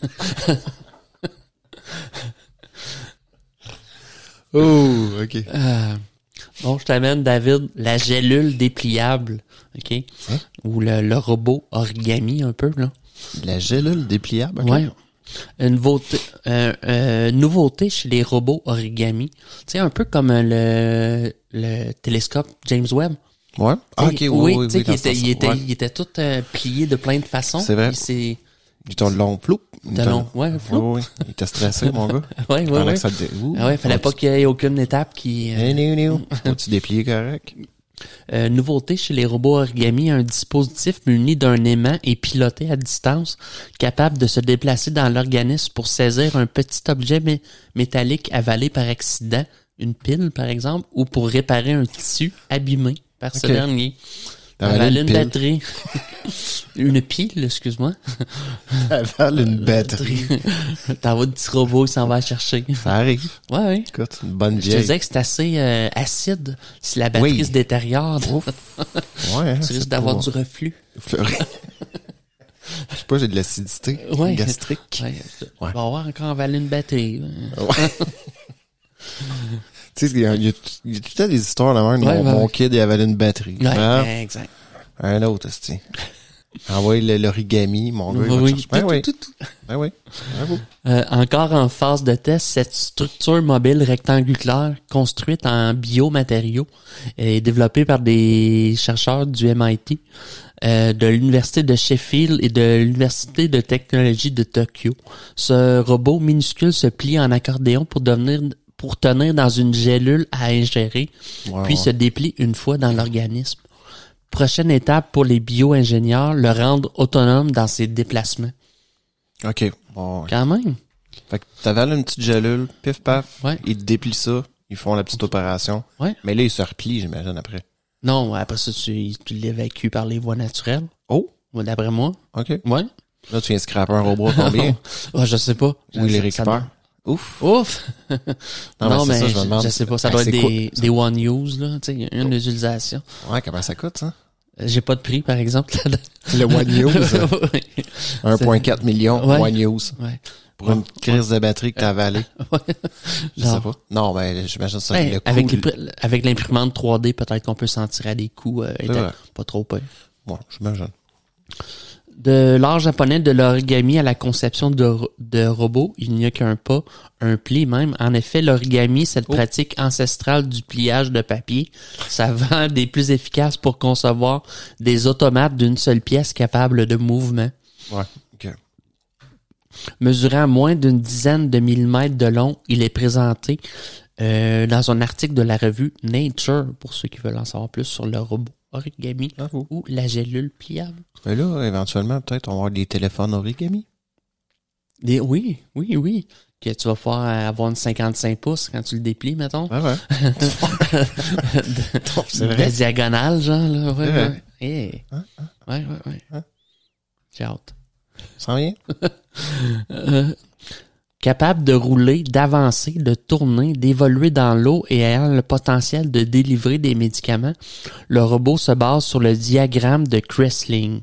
A: Oh, OK.
B: Euh, bon, je t'amène, David, la gélule dépliable, OK?
A: Hein?
B: Ou le, le robot origami, un peu, là.
A: La gélule dépliable. ok.
B: Ouais. Une nouveauté, euh, euh, nouveauté chez les robots origami. Tu sais, un peu comme le, le télescope James Webb.
A: Ouais. Ah, OK, oui, oui, oui.
B: tu sais,
A: dans
B: qu'il
A: ce
B: était, il
A: sens-là.
B: était,
A: Ouais.
B: il était tout euh, plié de plein de façons.
A: C'est vrai.
B: Puis c'est-
A: Il était long, flou. Il était
B: long, ouais, floup.
A: Oui, oui. Il était stressé, mon gars.
B: Ouais, ouais,
A: Pendant
B: ouais.
A: que ça le dé- Ouh.
B: Ah ouais, fallait pas
A: Faut-tu-
B: qu'il y ait aucune étape qui... euh,
A: Eh, néo, néo. Faut-tu déplier correct?
B: euh, nouveauté chez les robots origami, un dispositif muni d'un aimant et piloté à distance, capable de se déplacer dans l'organisme pour saisir un petit objet mé- métallique avalé par accident, une pile par exemple, ou pour réparer un tissu abîmé par ce
A: Ok.
B: dernier.
A: T'avales
B: Avaler
A: une
B: une
A: pile.
B: batterie. une pile, excuse-moi.
A: Avale une batterie.
B: T'envoies un petit robot, il s'en va chercher.
A: Ça arrive.
B: Ouais, ouais.
A: Écoute, une bonne
B: Je te
A: vieille.
B: disais que c'est assez euh, acide si la batterie
A: Oui.
B: se détériore.
A: Ouais, hein,
B: tu
A: c'est
B: risques d'avoir
A: pas-
B: du reflux.
A: Fleury. Je sais pas, j'ai de l'acidité
B: Ouais.
A: gastrique.
B: Ouais. Tu vas
A: Ouais.
B: avoir encore avalé une batterie.
A: Tu sais, il y, a- il y a tout- il y a tout le temps des histoires là même.
B: Ouais,
A: mon,
B: ouais.
A: mon kid, il avalait une batterie.
B: Ouais,
A: Ah,
B: exact.
A: un autre, esti. Envoie le- l'origami, mon gars. il va
B: Oui,
A: te chercher. Ben
B: tout,
A: oui,
B: tout,
A: ben oui. Bravo.
B: Euh, encore en phase de test, cette structure mobile rectangulaire construite en biomatériaux est développée par des chercheurs du MIT, euh, de l'Université de Sheffield et de l'Université de technologie de Tokyo. Ce robot minuscule se plie en accordéon pour devenir pour tenir dans une gélule à ingérer,
A: Ouais,
B: puis
A: ouais.
B: se déplie une fois dans l'organisme. Prochaine étape pour les bio-ingénieurs, le rendre autonome dans ses déplacements.
A: OK. Bon, ouais.
B: Quand même.
A: Fait que t'avales une petite gélule, pif paf,
B: Ouais.
A: ils te déplient ça, ils font la petite opération.
B: Ouais.
A: Mais là, ils se replient, j'imagine, après.
B: Non, après ça, tu, tu l'évacues par les voies naturelles,
A: Oh,
B: ou d'après moi.
A: OK.
B: Ouais.
A: Là, tu viens scraper un robot à combien?
B: Ah, je sais pas.
A: Ou il les
B: Ça-
A: récupère? Ouf.
B: ça- Ouf!
A: Non,
B: Non,
A: mais
B: mais,
A: c'est ça, je me
B: je,
A: demande.
B: je sais pas, ça
A: Ben,
B: doit être
A: c'est
B: des, des one use, là, tu sais, une utilisation.
A: Ouais, comment ça coûte, ça?
B: Euh, J'ai pas de prix, par exemple.
A: Le One News. 1,4 million,
B: Ouais.
A: One News.
B: ouais.
A: Pour une crise de batterie que t'as avalée. Je sais
B: Genre,
A: pas. Non, mais j'imagine ça
B: ben,
A: le coup.
B: avec, les
A: le-
B: pri- avec l'imprimante 3D, peut-être qu'on peut s'en tirer à des coups. euh, étant-
A: vrai.
B: pas trop peur.
A: Ouais, j'imagine.
B: De l'art japonais de l'origami à la conception de, ro- de robots, il n'y a qu'un pas, un pli même. En effet, l'origami, cette
A: Oh.
B: pratique ancestrale du pliage de papier, s'avère des plus efficaces pour concevoir des automates d'une seule pièce capables de mouvement.
A: Ouais, ok.
B: Mesurant moins d'une dizaine de millimètres de long, il est présenté euh, dans un article de la revue Nature, pour ceux qui veulent en savoir plus sur le robot origami
A: Bravo.
B: ou la gélule pliable.
A: Mais là, éventuellement, peut-être, on va avoir des téléphones origami.
B: Des- oui, oui, oui. Que tu vas pouvoir avoir une 55 pouces quand tu le déplies, mettons.
A: Ouais, ouais.
B: De-
A: C'est
B: La
A: vrai.
B: diagonale, genre, là. Ouais,
A: C'est
B: ouais.
A: vrai.
B: Hey.
A: Hein,
B: Ouais, ouais, ouais.
A: Hein?
B: J'ai hâte.
A: Sans rien.
B: Euh, capable de rouler, d'avancer, de tourner, d'évoluer dans l'eau et ayant le potentiel de délivrer des médicaments, le robot se base sur le diagramme de Cressling.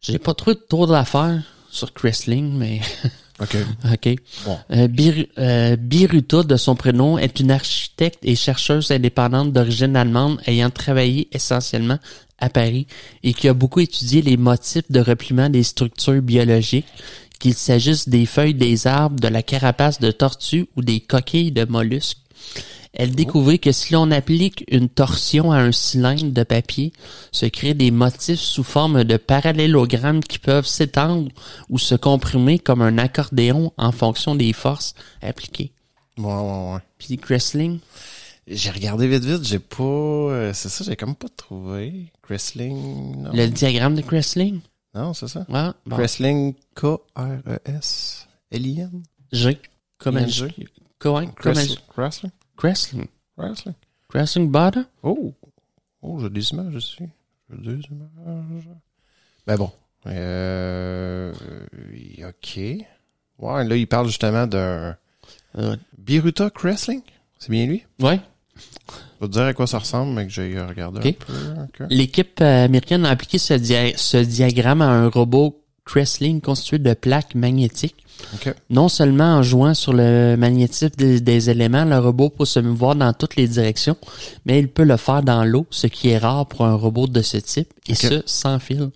B: J'ai pas trop de tour d'affaires sur Cressling, mais
A: Ok.
B: OK.
A: Bon.
B: Euh, Bir- euh, Biruta, de son prénom, est une architecte et chercheuse indépendante d'origine allemande ayant travaillé essentiellement à Paris et qui a beaucoup étudié les motifs de repliement des structures biologiques, qu'il s'agisse des feuilles des arbres, de la carapace de tortue ou des coquilles de mollusques. Elle découvrit que si l'on applique une torsion à un cylindre de papier, se créent des motifs sous forme de parallélogrammes qui peuvent s'étendre ou se comprimer comme un accordéon en fonction des forces appliquées.
A: Ouais, ouais, ouais.
B: Puis Cressling,
A: J'ai regardé vite, vite. J'ai pas. euh, c'est ça, j'ai comme pas trouvé. Cressling. Non,
B: le diagramme de Cressling,
A: non c'est ça.
B: ouais, bon,
A: Cressling E K-R-E-S. L-I-N.
B: G, comme un G.
A: ING.
B: hein? Comment, comme un
A: Cressling. Cressling.
B: Cressling.
A: Cressling.
B: Cressling Bada?
A: Oh. Oh, j'ai des images ici. J'ai des images. Ben bon. Euh. Ok. Ouais, là, il parle justement d'un.
B: Euh,
A: Biruta Cressling. C'est bien lui?
B: ouais.
A: Je vais te dire à quoi ça ressemble, mais que j'ai regardé
B: Ok.
A: un peu. ok.
B: L'équipe euh, américaine a appliqué ce, dia- ce diagramme à un robot Cressling constitué de plaques magnétiques.
A: Ok.
B: Non seulement en jouant sur le magnétisme des, des éléments, le robot peut se mouvoir dans toutes les directions, mais il peut le faire dans l'eau, ce qui est rare pour un robot de ce type, et
A: Ok.
B: ce, sans fil.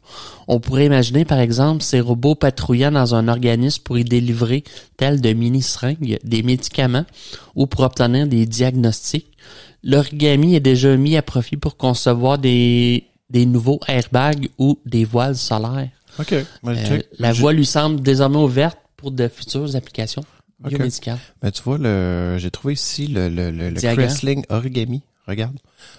B: On pourrait imaginer, par exemple, ces robots patrouillant dans un organisme pour y délivrer, tels de mini-seringues, des médicaments, ou pour obtenir des diagnostics. L'origami est déjà mis à profit pour concevoir des, des nouveaux airbags ou des voiles solaires.
A: Ok. Ben,
B: Euh,
A: check.
B: la
A: J'ai-
B: voie lui semble désormais ouverte pour de futures applications
A: Ok.
B: biomédicales.
A: Ben, tu vois, le, j'ai trouvé ici le, le, le, le
B: Diagramme.
A: Cressling Origami. Regarde.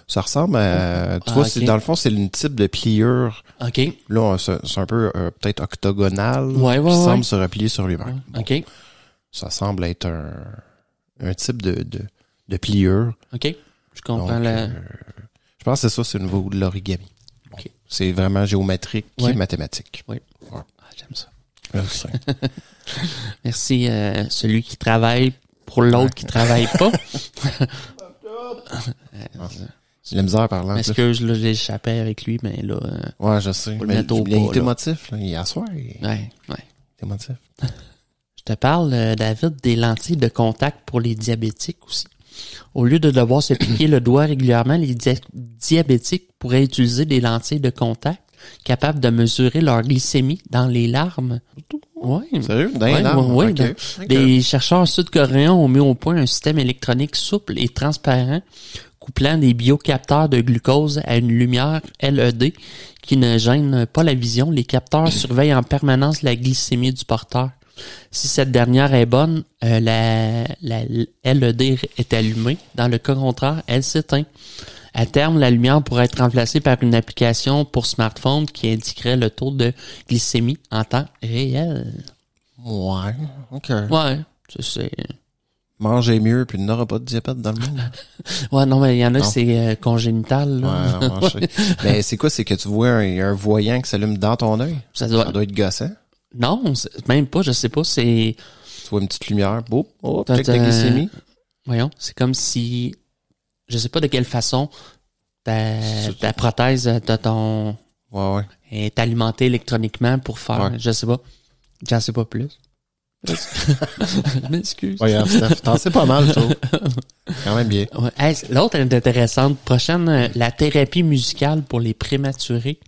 A: Ça ressemble à, tu
B: Ah,
A: vois,
B: ok.
A: c'est, dans le fond, c'est une type de pliure.
B: OK.
A: Là, on- c'est, c'est un peu, euh, peut-être octogonal.
B: Ouais, ouais,
A: qui
B: ouais.
A: semble se replier sur lui-même. Bon,
B: OK.
A: ça semble être un, un type de, de, de pliure.
B: OK. Je comprends
A: Donc,
B: la...
A: euh, je pense que c'est ça, c'est le niveau de l'origami. Bon,
B: Ok.
A: C'est vraiment géométrique
B: Ouais.
A: et mathématique.
B: Ah, J'aime ça.
A: Là, c'est-
B: Merci, euh, celui qui travaille pour l'autre qui travaille pas.
A: J'ai la misère parlant. là.
B: Excuse, là, j'ai échappé avec lui, mais là... euh,
A: Ouais, je sais.
B: Faut le
A: Mais
B: mettre au
A: il
B: pas,
A: est
B: là. Mm.
A: émotif, là. Il est à soir, il est
B: ouais, ouais.
A: émotif.
B: Je te parle, euh, David, des lentilles de contact pour les diabétiques aussi. Au lieu de devoir se piquer le doigt régulièrement, les dia- diabétiques pourraient utiliser des lentilles de contact capables de mesurer leur glycémie dans les larmes. Ouais.
A: Sérieux? Dans les
B: Ouais, ouais,
A: larmes?
B: ouais,
A: Ok.
B: dans-
A: Ok.
B: Des chercheurs sud-coréens ont mis au point un système électronique souple et transparent couplant des biocapteurs de glucose à une lumière LED qui ne gêne pas la vision. Les capteurs surveillent en permanence la glycémie du porteur. Si cette dernière est bonne, euh, la, la LED est allumée. Dans le cas contraire, elle s'éteint. À terme, la lumière pourrait être remplacée par une application pour smartphone qui indiquerait le taux de glycémie en temps réel.
A: Ouais, ok.
B: Ouais. ça, c'est-
A: Mangez mieux, puis il n'aura pas de diabète dans le monde.
B: Ouais, non, mais il y en a,
A: Non.
B: c'est euh, congénital.
A: Ouais,
B: là.
A: mangez. Mais c'est quoi? C'est que tu vois un, un voyant qui s'allume dans ton œil?
B: Ça doit...
A: Ça doit être gossant.
B: Non, c'est- même pas, je sais pas, c'est...
A: Tu vois une petite lumière, boum, oh,
B: T'as-
A: check ta
B: t'as-
A: glycémie.
B: Voyons, c'est comme si... Je sais pas de quelle façon ta,
A: C'est-
B: ta prothèse de ton...
A: Ouais, ouais.
B: est alimentée électroniquement pour faire...
A: Ouais.
B: Je sais pas. J'en sais pas plus. Je m'excuse.
A: Voyons, Steph, t'en sais pas mal, je trouve. Quand même bien.
B: Ouais. Hey, c'est- L'autre elle est intéressante. Prochaine, euh, la thérapie musicale pour les prématurés.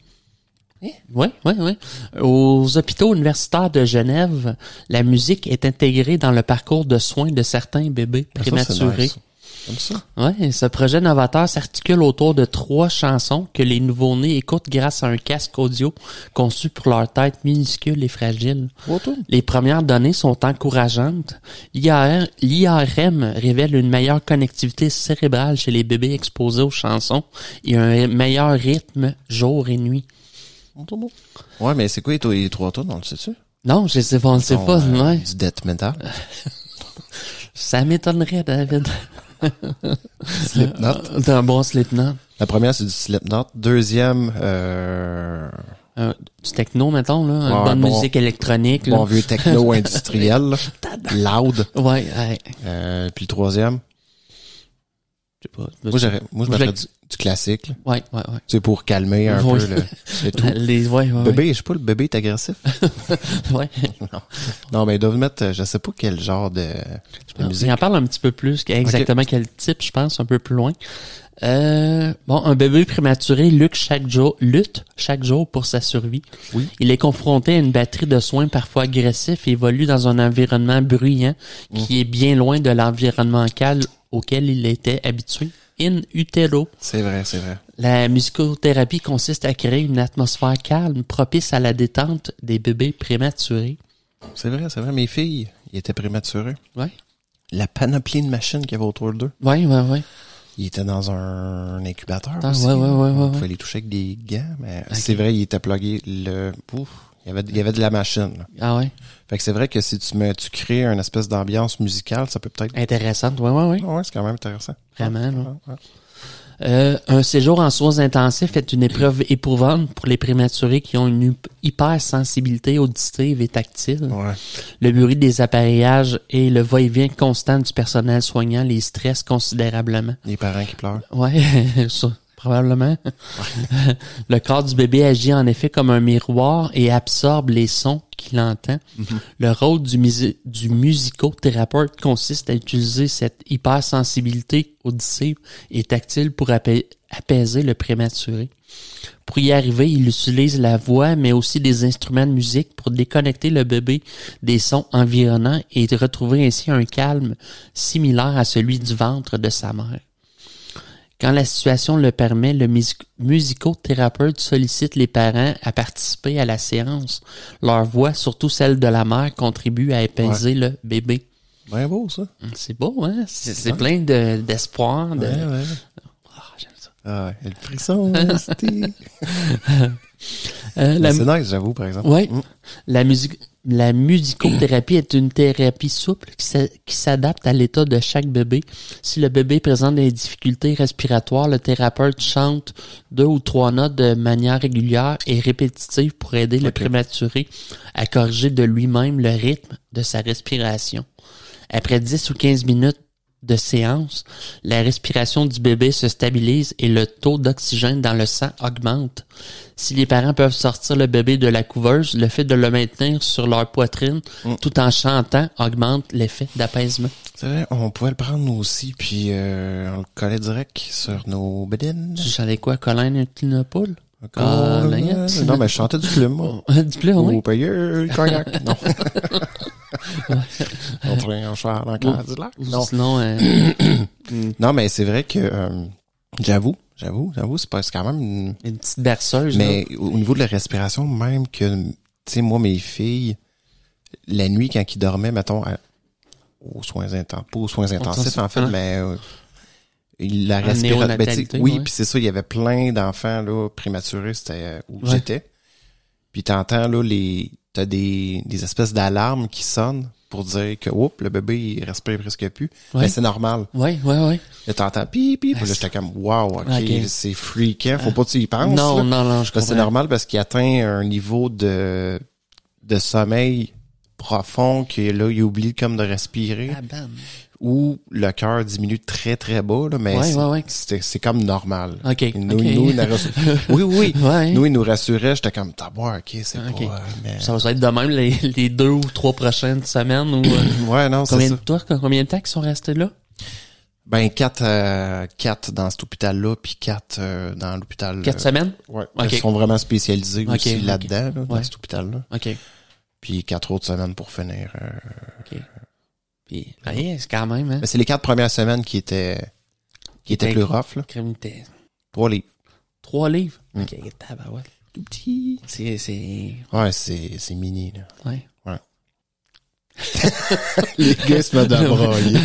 B: Oui, oui, oui. Aux hôpitaux universitaires de Genève, la musique est intégrée dans le parcours de soins de certains bébés
A: Ah, Ça, c'est
B: prématurés.
A: nice. Comme ça.
B: Ouais, ce projet novateur s'articule autour de trois chansons que les nouveau-nés écoutent grâce à un casque audio conçu pour leur tête minuscule et fragile. Les premières données sont encourageantes. L'IR L'IRM révèle une meilleure connectivité cérébrale chez les bébés exposés aux chansons et un meilleur rythme jour et nuit.
A: Ouais, mais c'est quoi les, to- les trois tonnes, on le sait-tu?
B: Non, je sais pas, on le sait
A: Bon,
B: pas,
A: euh,
B: ouais.
A: Du death metal.
B: Ça m'étonnerait, David.
A: Slipknot.
B: D'un bon Slipknot.
A: La première, c'est du Slipknot. Deuxième, euh,
B: Un- du techno, mettons, là. Une
A: Ouais,
B: bonne
A: bon-
B: musique électronique, là.
A: bon vieux techno industriel. Loud.
B: Ouais, ouais.
A: Euh, puis le troisième,
B: Je sais pas.
A: moi, j'aurais- moi je
B: Moi, je
A: mettrais
B: la-
A: du, du classique. là.
B: Ouais, ouais, ouais.
A: Tu sais, pour calmer un
B: Oui.
A: peu le, le tout.
B: Les, ouais, ouais,
A: Bébé, je sais pas, le bébé est agressif.
B: ouais. ouais.
A: non. non, mais ils doivent mettre, euh, je sais pas quel genre de, de musique.
B: Ah, Il en parle un petit peu plus, exactement quel type, je pense, un peu plus loin. Euh, bon, un bébé prématuré lutte chaque jour, lutte chaque jour pour sa survie.
A: Oui.
B: Il est confronté à une batterie de soins parfois agressifs et évolue dans un environnement bruyant qui
A: Oh.
B: est bien loin de l'environnement calme auquel il était habitué. In utero.
A: C'est vrai, c'est vrai.
B: La musicothérapie consiste à créer une atmosphère calme propice à la détente des bébés prématurés.
A: C'est vrai, c'est vrai. Mes filles, ils étaient prématurés.
B: Ouais.
A: La panoplie de machines qu'il y avait autour d'eux.
B: Ouais, ouais, ouais.
A: Ils étaient dans un incubateur
B: Ah,
A: aussi.
B: ouais, ouais, ouais, ouais,
A: Il
B: ouais.
A: fallait les toucher avec des gants, mais c'est vrai, ils étaient plugués. Le... Ouf, il, y avait, il y avait de la machine. là.
B: Ah ouais.
A: Fait que c'est vrai que si tu, mets, tu crées une espèce d'ambiance musicale, ça peut peut-être...
B: Intéressante. Ouais, ouais, ouais.
A: Ah Ouais, c'est quand même intéressant.
B: Vraiment, là.
A: Ouais, ouais.
B: Euh, un séjour en soins intensifs est une épreuve éprouvante pour les prématurés qui ont une hup- hypersensibilité auditive et tactile.
A: Ouais.
B: Le bruit des appareillages et le va-et-vient constant du personnel soignant les stressent considérablement.
A: Les parents qui pleurent.
B: Ouais, ça, probablement. le corps du bébé agit en effet comme un miroir et absorbe les sons qu'il entend. Le rôle du, musi- du musicothérapeute consiste à utiliser cette hypersensibilité auditive et tactile pour apa- apaiser le prématuré. Pour y arriver, il utilise la voix, mais aussi des instruments de musique pour déconnecter le bébé des sons environnants et de retrouver ainsi un calme similaire à celui du ventre de sa mère. Quand la situation le permet, le mus- musicothérapeute sollicite les parents à participer à la séance. Leur voix, surtout celle de la mère, contribue à apaiser le bébé.
A: Ben beau, ça.
B: C'est beau, hein? C'est c'est plein de- d'espoir. De,
A: Ouais, ouais.
B: Ah, j'aime ça.
A: Ah ouais. Et Le frisson, c'était...
B: Euh, la,
A: Ben, C'est nice, j'avoue, par exemple.
B: ouais, la, musique, la musicothérapie est une thérapie souple qui s'a- qui s'adapte à l'état de chaque bébé. Si le bébé présente des difficultés respiratoires, le thérapeute chante deux ou trois notes de manière régulière et répétitive pour aider le
A: Ok.
B: prématuré à corriger de lui-même le rythme de sa respiration. Après 10 ou 15 minutes de séance, la respiration du bébé se stabilise et le taux d'oxygène dans le sang augmente. Si les parents peuvent sortir le bébé de la couveuse, le fait de le maintenir sur leur poitrine
A: Mm.
B: tout en chantant augmente l'effet d'apaisement.
A: C'est vrai, on pouvait le prendre nous aussi, puis euh, on le collait direct sur nos bédines.
B: Tu chantais quoi, Colin et Tinopoul?
A: Encore,
B: la
A: euh,
B: yette.
A: non, mais je chantais du plume, moi.
B: du plus,
A: Ou
B: Ah, oui.
A: payeur, cognac. Non. on traîne en char dans le Cadillac.
B: Ou
A: Non.
B: Sinon, euh,
A: Non, mais c'est vrai que, euh, j'avoue, j'avoue, j'avoue, c'est pas- c'est quand même une-
B: une petite berceuse. là.
A: Mais au au niveau de la respiration, même que, tu sais, moi, mes filles, la nuit, quand ils dormaient, mettons, à- aux soins intensifs, pas aux soins intensifs, en fait,
B: Hein?
A: mais euh, ils la
B: En
A: respiration. ben,
B: néonatalité,
A: oui,
B: ouais.
A: puis c'est ça, il y avait plein d'enfants, là, prématurés, c'était euh, où
B: Ouais.
A: j'étais. Puis t'entends, là, les, t'as des, des espèces d'alarmes qui sonnent pour dire que, oups, le bébé, il respire presque plus.
B: Ouais.
A: Mais c'est normal.
B: Ouais, ouais, ouais.
A: Là, t'entends pip, pip. Puis là, j'étais comme, wow, OK,
B: Ok.
A: c'est freakant. Faut pas que tu y penses.
B: non, non,
A: là.
B: non, je
A: Là,
B: comprends.
A: c'est normal parce qu'il atteint un niveau de, de sommeil profond que là, il oublie comme de respirer.
B: Ah, bam.
A: Ou le cœur diminue très, très bas, là, mais
B: Ouais,
A: c'est
B: ouais, ouais.
A: c'était- c'est comme normal.
B: Ok,
A: Et Nous,
B: ok.
A: nous, il nous rassurait. oui, oui.
B: Ouais.
A: Nous, il nous rassurait. J'étais comme, t'as boire, ok, c'est
B: Ah,
A: pas...
B: ok.
A: euh, mais-
B: Ça va être de même les, les deux ou trois prochaines semaines ou euh,
A: Ouais, non, c'est
B: combien de
A: ça.
B: toi combien de temps qu'ils sont restés là
A: Ben, quatre, euh, quatre dans cet hôpital-là, puis quatre euh, dans l'hôpital...
B: Quatre
A: euh,
B: semaines
A: Ouais,
B: Ok.
A: ils sont vraiment spécialisés
B: Ok,
A: aussi
B: ok.
A: là-dedans, là, dans
B: Ouais.
A: cet hôpital-là.
B: Ok.
A: Puis quatre autres semaines pour finir. euh.
B: Puis hey, c'est quand même hein.
A: Mais c'est les quatre premières semaines qui étaient qui étaient
B: Ben,
A: plus rough, là.
B: Crème, t'es-
A: Trois livres.
B: Trois livres.
A: Mm.
B: Ok, tabarouette. Tout petit. C'est c'est
A: Ouais, c'est c'est mini, là.
B: ouais.
A: Les gars se mettent à brailler.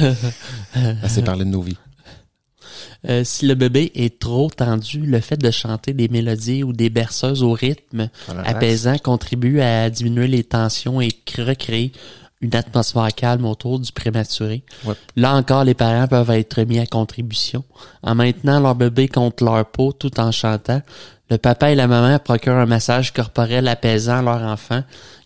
A: Ben, c'est parler de nos vies.
B: Euh, si le bébé est trop tendu, le fait de chanter des mélodies ou des berceuses au rythme
A: Voilà.
B: apaisant contribue à diminuer les tensions et recréer une atmosphère calme autour du prématuré.
A: Ouais.
B: Là encore, les parents peuvent être mis à contribution. En maintenant leur bébé contre leur peau tout en chantant, le papa et la maman procurent un massage corporel apaisant à leur enfant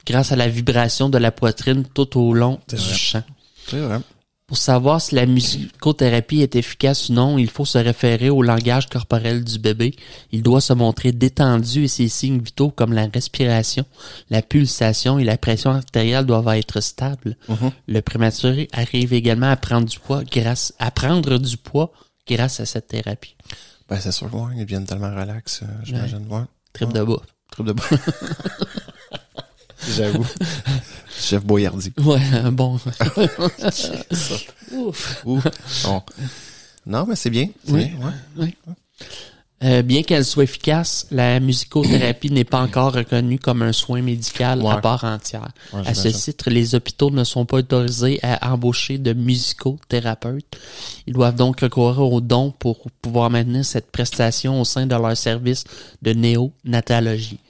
B: grâce à la vibration de la poitrine tout au long du
A: vrai.
B: chant.
A: C'est vrai.
B: Pour savoir si la musicothérapie est efficace ou non, il faut se référer au langage corporel du bébé. Il doit se montrer détendu et ses signes vitaux comme la respiration, la pulsation et la pression artérielle doivent être stables. Le prématuré arrive également à prendre du poids grâce à prendre du poids grâce à cette thérapie.
A: Ben, c'est sûr, ouais, ils deviennent tellement relax, euh, j'imagine, ouais.
B: Trip de bois.
A: Troupe de bras. J'avoue. Chef Boyardi.
B: Ouais, euh, bon.
A: Ouh. Bon. Non, mais c'est bien. C'est
B: Oui.
A: bien, ouais.
B: Euh, bien qu'elle soit efficace, la musicothérapie n'est pas encore reconnue comme un soin médical à
A: Ouais.
B: part entière.
A: Ouais,
B: à ce
A: j'imagine.
B: titre, les hôpitaux ne sont pas autorisés à embaucher de musicothérapeutes. Ils doivent donc recourir aux dons pour pouvoir maintenir cette prestation au sein de leur service de néonatologie.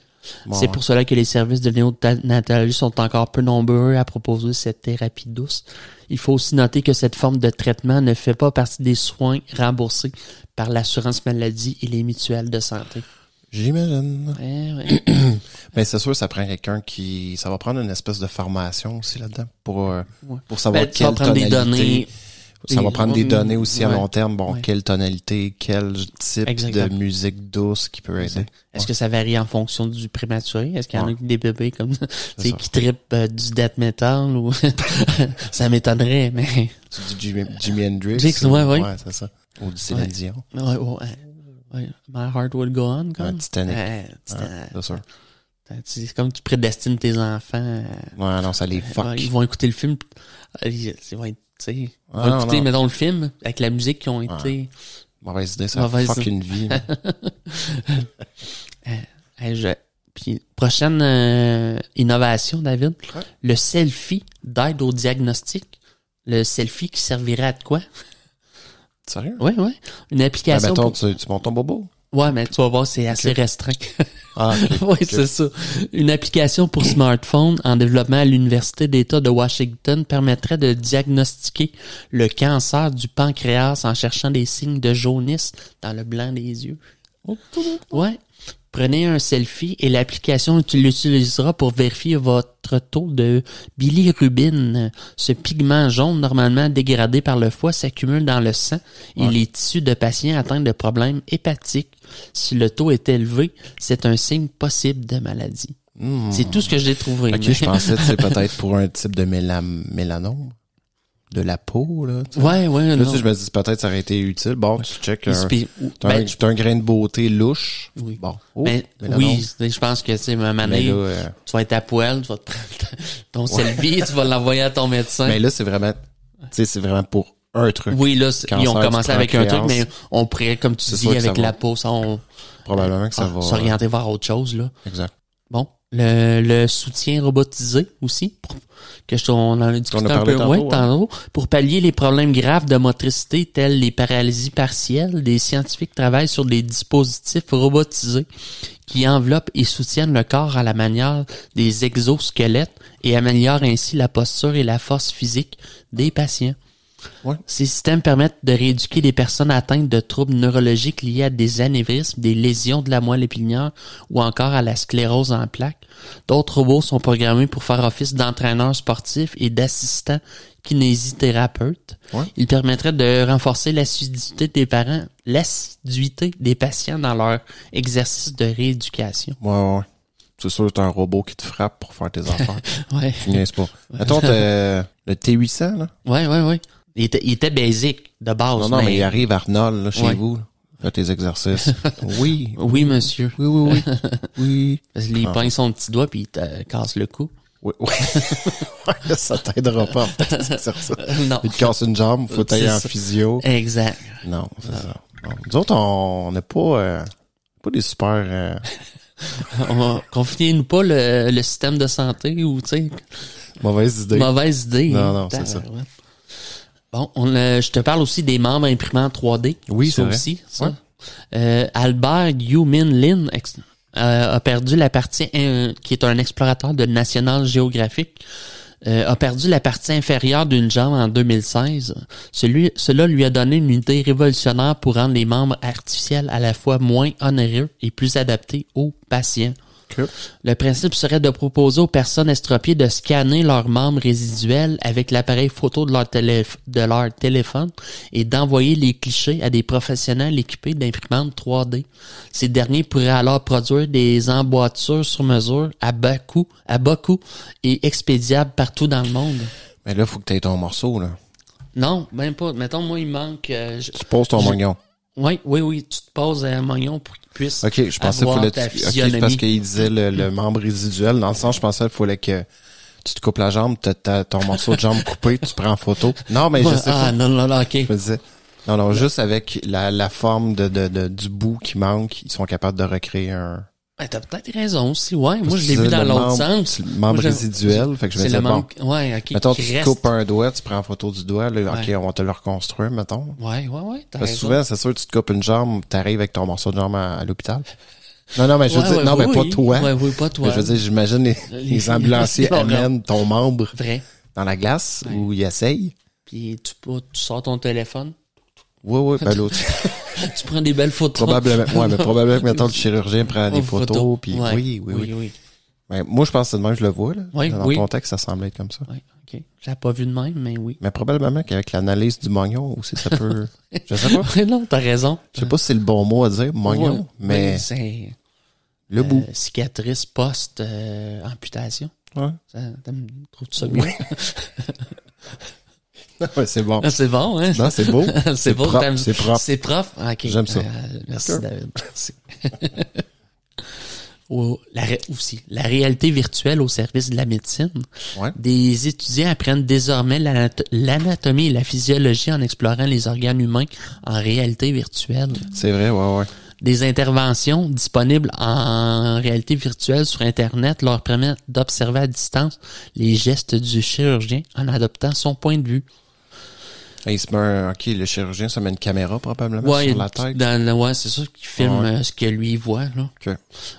A: Bon,
B: C'est
A: ouais.
B: pour cela que les services de néonatologie sont encore peu nombreux à proposer cette thérapie douce. Il faut aussi noter que cette forme de traitement ne fait pas partie des soins remboursés par l'assurance maladie et les mutuelles de santé.
A: J'imagine.
B: Ouais, ouais.
A: Mais c'est sûr, ça prend quelqu'un qui, ça va prendre une espèce de formation aussi là-dedans pour euh,
B: Ouais.
A: pour savoir
B: Ben, tu vas
A: quelle
B: prendre des
A: tonalité.
B: données.
A: Ça va prendre des
B: Mm,
A: données aussi à
B: ouais.
A: long terme. Bon,
B: Ouais.
A: quelle tonalité, quel type de
B: Exactement.
A: musique douce qui peut aider.
B: Est-ce que ça varie en fonction du prématuré? Est-ce qu'il y en
A: Ouais.
B: a des bébés comme ça, tu sais,
A: ça.
B: qui trippent euh, du death metal ou ça m'étonnerait, mais
A: C'est du Jimi, Jimi Hendrix.
B: Hendrix,
A: ou-
B: ouais, ouais.
A: c'est ça. Ou du Céline
B: Ouais.
A: Dion.
B: ouais, ouais, ouais. My heart will go on,
A: Ouais,
B: comme.
A: Titanic.
B: Ouais,
A: Ouais,
B: Titan-
A: c'est sûr.
B: Titan- C'est comme tu prédestines tes enfants.
A: Ouais, non, ça les
B: euh,
A: fuck.
B: ouais, ils vont écouter le film. euh, Ils ils vont être, tu sais, ils vont
A: Ah, non,
B: écouter,
A: non.
B: mettons, le film avec la musique qui ont été.
A: Mauvaise idée, ça
B: Mauvaise
A: fuck
B: idée.
A: une vie.
B: Hey, je- Puis, prochaine euh, innovation, David.
A: Ouais.
B: Le selfie d'aide au diagnostic. Le selfie qui servirait à de quoi?
A: Sérieux?
B: Ouais, ouais. Une
A: Ah,
B: application.
A: mettons,
B: pour-
A: tu, tu montes ton bobo.
B: Ouais, mais tu vas voir, c'est assez restreint.
A: Ah, ok.
B: oui, c'est ça. Une application pour smartphone en développement à l'Université d'État de Washington permettrait de diagnostiquer le cancer du pancréas en cherchant des signes de jaunisse dans le blanc des yeux. Ouais. Prenez un selfie et l'application tu l'utilisera pour vérifier votre taux de bilirubine. Ce pigment jaune normalement dégradé par le foie s'accumule dans le sang et les tissus de patients atteints de problèmes hépatiques. Si le taux est élevé, c'est un signe possible de maladie.
A: Hmm.
B: C'est tout ce que j'ai trouvé.
A: Ok,
B: mais-
A: je pensais que c'est peut-être pour un type de mélam- mélanome. De la peau, là. tu sais.
B: Ouais, ouais,
A: Là,
B: non.
A: tu sais, je me dis peut-être ça aurait été utile. Bon, tu check
B: Il se
A: un,
B: pi-
A: t'as
B: ben,
A: un, t'as un grain de beauté louche.
B: Oui.
A: Bon. Oh,
B: ben,
A: mais là,
B: oui,
A: non.
B: c'est- je pense que, tu sais, ma
A: Mais
B: manée,
A: là, euh,
B: tu vas être à poil, tu vas te prendre ton selfie, tu vas l'envoyer à ton médecin.
A: mais là, c'est vraiment, tu sais, c'est vraiment pour un truc.
B: Oui, là, c'est-
A: Cancer
B: ils ont
A: du
B: commencé avec un truc,
A: pancréas.
B: mais on pourrait, comme tu
A: C'est
B: dis,
A: sûr que ça
B: avec
A: va.
B: la peau, ça, on
A: Probablement que ça
B: ah,
A: va.
B: s'orienter vers autre chose, là.
A: Exact.
B: Bon. Le, le soutien robotisé aussi, pour- que je, on en a discuté un
A: parlé
B: peu
A: tantôt,
B: ouais,
A: ouais.
B: tantôt, pour pallier les problèmes graves de motricité tels les paralysies partielles, des scientifiques travaillent sur des dispositifs robotisés qui enveloppent et soutiennent le corps à la manière des exosquelettes et améliorent ainsi la posture et la force physique des patients.
A: Ouais.
B: Ces systèmes permettent de rééduquer les personnes atteintes de troubles neurologiques liés à des anévrismes, des lésions de la moelle épinière ou encore à la sclérose en plaques. D'autres robots sont programmés pour faire office d'entraîneurs sportifs et d'assistants kinésithérapeutes.
A: Ouais.
B: Ils permettraient de renforcer l'assiduité des parents, l'assiduité des patients dans leur exercice de rééducation.
A: Ouais, ouais, ouais. C'est sûr, t'as un robot qui te frappe pour faire tes affaires.
B: Ouais.
A: tu niaises pas. Attends, t'as- euh, le T800, là.
B: Ouais, ouais, ouais. Il était, il était basic de base.
A: Non, non, mais,
B: mais-
A: il arrive Arnold, là, chez
B: Ouais.
A: vous. là. Fais tes exercices. oui.
B: Oui, monsieur.
A: Oui, oui, oui. Oui.
B: Parce qu'il pogne son petit doigt puis il te casse le cou.
A: Oui, oui. Ouais, ça t'aidera pas à faire tes exercices.
B: non.
A: Il te casse une jambe, faut
B: C'est
A: t'aller en
B: ça.
A: physio.
B: Exact.
A: Non, c'est ça. Non. Nous autres, on on n'est pas, euh, pas des super... euh,
B: On va- Confinez-nous pas le, le système de santé ou, tu sais,
A: mauvaises idées.
B: mauvaise idée.
A: Non,
B: hein.
A: non, c'est ça.
B: Tabarouette. Bon, on, euh, je te parle aussi des membres imprimés en 3D.
A: Oui,
B: ça
A: c'est vrai.
B: aussi. Ça.
A: Ouais.
B: Euh, Albert Yumin Lin ex- euh, a perdu la partie in- qui est un explorateur de National Geographic. euh, a perdu la partie inférieure d'une jambe en 2016. Celui, cela lui a donné une idée révolutionnaire pour rendre les membres artificiels à la fois moins onéreux et plus adaptés aux patients.
A: Que-
B: Le principe serait de proposer aux personnes estropiées de scanner leurs membres résiduels avec l'appareil photo de leur, téléph- de leur téléphone et d'envoyer les clichés à des professionnels équipés d'imprimantes 3D. Ces derniers pourraient alors produire des emboîtures sur mesure à bas coût, à bas coût et expédiables partout dans le monde.
A: Mais là, faut que t'aies ton morceau, là.
B: Non, même pas. Mettons, moi, il manque... euh, je-
A: Tu poses ton
B: Je-
A: mignon.
B: Oui, oui, oui, tu te poses un moignon pour qu'il puisse
A: OK, je pensais qu'il
B: avoir
A: fallait...
B: ta
A: tu- OK,
B: physionomie.
A: parce qu'il disait le, le membre résiduel. Dans le sens, je pensais qu'il fallait que tu te coupes la jambe, t'as- t'as ton morceau de jambe coupé, tu prends en photo. Non, mais je sais pas.
B: Ah, non, non, non, OK.
A: Je me disais... Non, non, juste avec la, la forme de, de, de- du bout qui manque, ils sont capables de recréer un...
B: Ben, t'as peut-être raison aussi, ouais. Moi,
A: Parce
B: je
A: que
B: l'ai
A: tu
B: vu
A: disais
B: dans
A: le
B: l'autre
A: membre-
B: sens.
A: le membre
B: Moi, je-
A: résiduel, fait que je me
B: C'est
A: disais,
B: le
A: bon,
B: manque, ouais, ok.
A: mettons, tu
B: qui
A: te
B: reste.
A: coupes un doigt, tu prends en photo du doigt, là,
B: Ouais.
A: OK, on va te le reconstruire, mettons.
B: Ouais, ouais, ouais, t'as
A: Parce que
B: raison.
A: souvent, c'est sûr, tu te coupes une jambe, t'arrives avec ton morceau de jambe à, à l'hôpital. Non, non, mais je veux
B: Ouais,
A: dire,
B: ouais,
A: non,
B: oui,
A: mais pas
B: oui.
A: toi.
B: Ouais, oui, pas toi.
A: Mais je veux dire, j'imagine les, les ambulanciers
B: Non, non.
A: amènent ton membre
B: Vrai.
A: dans la glace ou ils essayent.
B: Puis tu, peux- tu sors ton téléphone,
A: Oui, oui, ben l'autre.
B: tu prends des belles photos.
A: probablement, ouais, mais probablement que, mettons, le chirurgien prend des photos, puis
B: Ouais.
A: oui, oui, oui.
B: oui. oui.
A: Ben, moi, je pense que c'est de même, je le vois, là.
B: Oui,
A: Dans
B: oui.
A: ton texte, ça semble être comme ça.
B: Ouais, ok. J'ai pas vu de même, mais oui.
A: Mais probablement qu'avec l'analyse du mognon aussi, ça peut... je sais pas.
B: non, t'as raison.
A: Je sais pas si c'est le bon mot à dire, mognon,
B: Ouais,
A: mais
B: c'est
A: le bout.
B: euh, cicatrice euh, post-amputation.
A: Ouais.
B: Trouves-tu ça mieux?
A: Ouais, c'est bon.
B: c'est bon, hein?
A: Non, c'est beau.
B: C'est beau,
A: propre,
B: t'aimes-
A: C'est propre.
B: C'est prof. Ah, ok.
A: J'aime ça.
B: Euh, merci,
A: Sure.
B: David. Merci. Wow. La ré- aussi, la réalité virtuelle au service de la médecine.
A: Ouais.
B: Des étudiants apprennent désormais l'anat- l'anatomie et la physiologie en explorant les organes humains en réalité virtuelle.
A: C'est vrai, ouais, ouais.
B: Des interventions disponibles en réalité virtuelle sur Internet leur permettent d'observer à distance les gestes du chirurgien en adoptant son point de vue.
A: Et il se met un- ok, le chirurgien se met une caméra probablement
B: Ouais,
A: sur la
B: il y a une
A: tête.
B: petite- dans le- ouais, c'est sûr qu'il filme
A: Ouais.
B: euh, ce que lui voit. Là.
A: Ok.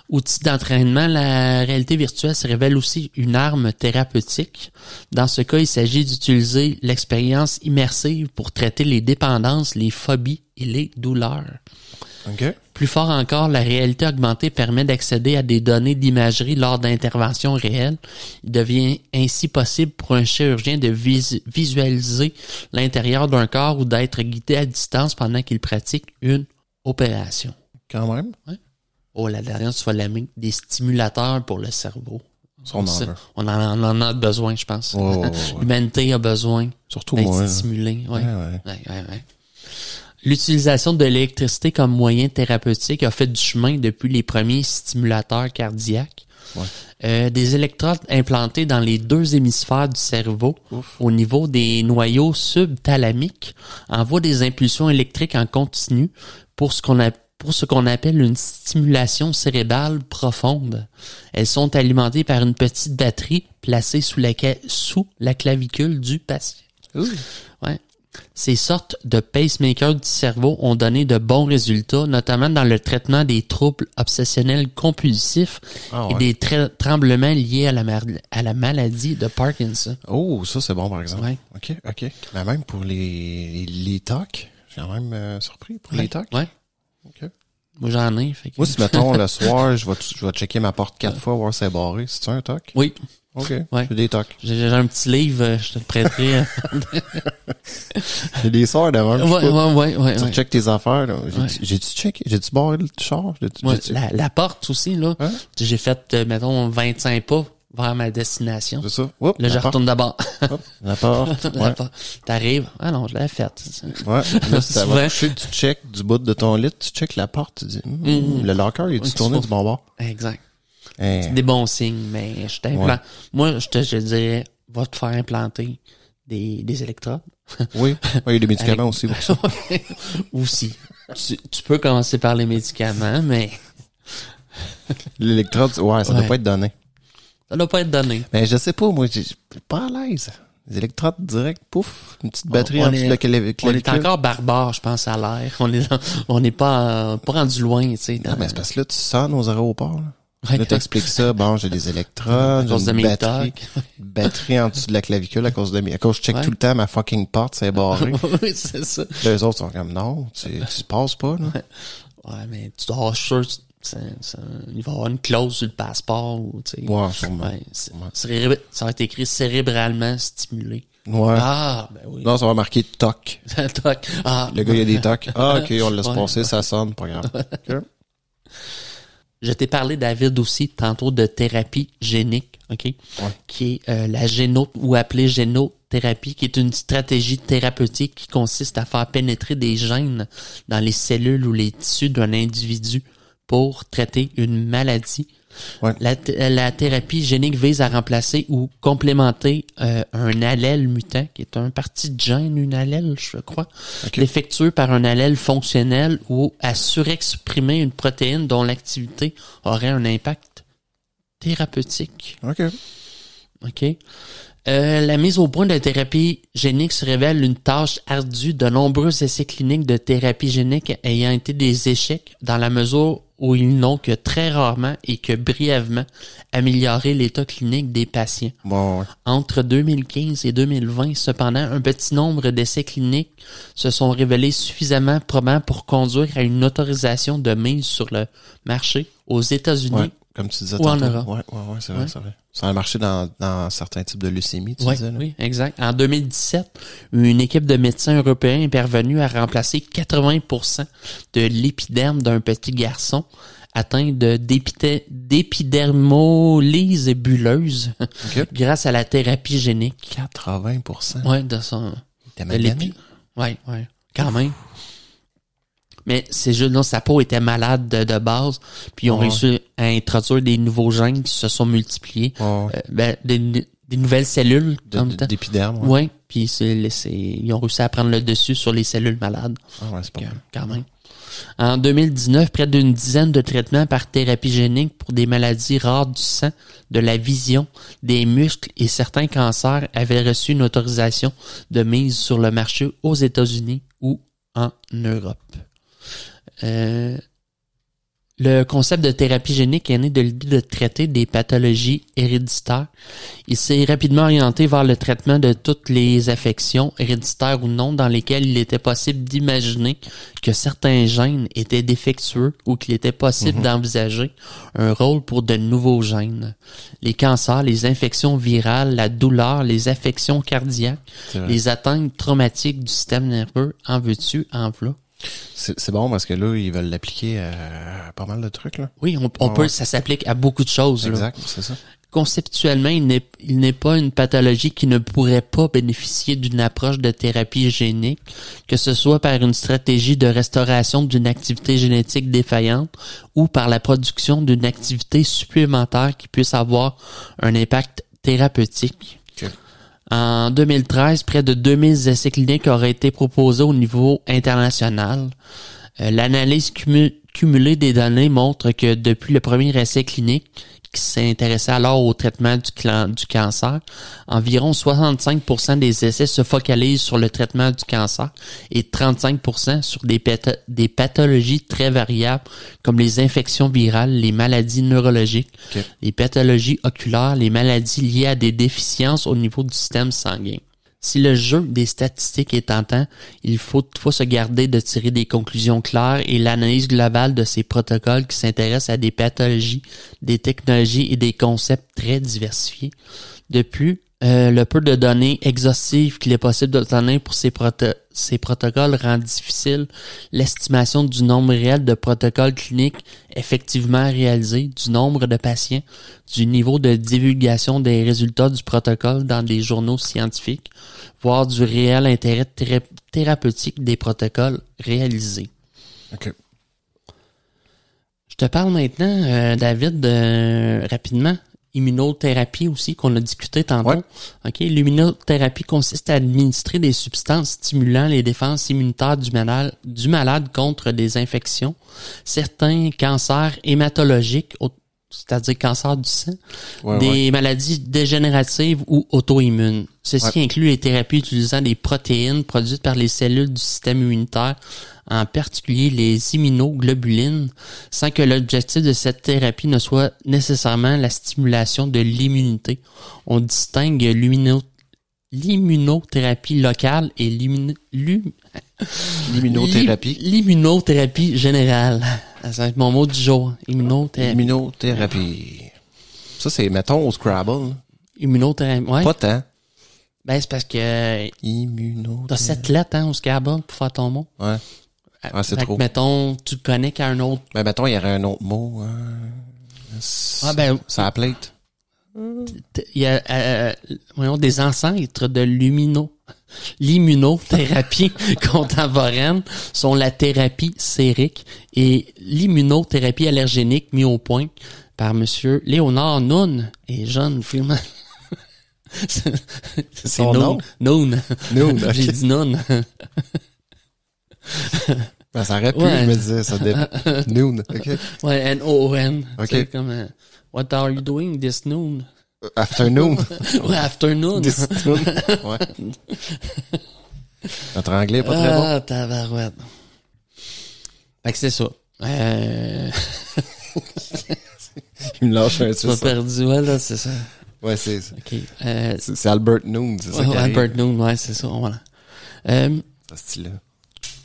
B: Outil d'entraînement, la réalité virtuelle se révèle aussi une arme thérapeutique. Dans ce cas, il s'agit d'utiliser l'expérience immersive pour traiter les dépendances, les phobies et les douleurs.
A: Ok.
B: Plus fort encore, la réalité augmentée permet d'accéder à des données d'imagerie lors d'interventions réelles. Il devient ainsi possible pour un chirurgien de vis- visualiser l'intérieur d'un corps ou d'être guidé à distance pendant qu'il pratique une opération.
A: Quand même.
B: Oh, la dernière, tu vas l'aimer. Des stimulateurs pour le cerveau.
A: Ça, on en
B: Ça,
A: veut.
B: on en- on en a besoin, je pense.
A: Ouais, ouais, ouais, ouais.
B: L'humanité a besoin
A: Surtout
B: d'être
A: moi. là.
B: stimulée. ouais.
A: Ouais, ouais.
B: Ouais, ouais, ouais. L'utilisation de l'électricité comme moyen thérapeutique a fait du chemin depuis les premiers stimulateurs cardiaques.
A: Ouais.
B: Euh, des électrodes implantées dans les deux hémisphères du cerveau
A: Ouf.
B: au niveau des noyaux subthalamiques envoient des impulsions électriques en continu pour ce qu'on a- pour ce qu'on appelle une stimulation cérébrale profonde. Elles sont alimentées par une petite batterie placée sous la, ca- sous la clavicule du patient.
A: Ouh.
B: Ouais. Ces sortes de pacemakers du cerveau ont donné de bons résultats, notamment dans le traitement des troubles obsessionnels compulsifs
A: Ah
B: et
A: ouais.
B: des tre- tremblements liés à la, mar- à la maladie de Parkinson.
A: Oh, ça, c'est bon, par exemple.
B: Ouais.
A: OK, OK. Mais même pour les, les tocs, j'ai quand même euh, surpris pour les tocs.
B: Ouais.
A: OK.
B: Moi, j'en ai. fait que-
A: Moi, si, mettons, le soir, je vais, je vais checker ma porte quatre fois, voir si c'est barré. C'est-tu un toc?
B: Oui.
A: OK.
B: Ouais.
A: J'ai des tocs.
B: J'ai j'ai un petit livre, euh, je te le prêterai. euh.
A: J'ai des soirs devant.
B: ouais, ouais, ouais, ouais,
A: Tu
B: ouais.
A: check tes affaires, là.
B: Ouais.
A: J'ai- J'ai-tu checké? J'ai-tu barré le char? J'ai-tu-
B: Moi,
A: j'ai-tu-
B: la, la porte aussi, là.
A: Hein?
B: J'ai fait, euh, mettons, 25 pas vers ma destination.
A: C'est ça? Oups,
B: Là, je
A: la porte,
B: retourne d'abord.
A: hop, la porte.
B: La
A: ouais.
B: porte. T'arrives. Ah non, je l'avais faite.
A: Ouais, là, si ça
B: Souvent.
A: va coucher, tu checkes du bout de ton lit, tu checkes la porte, tu dis, Hum, le locker, il est
B: Mm-hmm. Ouais,
A: du tourné
B: tu
A: du bon bord.
B: Exact.
A: Hein.
B: Des bons signes, mais je t'implante. Moi, je te je dirais, va te faire implanter des, des électrodes.
A: Oui, Ouais, il y a des médicaments aussi pour ça.
B: aussi. Tu, tu peux commencer par les médicaments, mais
A: L'électrode, ouais, ça
B: Ouais.
A: doit pas être donné.
B: ça doit pas être donné.
A: Mais je sais pas, moi, j'ai- je suis pas à l'aise. Les électrodes direct, pouf, une petite batterie
B: On- on
A: en dessous
B: est-
A: de la clavi-
B: On est
A: clavicule.
B: encore barbare, je pense, à l'air. On est, on n'est pas, euh, pas rendu loin, tu sais.
A: Ah, mais c'est parce que là, tu sonnes aux aéroports, là.
B: Ouais.
A: Là, t'expliques ça. Bon, j'ai des électrodes,
B: cause
A: j'ai
B: de
A: une
B: mes
A: batterie, batterie en dessous de la clavicule à cause de mes... À cause, je check
B: Ouais.
A: tout le temps ma fucking porte, c'est barré.
B: oui, c'est ça.
A: Les autres sont comme, non, tu, tu passes pas, là.
B: Ouais, mais tu dois sûr, tu- ça- ça- il va y avoir une clause sur le passeport ou, tu sais.
A: Ouais, sûrement.
B: Ouais, c'est- cérébr- ça va être écrit cérébralement stimulé.
A: Ouais.
B: Ah, ben oui.
A: Non, ça va marquer toc.
B: Toc. ah,
A: Le gars, il y a des tocs. Ah, ok, on le laisse
B: Ouais.
A: passer, ça sonne, pas grave. Ok.
B: Je t'ai parlé, David, aussi tantôt de thérapie génique, OK? Qui est euh, la géno ou appelée génothérapie, qui est une stratégie thérapeutique qui consiste à faire pénétrer des gènes dans les cellules ou les tissus d'un individu pour traiter une maladie.
A: Ouais.
B: La, th- euh, la thérapie génique vise à remplacer ou complémenter euh, un allèle mutant, qui est un parti de gène, une allèle, je crois,
A: Ok.
B: l'effectuer par un allèle fonctionnel ou à surexprimer une protéine dont l'activité aurait un impact thérapeutique.
A: Ok.
B: OK? Euh, la mise au point de la thérapie génique se révèle une tâche ardue de nombreux essais cliniques de thérapie génique ayant été des échecs dans la mesure où ils n'ont que très rarement et que brièvement amélioré l'état clinique des patients.
A: Bon, ouais.
B: Entre 2015 et 2020, cependant, un petit nombre d'essais cliniques se sont révélés suffisamment probants pour conduire à une autorisation de mise sur le marché aux États-Unis.
A: Ouais, comme tu disais
B: Ou en
A: tantôt.
B: Europe.
A: Ouais, ouais, ouais, c'est vrai,
B: Ouais.
A: c'est vrai. Ça a marché dans, dans certains types de leucémie, tu
B: Ouais,
A: disais, là.
B: oui, exact. En 2017, une équipe de médecins européens est parvenue à remplacer 80% de l'épiderme d'un petit garçon atteint de d'épithé- d'épidermolyse bulleuse
A: Ok.
B: grâce à la thérapie génique.
A: 80%.
B: Ouais, de son
A: T'es
B: de l'épi. Ouais, ouais, quand même. Mais c'est juste non, sa peau était malade de, de base, puis ils ont
A: Ouais.
B: réussi à introduire des nouveaux gènes qui se sont multipliés,
A: Ouais, ouais.
B: Euh, ben, des, des nouvelles cellules
A: De-
B: en même
A: de-
B: temps.
A: D'épiderme. ouais.
B: Oui, puis c'est- c'est- ils ont réussi à prendre le dessus sur les cellules malades,
A: Ah, ouais, c'est pas
B: que-
A: mal.
B: quand même. En 2019, près d'une dizaine de traitements par thérapie génique pour des maladies rares du sang, de la vision, des muscles et certains cancers avaient reçu une autorisation de mise sur le marché aux États-Unis ou en Europe. Euh, le concept de thérapie génique est né de l'idée de traiter des pathologies héréditaires. Il s'est rapidement orienté vers le traitement de toutes les affections, héréditaires ou non, dans lesquelles il était possible d'imaginer que certains gènes étaient défectueux ou qu'il était possible
A: Mhm.
B: d'envisager un rôle pour de nouveaux gènes. Les cancers, les infections virales, la douleur, les affections cardiaques,
A: C'est vrai.
B: les atteintes traumatiques du système nerveux, en veux-tu, en v'là.
A: C'est c'est bon parce que là, ils veulent l'appliquer euh, à à pas mal de trucs, là.
B: Oui, on, on
A: Ah Ouais,
B: peut,
A: ouais.
B: ça s'applique à beaucoup de choses. là.
A: Exact, c'est ça.
B: Conceptuellement, il n'est, il n'est pas une pathologie qui ne pourrait pas bénéficier d'une approche de thérapie génique, que ce soit par une stratégie de restauration d'une activité génétique défaillante ou par la production d'une activité supplémentaire qui puisse avoir un impact thérapeutique.
A: Ok.
B: En 2013, près de 2000 essais cliniques auraient été proposés au niveau international. Euh, L'analyse cumu- cumulée des données montre que depuis le premier essai clinique, qui s'intéressaient alors au traitement du, clan- du cancer. Environ 65 des essais se focalisent sur le traitement du cancer et 35 sur des, patho- des pathologies très variables comme les infections virales, les maladies neurologiques,
A: Ok.
B: les pathologies oculaires, les maladies liées à des déficiences au niveau du système sanguin. Si le jeu des statistiques est tentant, il faut toutefois se garder de tirer des conclusions claires et l'analyse globale de ces protocoles qui s'intéressent à des pathologies, des technologies et des concepts très diversifiés. De plus, euh, le peu de données exhaustives qu'il est possible d'obtenir pour ces, proto- ces protocoles rend difficile l'estimation du nombre réel de protocoles cliniques effectivement réalisés, du nombre de patients, du niveau de divulgation des résultats du protocole dans des journaux scientifiques, voire du réel intérêt thé- thérapeutique des protocoles réalisés.
A: OK.
B: Je te parle maintenant, euh, David, de- rapidement, immunothérapie aussi, qu'on a discuté tantôt.
A: Ouais.
B: OK, L'immunothérapie consiste à administrer des substances stimulant les défenses immunitaires du malade, du malade contre des infections, certains cancers hématologiques, au- c'est-à-dire cancer du sang,
A: Ouais,
B: des
A: ouais.
B: maladies dégénératives ou auto-immunes. Ceci inclut les thérapies utilisant des protéines produites par les cellules du système immunitaire, en particulier les immunoglobulines, sans que l'objectif de cette thérapie ne soit nécessairement la stimulation de l'immunité. On distingue l'immuno- l'immunothérapie locale et l'immun- l'hum-
A: L'immunothérapie.
B: l'im- l'immunothérapie générale. Ça va être mon mot du jour. Immunothérapie.
A: Immunothérapie. Ça, c'est, mettons, au Scrabble.
B: Immunothérapie. Ouais.
A: Pas tant.
B: Ben, c'est parce que T'as
A: Immunothérapie.
B: sept lettres, hein, au Scrabble, pour faire ton mot.
A: Ouais. Ah, c'est
B: Fait que,
A: trop.
B: mettons, tu te connais qu'à un autre.
A: Ben, mettons, il y aurait un autre mot. Hein.
B: Ah, ben,
A: Ça la plate.
B: t- il y a, euh, voyons, des ancêtres de l'immuno, l'immunothérapie contemporaine sont la thérapie sérique et l'immunothérapie allergénique mis au point par monsieur Léonard Noon et John Freeman. C'est c'est
A: Son nom?
B: Noon. Noon.
A: Noon,
B: J'ai
A: ok.
B: dit Noon.
A: Ben, ça aurait pu,
B: Ouais.
A: je me disais. Ça dépend. Noon. OK. Euh,
B: Ouais, N-O-O-N.
A: Ok.
B: C'est comme, euh, what are you doing this noon?
A: Afternoon.
B: Ouais, afternoon.
A: This noon. Ouais. Notre anglais est pas très bon.
B: Ah, tabarouette. Fait que c'est ça. Euh,
A: Il me lâche un
B: tu vas
A: suisse.
B: perdu, ouais, là, c'est ça.
A: Ouais, c'est ça.
B: OK. Euh,
A: C'est c'est Albert Noon, c'est ça.
B: ouais,
A: qui arrive, Ah,
B: Albert Noon, ouais, c'est ça, voilà. Euh,
A: ce style-là.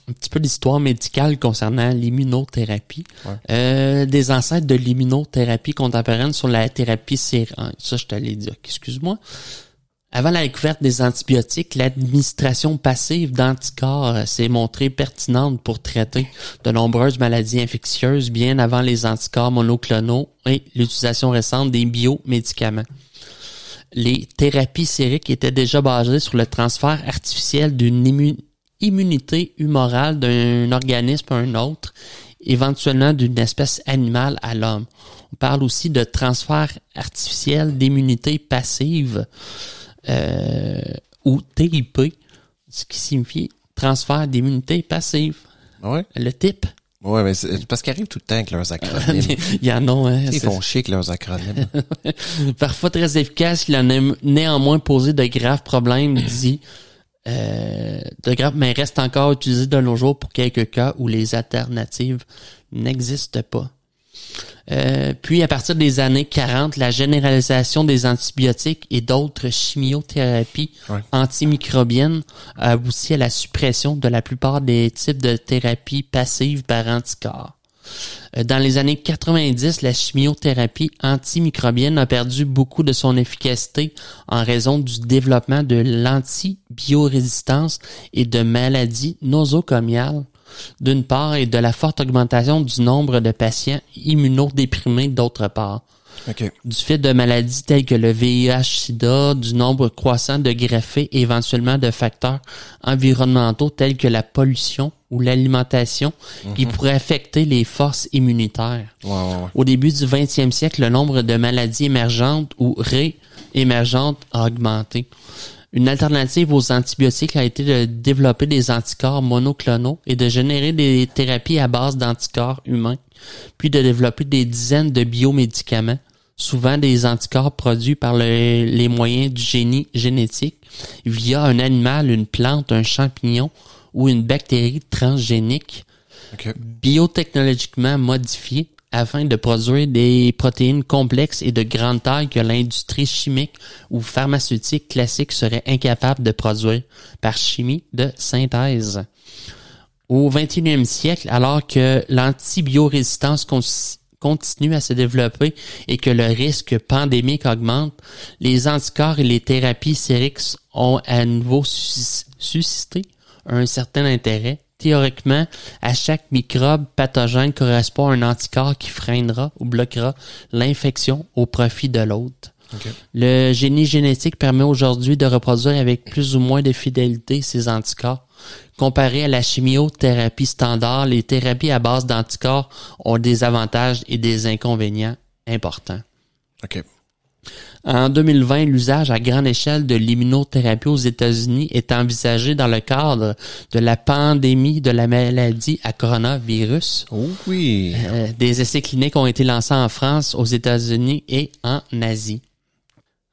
B: un petit peu d'histoire médicale concernant l'immunothérapie.
A: Ouais.
B: Euh, des ancêtres de l'immunothérapie contemporaine sur la thérapie sérante. Ça, je t'allais dire. Excuse-moi. Avant la découverte des antibiotiques, l'administration passive d'anticorps euh, s'est montrée pertinente pour traiter de nombreuses maladies infectieuses bien avant les anticorps monoclonaux et l'utilisation récente des biomédicaments les thérapies sériques étaient déjà basées sur le transfert artificiel d'une immu- immunité humorale d'un organisme à un autre, éventuellement d'une espèce animale à l'homme. On parle aussi de transfert artificiel d'immunité passive euh, ou TIP, ce qui signifie transfert d'immunité passive.
A: Ouais.
B: Le type,
A: Ouais, mais c'est parce qu'ils arrivent tout le temps avec leurs acronymes.
B: il y en a. hein,
A: Ils
B: c'est-
A: font chier avec leurs acronymes.
B: parfois très efficace, il a né- néanmoins posé de graves problèmes, dit euh, de graves, mais reste encore utilisé de nos jours pour quelques cas où les alternatives n'existent pas. Euh, puis, à partir des années 40, la généralisation des antibiotiques et d'autres chimiothérapies
A: Ouais.
B: antimicrobiennes a abouti à la suppression de la plupart des types de thérapies passives par anticorps. Euh, Dans les années 90, la chimiothérapie antimicrobienne a perdu beaucoup de son efficacité en raison du développement de l'antibiorésistance et de maladies nosocomiales, d'une part, et de la forte augmentation du nombre de patients immunodéprimés, d'autre part
A: OK.
B: du fait de maladies telles que le VIH-Sida, du nombre croissant de greffés et éventuellement de facteurs environnementaux tels que la pollution ou l'alimentation qui pourraient affecter les forces immunitaires.
A: Ouais, ouais, ouais.
B: Au début du 20e siècle, le nombre de maladies émergentes ou réémergentes a augmenté. Une alternative aux antibiotiques a été de développer des anticorps monoclonaux et de générer des thérapies à base d'anticorps humains, puis de développer des dizaines de biomédicaments, souvent des anticorps produits par le- les moyens du génie génétique via un animal, une plante, un champignon ou une bactérie transgénique
A: OK.
B: biotechnologiquement modifiés afin de produire des protéines complexes et de grande taille que l'industrie chimique ou pharmaceutique classique serait incapable de produire par chimie de synthèse. Au 21e siècle, alors que l'antibiorésistance con- continue à se développer et que le risque pandémique augmente, les anticorps et les thérapies sériques ont à nouveau sus- suscité un certain intérêt. Théoriquement, à chaque microbe pathogène correspond un anticorps qui freinera ou bloquera l'infection au profit de l'autre.
A: OK.
B: Le génie génétique permet aujourd'hui de reproduire avec plus ou moins de fidélité ces anticorps. Comparé à la chimiothérapie standard, les thérapies à base d'anticorps ont des avantages et des inconvénients importants.
A: OK.
B: En 2020, l'usage à grande échelle de l'immunothérapie aux États-Unis est envisagé dans le cadre de la pandémie de la maladie à coronavirus.
A: Oh oui.
B: Euh, des essais cliniques ont été lancés en France, aux États-Unis et en Asie.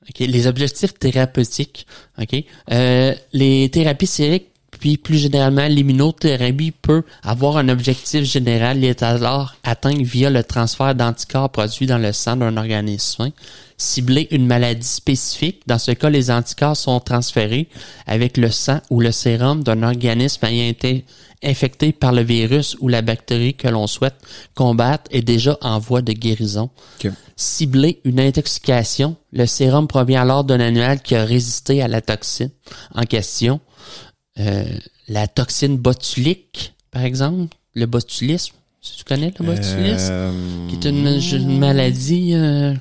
B: Ok, Les objectifs thérapeutiques. ok. Euh, les thérapies sériques, puis plus généralement l'immunothérapie, peut avoir un objectif général et est alors atteint via le transfert d'anticorps produits dans le sang d'un organisme sain. Cibler une maladie spécifique, dans ce cas, les anticorps sont transférés avec le sang ou le sérum d'un organisme ayant été infecté par le virus ou la bactérie que l'on souhaite combattre est déjà en voie de guérison.
A: OK.
B: Cibler une intoxication, le sérum provient alors d'un animal qui a résisté à la toxine en question. Euh, la toxine botulique, par exemple, le botulisme, si tu connais le botulisme,
A: Euh,
B: qui est une, une maladie... Euh,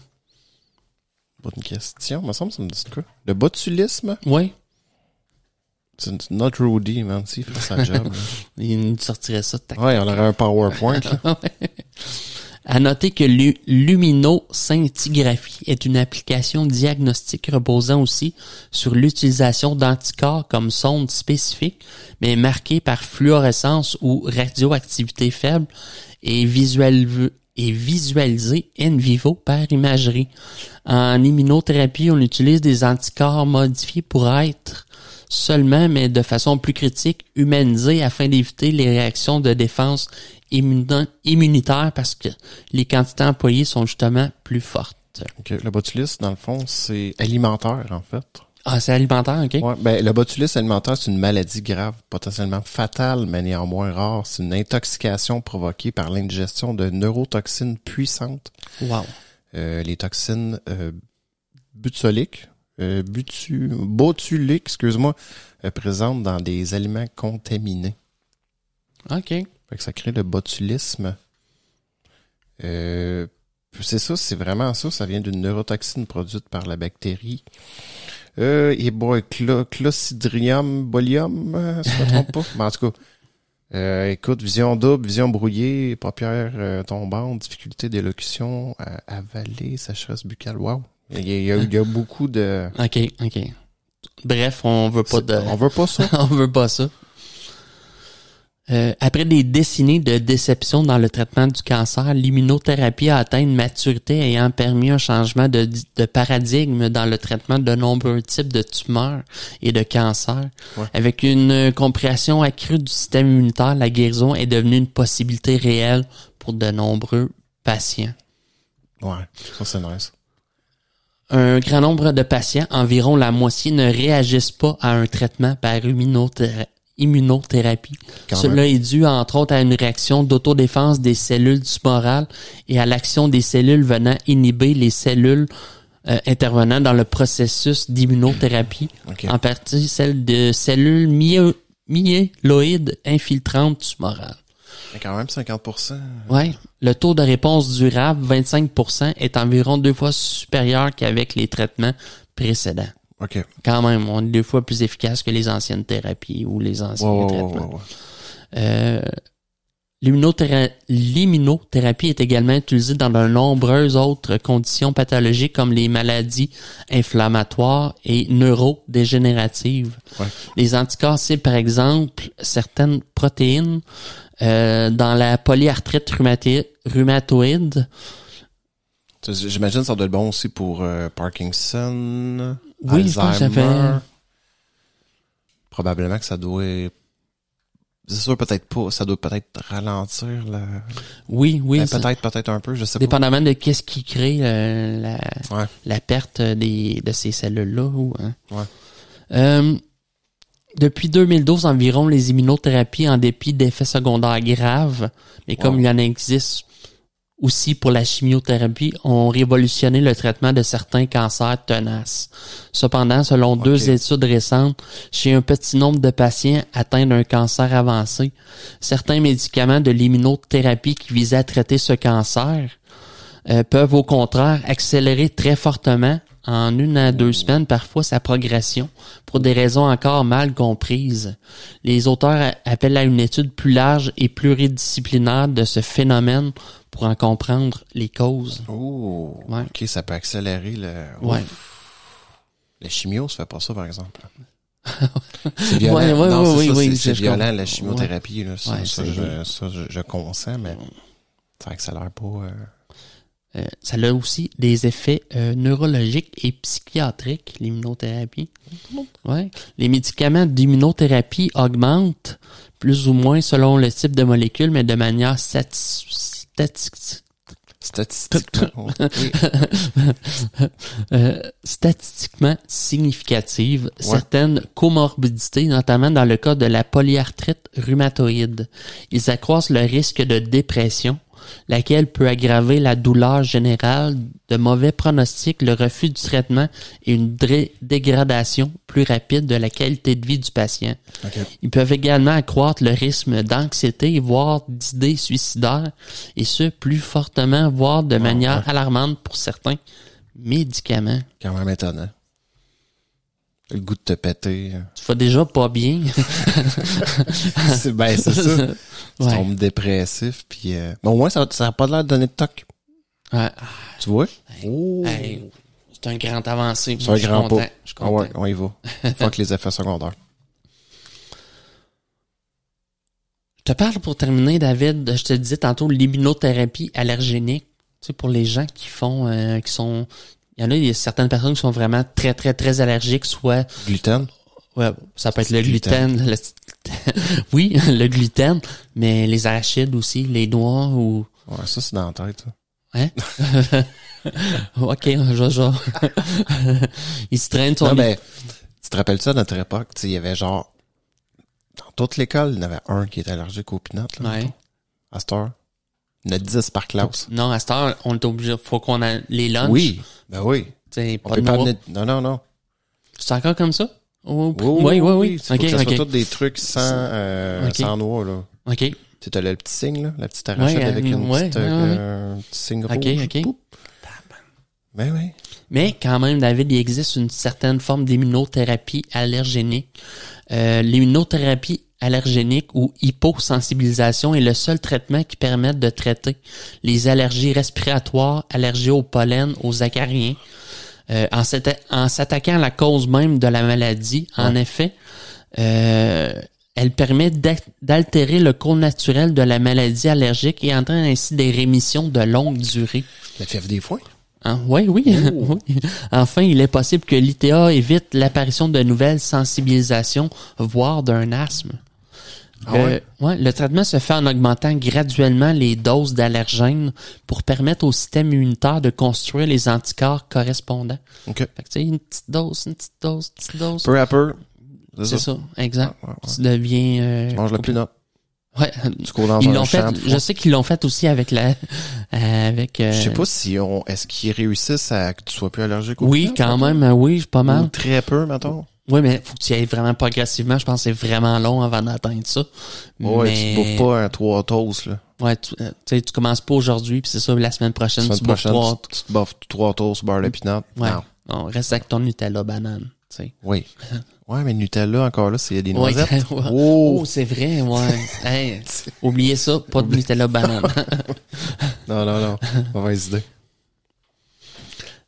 A: Bonne question. me semble que ça me dit de quoi. Le botulisme,
B: ouais,
A: c'est notre Rudy, man. S'il fait sa job. là.
B: il nous sortirait ça de ta
A: ouais, on aurait un PowerPoint. là.
B: À noter que lu- l'uminoscintigraphie est une application diagnostique reposant aussi sur l'utilisation d'anticorps comme sonde spécifique, mais marquée par fluorescence ou radioactivité faible et, visuel- et visualisée in vivo par imagerie. En immunothérapie, on utilise des anticorps modifiés pour être seulement, mais de façon plus critique, humanisée afin d'éviter les réactions de défense immuno- immunitaire parce que les quantités employées sont justement plus fortes.
A: OK. Le botulisme, dans le fond, c'est alimentaire, en fait.
B: Ah, c'est alimentaire, OK?
A: Ouais, ben, le botulisme alimentaire, c'est une maladie grave, potentiellement fatale, mais néanmoins rare. C'est une intoxication provoquée par l'indigestion de neurotoxines puissantes.
B: Wow.
A: Euh, les toxines euh, butyliques, euh, butu, botuliques, excuse-moi, euh, présentes dans des aliments contaminés.
B: OK.
A: Fait que ça crée le botulisme. Euh, c'est ça, c'est vraiment ça. Ça vient d'une neurotoxine produite par la bactérie. Euh, et boy, clo- Clostridium bolium, euh, si je me trompe pas. Mais en tout cas, euh, écoute, vision double, vision brouillée, paupières euh, tombantes, difficulté d'élocution, euh, avaler, sécheresse buccale. Wow. Il y a, il y a- il y a beaucoup de...
B: OK, OK. Bref, on veut pas de...
A: On veut pas ça.
B: on veut pas ça. Euh, après des décennies de déception dans le traitement du cancer, l'immunothérapie a atteint une maturité ayant permis un changement de, de paradigme dans le traitement de nombreux types de tumeurs et de cancers.
A: Ouais.
B: Avec une compréhension accrue du système immunitaire, la guérison est devenue une possibilité réelle pour de nombreux patients.
A: Ouais, ça c'est nice.
B: Un grand nombre de patients, environ la moitié, ne réagissent pas à un traitement par immunothé- immunothérapie.
A: Quand
B: Cela
A: même.
B: est dû, entre autres, à une réaction d'autodéfense des cellules tumorales et à l'action des cellules venant inhiber les cellules euh, intervenant dans le processus d'immunothérapie,
A: Ok.
B: en partie celles de cellules myé- myéloïdes infiltrantes tumorales.
A: Mais quand même 50%.
B: Ouais. Le taux de réponse durable, 25 est environ deux fois supérieur qu'avec les traitements précédents.
A: OK.
B: Quand même, on est deux fois plus efficace que les anciennes thérapies ou les anciens
A: Wow, wow, wow,
B: traitements.
A: wow, wow.
B: Euh, l'immunothérapie- L'immunothérapie est également utilisée dans de nombreuses autres conditions pathologiques comme les maladies inflammatoires et neurodégénératives.
A: Ouais.
B: Les anticorps ciblent par exemple certaines protéines euh, dans la polyarthrite rhumati- rhumatoïde,
A: J'imagine ça doit être bon aussi pour euh, Parkinson,
B: Oui, je pense que ça
A: Alzheimer.
B: fait-
A: Probablement que ça doit... C'est sûr, peut-être pas. Ça doit peut-être ralentir la...
B: Oui, oui.
A: Ben,
B: ça-
A: peut-être, peut-être un peu, je sais pas.
B: Dépendamment de qu'est-ce qui crée euh, la,
A: Ouais.
B: la perte des, de ces cellules-là. ou, hein.
A: Ouais.
B: Euh, depuis 2012 environ, les immunothérapies, en dépit d'effets secondaires graves, mais comme
A: Wow.
B: il y en existe aussi pour la chimiothérapie, ont révolutionné le traitement de certains cancers tenaces. Cependant, selon deux études récentes, chez un petit nombre de patients atteints d'un cancer avancé, certains médicaments de l'immunothérapie qui visaient à traiter ce cancer euh, peuvent au contraire accélérer très fortement en une à deux semaines parfois sa progression pour des raisons encore mal comprises. Les auteurs a- appellent à une étude plus large et pluridisciplinaire de ce phénomène pour en comprendre les causes.
A: Oh,
B: Ouais.
A: ok, ça peut accélérer le...
B: Ouais.
A: La chimio, ça fait pas ça, par exemple. c'est violent.
B: Ouais, ouais,
A: non,
B: ouais,
A: c'est
B: oui,
A: ça,
B: oui,
A: c'est-
B: je-
A: c'est
B: je
A: violent,
B: comprends.
A: la chimiothérapie. Là, ça,
B: Ouais,
A: ça,
B: c'est-
A: je, ça, je, je consens, mais ça accélère pas... euh,
B: Euh, ça a aussi des effets euh, neurologiques et psychiatriques, l'immunothérapie. Ouais. Les médicaments d'immunothérapie augmentent plus ou moins selon le type de molécule, mais de manière statis- statis-
A: Statistiquement. oui.
B: euh, statistiquement significative certaines comorbidités, notamment dans le cas de la polyarthrite rhumatoïde. Ils accroissent le risque de dépression, laquelle peut aggraver la douleur générale, de mauvais pronostics, le refus du traitement et une dré- dégradation plus rapide de la qualité de vie du patient.
A: Ok.
B: Ils peuvent également accroître le risque d'anxiété, voire d'idées suicidaires, et ce, plus fortement, voire de manière alarmante pour certains médicaments.
A: Quand même étonnant. Le goût de te péter. hein.
B: Tu vas déjà pas bien.
A: C'est- ben, c'est ça. Tu
B: Ouais.
A: tombes dépressif, puis... euh, Mais au moins, ça n'a pas l'air de donner de toc.
B: Ouais.
A: Tu vois? Oh.
B: Hey, c'est un grand avancé.
A: C'est un
B: Je suis
A: grand
B: content.
A: pas.
B: Je suis
A: Ah
B: content.
A: ouais, on y va. Fuck les effets secondaires.
B: Je te parle pour terminer, David. de- Je te disais tantôt l'immunothérapie allergénique. Tu sais, pour les gens qui font, euh, qui sont, il y en a, il y a certaines personnes qui sont vraiment très, très, très allergiques, soit
A: Gluten?
B: Ouais, ça peut être
A: C'est
B: le
A: gluten.
B: gluten. le st- oui, le gluten, mais les arachides aussi, les noix ou...
A: Ouais, ça, c'est dans la tête. ça.
B: Hein? ok, Jojo. Ils se traînent sur
A: Non,
B: les-
A: mais tu te rappelles ça à notre époque? tu sais, Il y avait genre... Dans toute l'école, il y en avait un qui était allergique aux peanuts. Là,
B: Ouais.
A: À cette heure. Il y en a 10 par classe.
B: Non, à cette heure, on est obligé, faut qu'on a les lunchs.
A: Oui. Ben oui.
B: T'sais,
A: On
B: pas de
A: peut pas
B: noix.
A: amener... Non, non, non.
B: C'est encore comme ça? Oh,
A: Oh,
B: oui, oui, oui.
A: Faut que
B: Ok,
A: ça soit tous
B: ok.
A: des trucs sans, euh,
B: Ok.
A: sans noix, là.
B: Ok,
A: Tu sais, t'as le petit signe, là, la petite arachide
B: Ouais,
A: avec
B: euh,
A: une
B: ouais,
A: petite,
B: ouais,
A: euh, un petit signe
B: ok,
A: rouge.
B: ok.
A: Ben oui.
B: Mais quand même, David, il existe une certaine forme d'immunothérapie allergénique. Euh, L'immunothérapie allergénique ou hyposensibilisation est le seul traitement qui permet de traiter les allergies respiratoires, allergies au pollen, aux acariens, euh, en s'atta- en s'attaquant à la cause même de la maladie. En effet, euh, elle permet d'ac- d'altérer le cours naturel de la maladie allergique et entraîne ainsi des rémissions de longue durée.
A: La fièvre des foins.
B: Hein, ouais, oui,
A: Oh.
B: oui. Enfin, il est possible que l'ITA évite l'apparition de nouvelles sensibilisations, voire d'un asthme.
A: Ah ouais?
B: Le, ouais, le traitement se fait en augmentant graduellement les doses d'allergènes pour permettre au système immunitaire de construire les anticorps correspondants.
A: OK.
B: Fait que, tu sais, une petite dose, une petite dose, une petite dose.
A: Peu Ah. à peu.
B: C'est ça, exact.
A: Ouais, ouais, ouais.
B: Tu deviens... euh,
A: Tu manges le peanut.
B: ouais.
A: Tu cours dans
B: Ils
A: un
B: l'ont fait,
A: champ.
B: je sais qu'ils l'ont fait aussi avec la... avec... euh,
A: Je sais pas si on, est-ce qu'ils réussissent à que tu sois plus allergique au
B: Oui,
A: peanut,
B: quand
A: mettons?
B: même, euh, oui, pas mal.
A: Ou très peu, mettons.
B: Oui, mais faut que tu y ailles vraiment progressivement. Je pense que c'est vraiment long avant d'atteindre ça.
A: Ouais, tu
B: Mais-
A: te bouffes pas un trois toasts, là.
B: Ouais, tu, euh, tu sais, tu commences pas aujourd'hui, puis c'est ça, la semaine prochaine,
A: La semaine
B: tu bouffes
A: prochaine,
B: trois- Mmh.
A: tu, tu te buffes trois toasts, beurre de peanut.
B: Ouais.
A: Non.
B: Non, reste avec ton Nutella banane, tu sais.
A: Oui. Ouais, mais Nutella, encore là, c'est des noisettes.
B: Ouais, ouais.
A: Oh!
B: Oh, c'est vrai, ouais. Hey, oubliez ça, pas de Nutella banane.
A: Non, non, non. Mauvaise idée.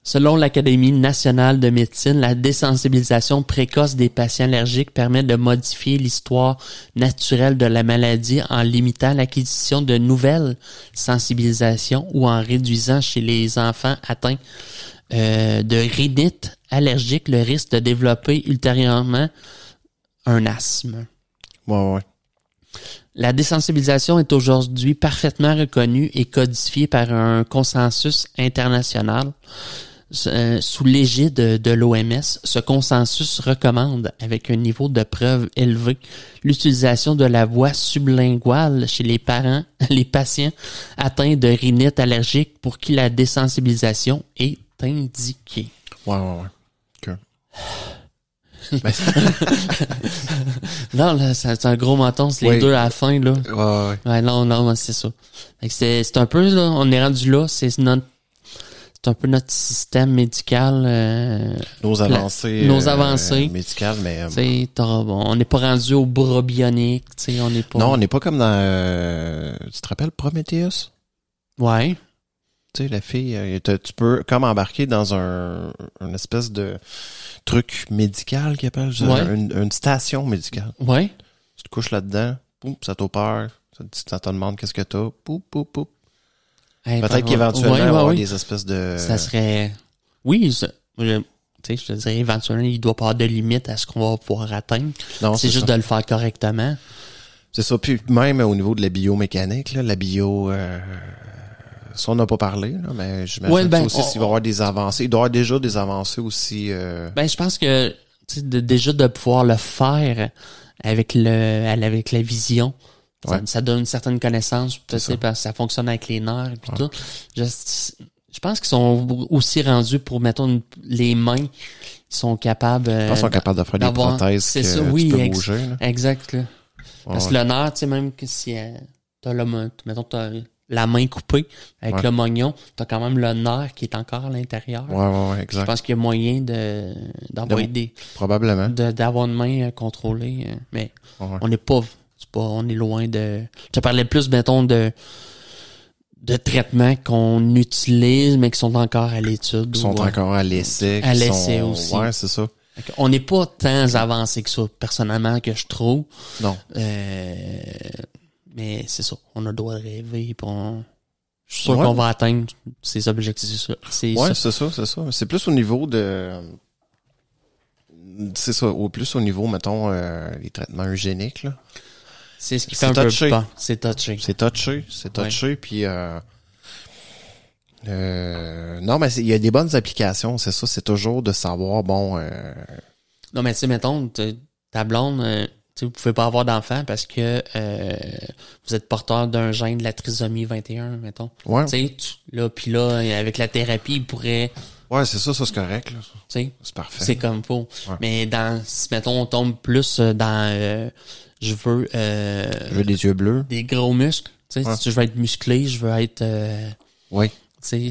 B: Selon l'Académie nationale de médecine, la désensibilisation précoce des patients allergiques permet de modifier l'histoire naturelle de la maladie en limitant l'acquisition de nouvelles sensibilisations ou en réduisant chez les enfants atteints euh, de rhinite allergique le risque de développer ultérieurement un asthme.
A: Ouais, ouais.
B: La désensibilisation est aujourd'hui parfaitement reconnue et codifiée par un consensus international euh, sous l'égide de, de l'OMS. Ce consensus recommande, avec un niveau de preuve élevé, l'utilisation de la voie sublinguale chez les parents, les patients atteints de rhinite allergique pour qui la désensibilisation est indiquée.
A: Ouais, ouais, ouais. Ben, Ok.
B: non, là, ça- c'est un gros menton, c'est les
A: Oui.
B: deux à la fin, là.
A: Ouais, ouais, ouais.
B: Ouais, non, non, c'est ça. Fait que c'est, c'est un peu, là, on est rendu là, c'est notre, c'est un peu notre système médical, euh,
A: Nos avancées. euh,
B: nos avancées.
A: médicales, mais. euh,
B: tu sais, t'auras- bon, on n'est pas rendu au bras bionique, tu sais, on n'est pas.
A: non, on n'est pas comme dans. euh, tu te rappelles Prometheus?
B: Ouais.
A: Tu sais, la fille, euh, t'as- tu peux comme embarquer dans un une espèce de truc médical qui appelle je sais,
B: Ouais.
A: une, une station médicale.
B: Ouais.
A: Tu te couches là-dedans, poum, ça t'opère, ça te, ça te demande qu'est-ce que t'as, poup, poup, poup.
B: Hey, par-
A: Peut-être qu'éventuellement,
B: ouais, ouais,
A: euh, il va y avoir
B: ouais.
A: des espèces de...
B: Ça serait. Oui, ça- je- tu sais, je te dirais, éventuellement, il doit pas avoir de limite à ce qu'on va pouvoir atteindre.
A: Non,
B: c'est juste
A: ça.
B: de le faire correctement.
A: C'est ça. Puis même au niveau de la biomécanique, là, la bio... euh, Ça, on n'a pas parlé, là, mais j'imagine
B: Ouais,
A: que
B: ben,
A: aussi
B: on-
A: s'il va y avoir des avancées. Il doit y avoir déjà des avancées aussi... euh,
B: Ben, je pense que tu sais, de- déjà de pouvoir le faire avec le avec la vision, ça-
A: Ouais.
B: ça, donne une certaine connaissance, tu
A: ça.
B: sais, parce que ça fonctionne avec les nerfs et tout. Je, je pense qu'ils sont aussi rendus pour, mettons, une- les mains, ils sont capables.
A: je pense
B: euh,
A: qu'on est capable de faire des
B: d'avoir-
A: prothèses
B: c'est
A: que
B: ça,
A: tu
B: oui,
A: peux
B: ex-
A: bouger. là.
B: Exact, là. Parce
A: Ouais,
B: que le nerf, tu sais, même que si euh, t'as le, mo- mettons, t'as la main coupée avec
A: Ouais.
B: le mognon, t'as quand même le nerf qui est encore à l'intérieur.
A: ouais, ouais, ouais,
B: Je
A: exact.
B: pense qu'il y a moyen de d'envoyer
A: De-
B: des
A: Probablement.
B: de- d'avoir une main euh, contrôlée, euh, mais
A: Ouais.
B: on n'est pas, c'est pas, on est loin de. Je te parlais plus, mettons, de de traitements qu'on utilise, mais qui sont encore à l'étude.
A: Qui sont
B: ou, euh,
A: encore à l'essai.
B: À
A: qui
B: l'essai
A: sont-
B: aussi.
A: Ouais, c'est ça.
B: fait que On n'est pas tant avancé que ça, personnellement, que je trouve.
A: Non.
B: Euh, mais c'est ça, on a le droit de rêver, puis on- Je suis sûr
A: Ouais.
B: qu'on va atteindre ces objectifs. C'est sûr. C'est
A: Ouais,
B: sûr.
A: c'est ça, c'est ça. C'est plus au niveau de. C'est ça, au plus au niveau, mettons, euh, les traitements eugéniques, là.
B: C'est ce qui fait
A: C'est
B: un
A: touché.
B: peu peur. C'est touché.
A: C'est touché, c'est touché, puis. euh, euh, non, mais c'est- il y a des bonnes applications, c'est ça. C'est toujours de savoir, bon, euh,
B: Non, mais tu sais, mettons, t- ta blonde, euh, tu sais, vous pouvez pas avoir d'enfant parce que euh, vous êtes porteur d'un gène de la trisomie 21, mettons.
A: ouais,
B: Tu sais, tu- là, puis là, euh, avec la thérapie, il pourrait, tu
A: ouais, c'est ça, ça c'est correct, là.
B: sais,
A: C'est parfait.
B: c'est comme faux.
A: Ouais.
B: Mais dans, si, mettons, on tombe plus euh, dans, euh, je veux, euh,
A: Je veux des yeux bleus.
B: des gros muscles, tu sais,
A: Ouais.
B: si je veux être musclé, je veux être, euh,
A: Oui.
B: tu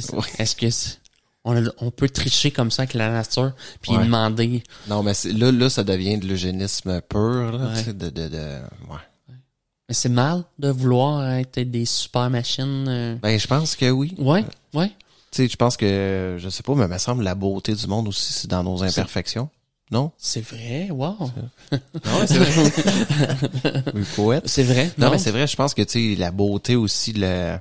B: sais,
A: Ouais.
B: est-ce que c'est- on, a- on peut tricher comme ça avec la nature, puis
A: Ouais.
B: demander,
A: Non, mais c'est- là, là, ça devient de l'eugénisme pur, là.
B: Ouais.
A: tu sais, De, de, de, ouais.
B: mais c'est mal de vouloir être des super machines. euh,
A: Ben, je pense que oui.
B: Ouais,
A: Euh.
B: ouais.
A: Tu sais, je pense que, je sais pas, mais il me semble la beauté du monde aussi, c'est dans nos imperfections. Non?
B: C'est vrai, wow.
A: Non, c'est vrai. Oui, poète.
B: C'est vrai.
A: Non, mais c'est vrai, je pense que, tu sais, la beauté aussi, le...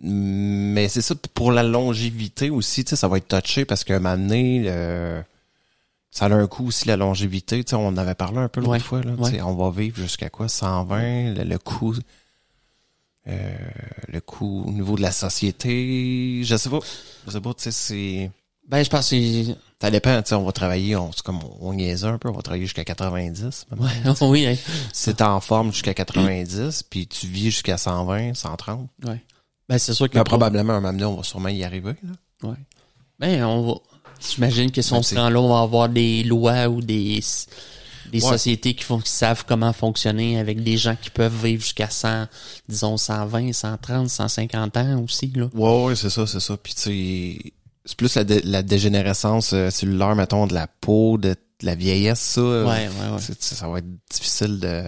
A: Mais c'est ça, pour la longévité aussi, tu sais, ça va être touché parce que m'amener, le... ça a un coût aussi, la longévité. Tu sais, on en avait parlé un peu l'autre
B: Ouais,
A: fois, là. Tu
B: ouais.
A: sais, on va vivre jusqu'à quoi? 120, le, le coût... euh, le coût au niveau de la société, je sais pas. Je sais pas, tu sais, c'est...
B: Ben, je pense que c'est-
A: Ça dépend, tu sais, on va travailler, on, c'est comme on niaise un peu, on va travailler jusqu'à 90. même.
B: Ouais, oui, hein.
A: Si t'es en forme jusqu'à 90, puis tu vis jusqu'à 120, 130,
B: ouais. Ben, c'est sûr que.
A: ben, probablement, un moment donné, on va sûrement y arriver. Là.
B: Ouais. Ben, on va. J'imagine que si
A: Ben,
B: on se
A: c'est-
B: rend là, on va avoir des lois ou des, des
A: Ouais.
B: sociétés qui, font, qui savent comment fonctionner avec des gens qui peuvent vivre jusqu'à 100, disons 120, 130, 150 ans aussi, là.
A: Ouais, ouais, c'est ça, c'est ça. Puis tu sais, c'est plus la, dé- la dégénérescence euh, cellulaire, mettons, de la peau, de, de la vieillesse, ça. euh,
B: Ouais, ouais, ouais.
A: c'est- c'est- Ça va être difficile de...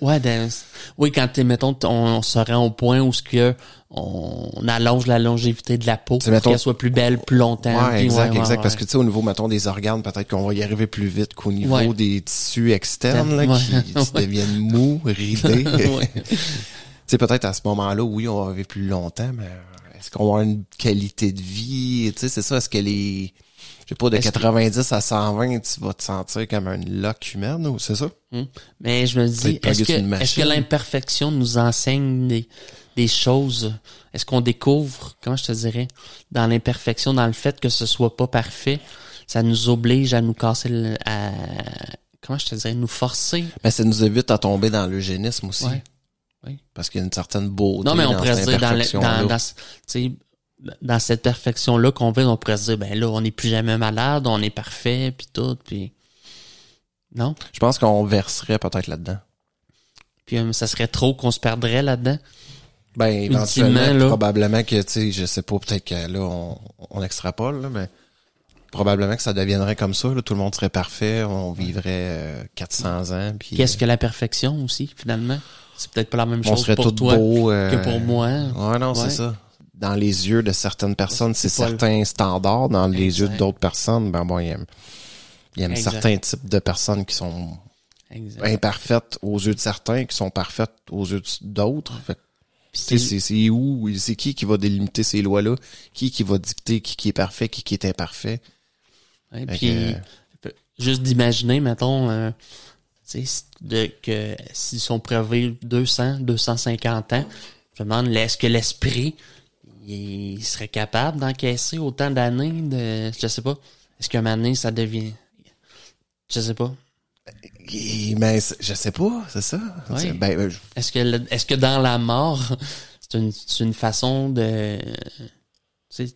B: Ouais, dans- oui, quand t'es, mettons, t- on, on se rend au point où ce que on on allonge la longévité de la peau
A: C'est,
B: pour
A: mettons-
B: qu'elle soit plus belle plus longtemps.
A: Ouais,
B: puis
A: exact,
B: ouais,
A: exact.
B: ouais,
A: Parce
B: ouais.
A: que, tu sais, au niveau, mettons, des organes, peut-être qu'on va y arriver plus vite qu'au niveau
B: Ouais.
A: des tissus externes, là,
B: Ouais.
A: qui, qui
B: Ouais.
A: deviennent mous, ridés.
B: Ouais.
A: tu sais, peut-être à ce moment-là, oui, on va vivre plus longtemps, mais euh, est-ce qu'on va avoir une qualité de vie? Tu sais, c'est ça, est-ce que les, je sais pas, de
B: Est-ce que-
A: 90 à 120, tu vas te sentir comme une loque humaine, ou c'est ça?
B: Hum. Mais je me dis,
A: Peut-être
B: est-ce
A: plugger sur une
B: que, est-ce
A: machine.
B: que l'imperfection nous enseigne des, des choses? Est-ce qu'on découvre, comment je te dirais, dans l'imperfection, dans le fait que ce soit pas parfait, ça nous oblige à nous casser, le- à, comment je te dirais, nous forcer?
A: Mais ça nous évite à tomber dans l'eugénisme aussi.
B: Ouais. Ouais.
A: Parce qu'il y a une certaine beauté.
B: Non, mais on
A: dans
B: pourrait se
A: cette
B: dire dans, le-
A: imperfection-là.
B: dans, dans, ce- tu sais, dans cette perfection-là qu'on vit, on pourrait se dire, ben là, on n'est plus jamais malade, on est parfait, puis tout, puis non?
A: Je pense qu'on verserait peut-être là-dedans.
B: Puis euh, ça serait trop qu'on se perdrait là-dedans.
A: Ben, éventuellement,
B: Ultimement, là.
A: probablement que, tu sais, je sais pas, peut-être que là, on, on extrapole, là, mais probablement que ça deviendrait comme ça, là, tout le monde serait parfait, on vivrait euh, 400 ans, puis euh,
B: Qu'est-ce que la perfection aussi, finalement? C'est peut-être pas la même
A: on
B: chose
A: serait
B: pour
A: tous
B: toi
A: beaux. euh,
B: que pour moi.
A: Ouais, non,
B: Ouais.
A: c'est ça. Dans les yeux de certaines personnes, c'est
B: C'est pas le-
A: certains standards. Dans les
B: Exact.
A: yeux d'autres personnes, ben bon, il y a, il y a un
B: Exact.
A: certain type de personnes qui sont
B: Exact.
A: Ben, imparfaites aux yeux de certains, qui sont parfaites aux yeux de- d'autres. Fait que
B: Puis
A: Tu sais,
B: c'est-
A: c'est c'est où, c'est qui qui va délimiter ces lois-là, qui qui va dicter qui qui est parfait, qui qui est imparfait.
B: ouais,
A: Fait
B: puis juste d'imaginer, mettons, euh, tu sais, si- de- que s'ils sont prévus 200, 250 ans, je me demande, est-ce que l'esprit, il serait capable d'encaisser autant d'années de, je sais pas, est-ce qu'un moment donné, ça devient, je sais pas,
A: Et- mais c'est- je sais pas, c'est ça.
B: Ouais.
A: C'est- Ben, ben, je-
B: Est-ce que, le- est-ce que dans la mort, c'est une, c'est une façon de. tu sais,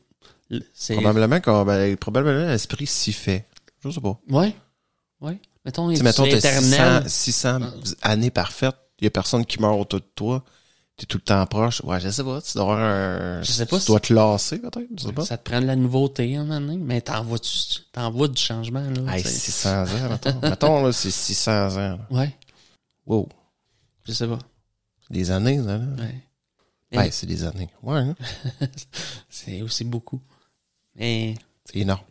B: le- C'est.
A: probablement qu'on, ben, probablement l'esprit s'y fait. Je sais pas.
B: Ouais. Ouais. Mettons,
A: Tu sais,
B: est
A: mettons, t'as
B: éternel.
A: 600, 600 années parfaites, il y a personne qui meurt autour de toi, t'es tout le temps proche. Ouais, je sais pas, tu dois avoir un,
B: Je sais pas
A: tu
B: si-
A: dois te lasser, peut-être, je sais pas.
B: Ça te prend de la nouveauté, à un moment donné. Mais t'envoies du, t'envoies du changement, là.
A: Hey,
B: tu sais.
A: 600 ans, mettons. mettons, là, c'est 600 ans. là.
B: Ouais.
A: Wow.
B: Je sais pas.
A: Des années, là. là.
B: Ouais. Et-
A: Ouais, c'est des années. Ouais, hein.
B: C'est aussi beaucoup. Mais.
A: C'est énorme.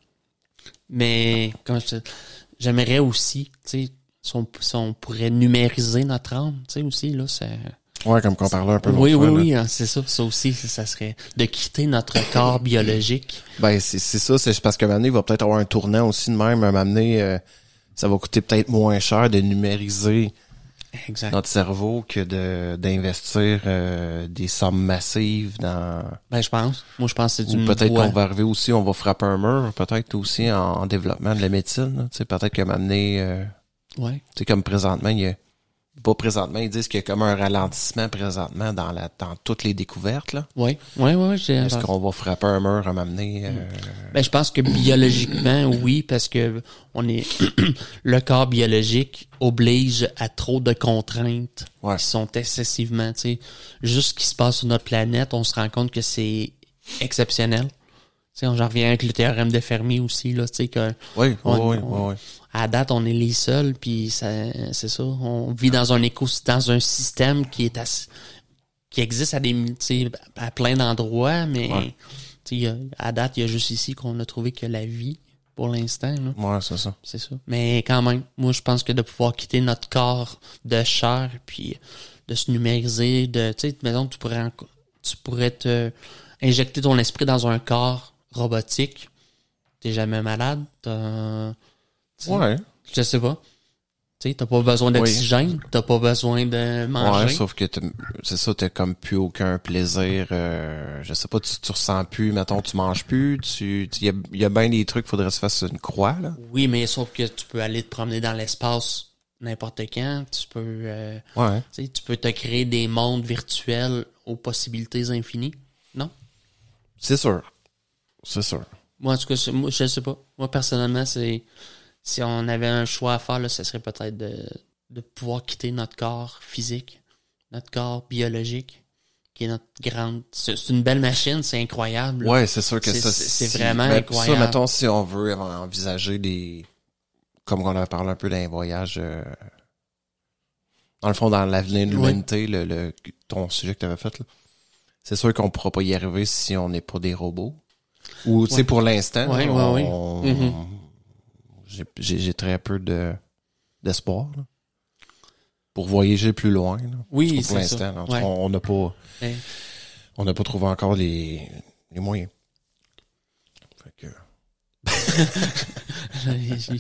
B: Mais. Quand je te- J'aimerais aussi, tu sais, si on, si on pourrait numériser notre âme, tu sais, aussi, là, c'est.
A: Ouais, comme qu'on parlait un peu
B: Oui,
A: l'autre
B: oui,
A: fois, là.
B: oui, hein, c'est ça. Ça aussi, ça ça serait de quitter notre corps biologique.
A: Ben, c'est c'est ça, c'est parce que Mané va peut-être avoir un tournant aussi de même. M'amener, ça va coûter peut-être moins cher de numériser
B: Exact.
A: notre cerveau que de d'investir euh, des sommes massives dans.
B: Ben, je pense. Moi, je pense que c'est
A: Ou
B: une
A: peut-être
B: voie.
A: qu'on va arriver aussi, on va frapper un mur, peut-être aussi en, en développement de la médecine. là. Tu sais, peut-être que m'amener,
B: Ouais.
A: tu sais, comme présentement, il y a pas présentement, ils disent qu'il y a comme un ralentissement présentement dans la dans toutes les découvertes. Là.
B: Ouais. Ouais, ouais, ouais, j'ai-
A: Est-ce qu'on va frapper un mur à m'amener? euh,
B: Ben, je pense que biologiquement, oui, parce que on est, le corps biologique oblige à trop de contraintes
A: Ouais.
B: qui sont excessivement, tu sais, juste ce qui se passe sur notre planète, on se rend compte que c'est exceptionnel. Tu sais, on- j'en reviens avec le théorème de Fermi aussi, là, tu sais, que
A: Oui, oui,
B: On-
A: oui,
B: on-
A: oui.
B: à date, on est les seuls, puis ça- c'est ça. On vit dans un éco, dans un système qui est assez- qui existe à des, tu sais, à plein d'endroits, mais
A: Ouais.
B: tu sais, à date, il y a juste ici qu'on a trouvé que la vie pour l'instant. là.
A: Ouais, c'est ça.
B: C'est ça. Mais quand même, moi, je pense que de pouvoir quitter notre corps de chair, puis de se numériser, de, tu sais, mettons, tu pourrais, en- tu pourrais te injecter ton esprit dans un corps robotique. T'es jamais malade. t'as- tu sais,
A: Ouais.
B: Je sais pas. Tu sais, t'as pas besoin d'oxygène, t'as pas besoin de manger.
A: Ouais, sauf que t'as- c'est ça, t'as comme plus aucun plaisir. euh, je sais pas, tu, tu ressens plus, mettons, tu manges plus. Tu, il y a, y a bien des trucs, faudrait se faire une croix là.
B: Oui, mais sauf que tu peux aller te promener dans l'espace n'importe quand, tu peux euh,
A: Ouais.
B: tu sais, tu peux te créer des mondes virtuels aux possibilités infinies. Non?
A: C'est sûr, c'est sûr.
B: Moi, en tout cas, c'est- moi, je sais pas. Moi, personnellement, c'est. Si on avait un choix à faire, là, ce serait peut-être de, de pouvoir quitter notre corps physique, notre corps biologique, qui est notre grande. C'est c'est une belle machine, c'est incroyable. là.
A: Ouais, c'est sûr que
B: C'est-
A: ça.
B: c'est- c'est
A: si-
B: vraiment
A: ben,
B: incroyable.
A: Ça, mettons, si on veut envisager des, comme on a parlé un peu d'un voyage. euh, dans le fond, dans l'avenir de l'humanité, le, le- ton sujet que tu avais fait, là, c'est sûr qu'on pourra pas y arriver si on n'est pas des robots. Ou, tu sais,
B: Ouais.
A: pour l'instant,
B: Ouais, ouais, ouais.
A: on-
B: Mhm.
A: j'ai- j'ai j'ai très peu de d'espoir là, pour voyager plus loin. là.
B: Oui,
A: pour
B: c'est ça.
A: l'instant, en tout cas,
B: Ouais.
A: on n'a pas,
B: Ouais.
A: on n'a pas trouvé encore les, les moyens. Fait que-
B: il,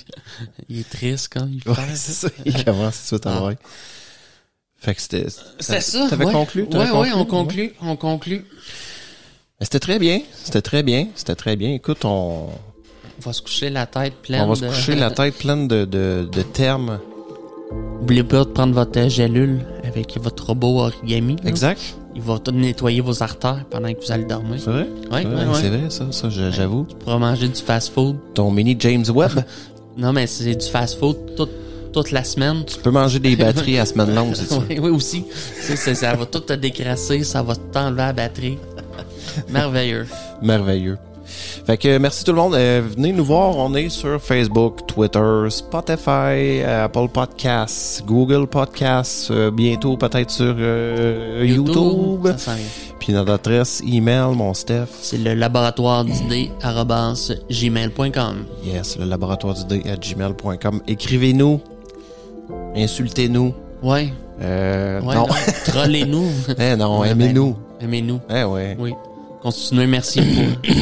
B: il est triste quand il parle.
A: Ouais, c'est ça. Il commence tout de suite à
B: Ah.
A: brailler. Fait que c'était.
B: C'est ça.
A: T'avais
B: ouais.
A: conclu?
B: Ouais,
A: T'avais
B: ouais, on
A: conclu?
B: conclut, on conclut.
A: Mais C'était très bien. C'était très bien. C'était très bien. Écoute, on,
B: On va se coucher la tête pleine.
A: on va se
B: de-
A: coucher la tête pleine de, de, de termes.
B: Oubliez pas de prendre votre euh, gélule avec votre robot origami. là.
A: Exact.
B: Il va tout nettoyer vos artères pendant que vous allez dormir.
A: C'est vrai?
B: Ouais,
A: Ouais,
B: ouais, ouais.
A: C'est vrai, ça, ça, je- j'avoue.
B: Pour manger du fast-food.
A: Ton mini James Webb,
B: Non, mais c'est du fast-food toute, toute la semaine.
A: tu peux manger des batteries à semaine longue, c'est ça.
B: Oui, oui, aussi. Ça, ça, ça va tout te décrasser, ça va t'enlever la batterie. Merveilleux.
A: Merveilleux. Fait que euh, merci tout le monde. Euh, venez nous voir. On est sur Facebook, Twitter, Spotify, euh, Apple Podcasts, Google Podcasts, euh, bientôt peut-être sur euh, YouTube.
B: Ça sent rien.
A: Puis notre adresse email, mon Steph.
B: C'est le laboratoire d'idées arobase gmail.com.
A: Yes, le laboratoire du dé à gmail.com. Écrivez-nous. Insultez-nous.
B: Ouais.
A: Euh,
B: ouais
A: non.
B: non. Trollez-nous.
A: Eh non,
B: Ouais, ben
A: aimez-nous.
B: Aimez-nous.
A: Eh ouais.
B: Oui. Continuez, merci pour.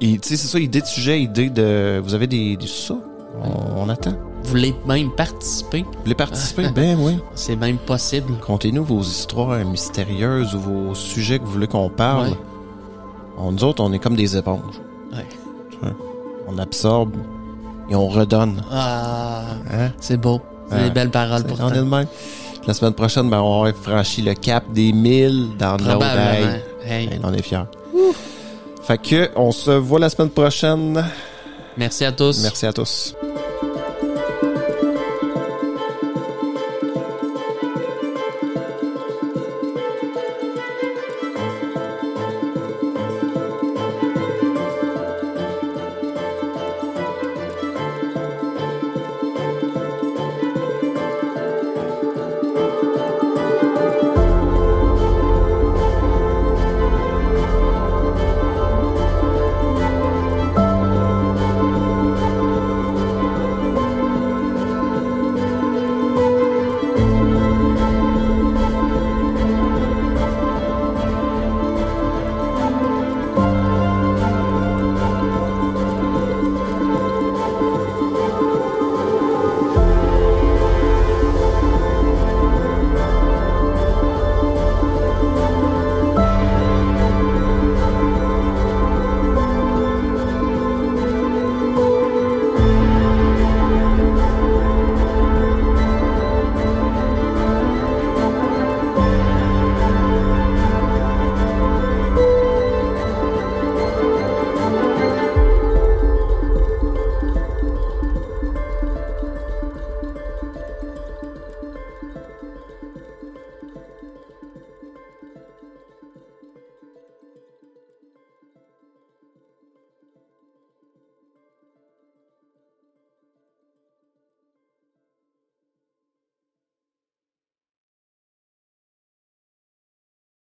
A: Et Tu sais, c'est ça, idée de sujet, idée de. Vous avez des. des ça? On, on attend.
B: Vous voulez même participer?
A: Vous voulez participer? ben oui.
B: C'est même possible.
A: Contez-nous vos histoires mystérieuses ou vos sujets que vous voulez qu'on parle.
B: Ouais.
A: On, nous autres, on est comme des éponges.
B: Ouais.
A: On absorbe et on redonne.
B: Ah,
A: Hein?
B: c'est beau. C'est
A: Ouais.
B: des belles paroles pour
A: on est le même. La semaine prochaine, ben, on va franchi le cap des 1000 dans nos
B: Probablement.
A: oreilles.
B: Hey,
A: Hey, on est fiers. Fait que, on se voit la semaine prochaine.
B: Merci à tous.
A: Merci à tous.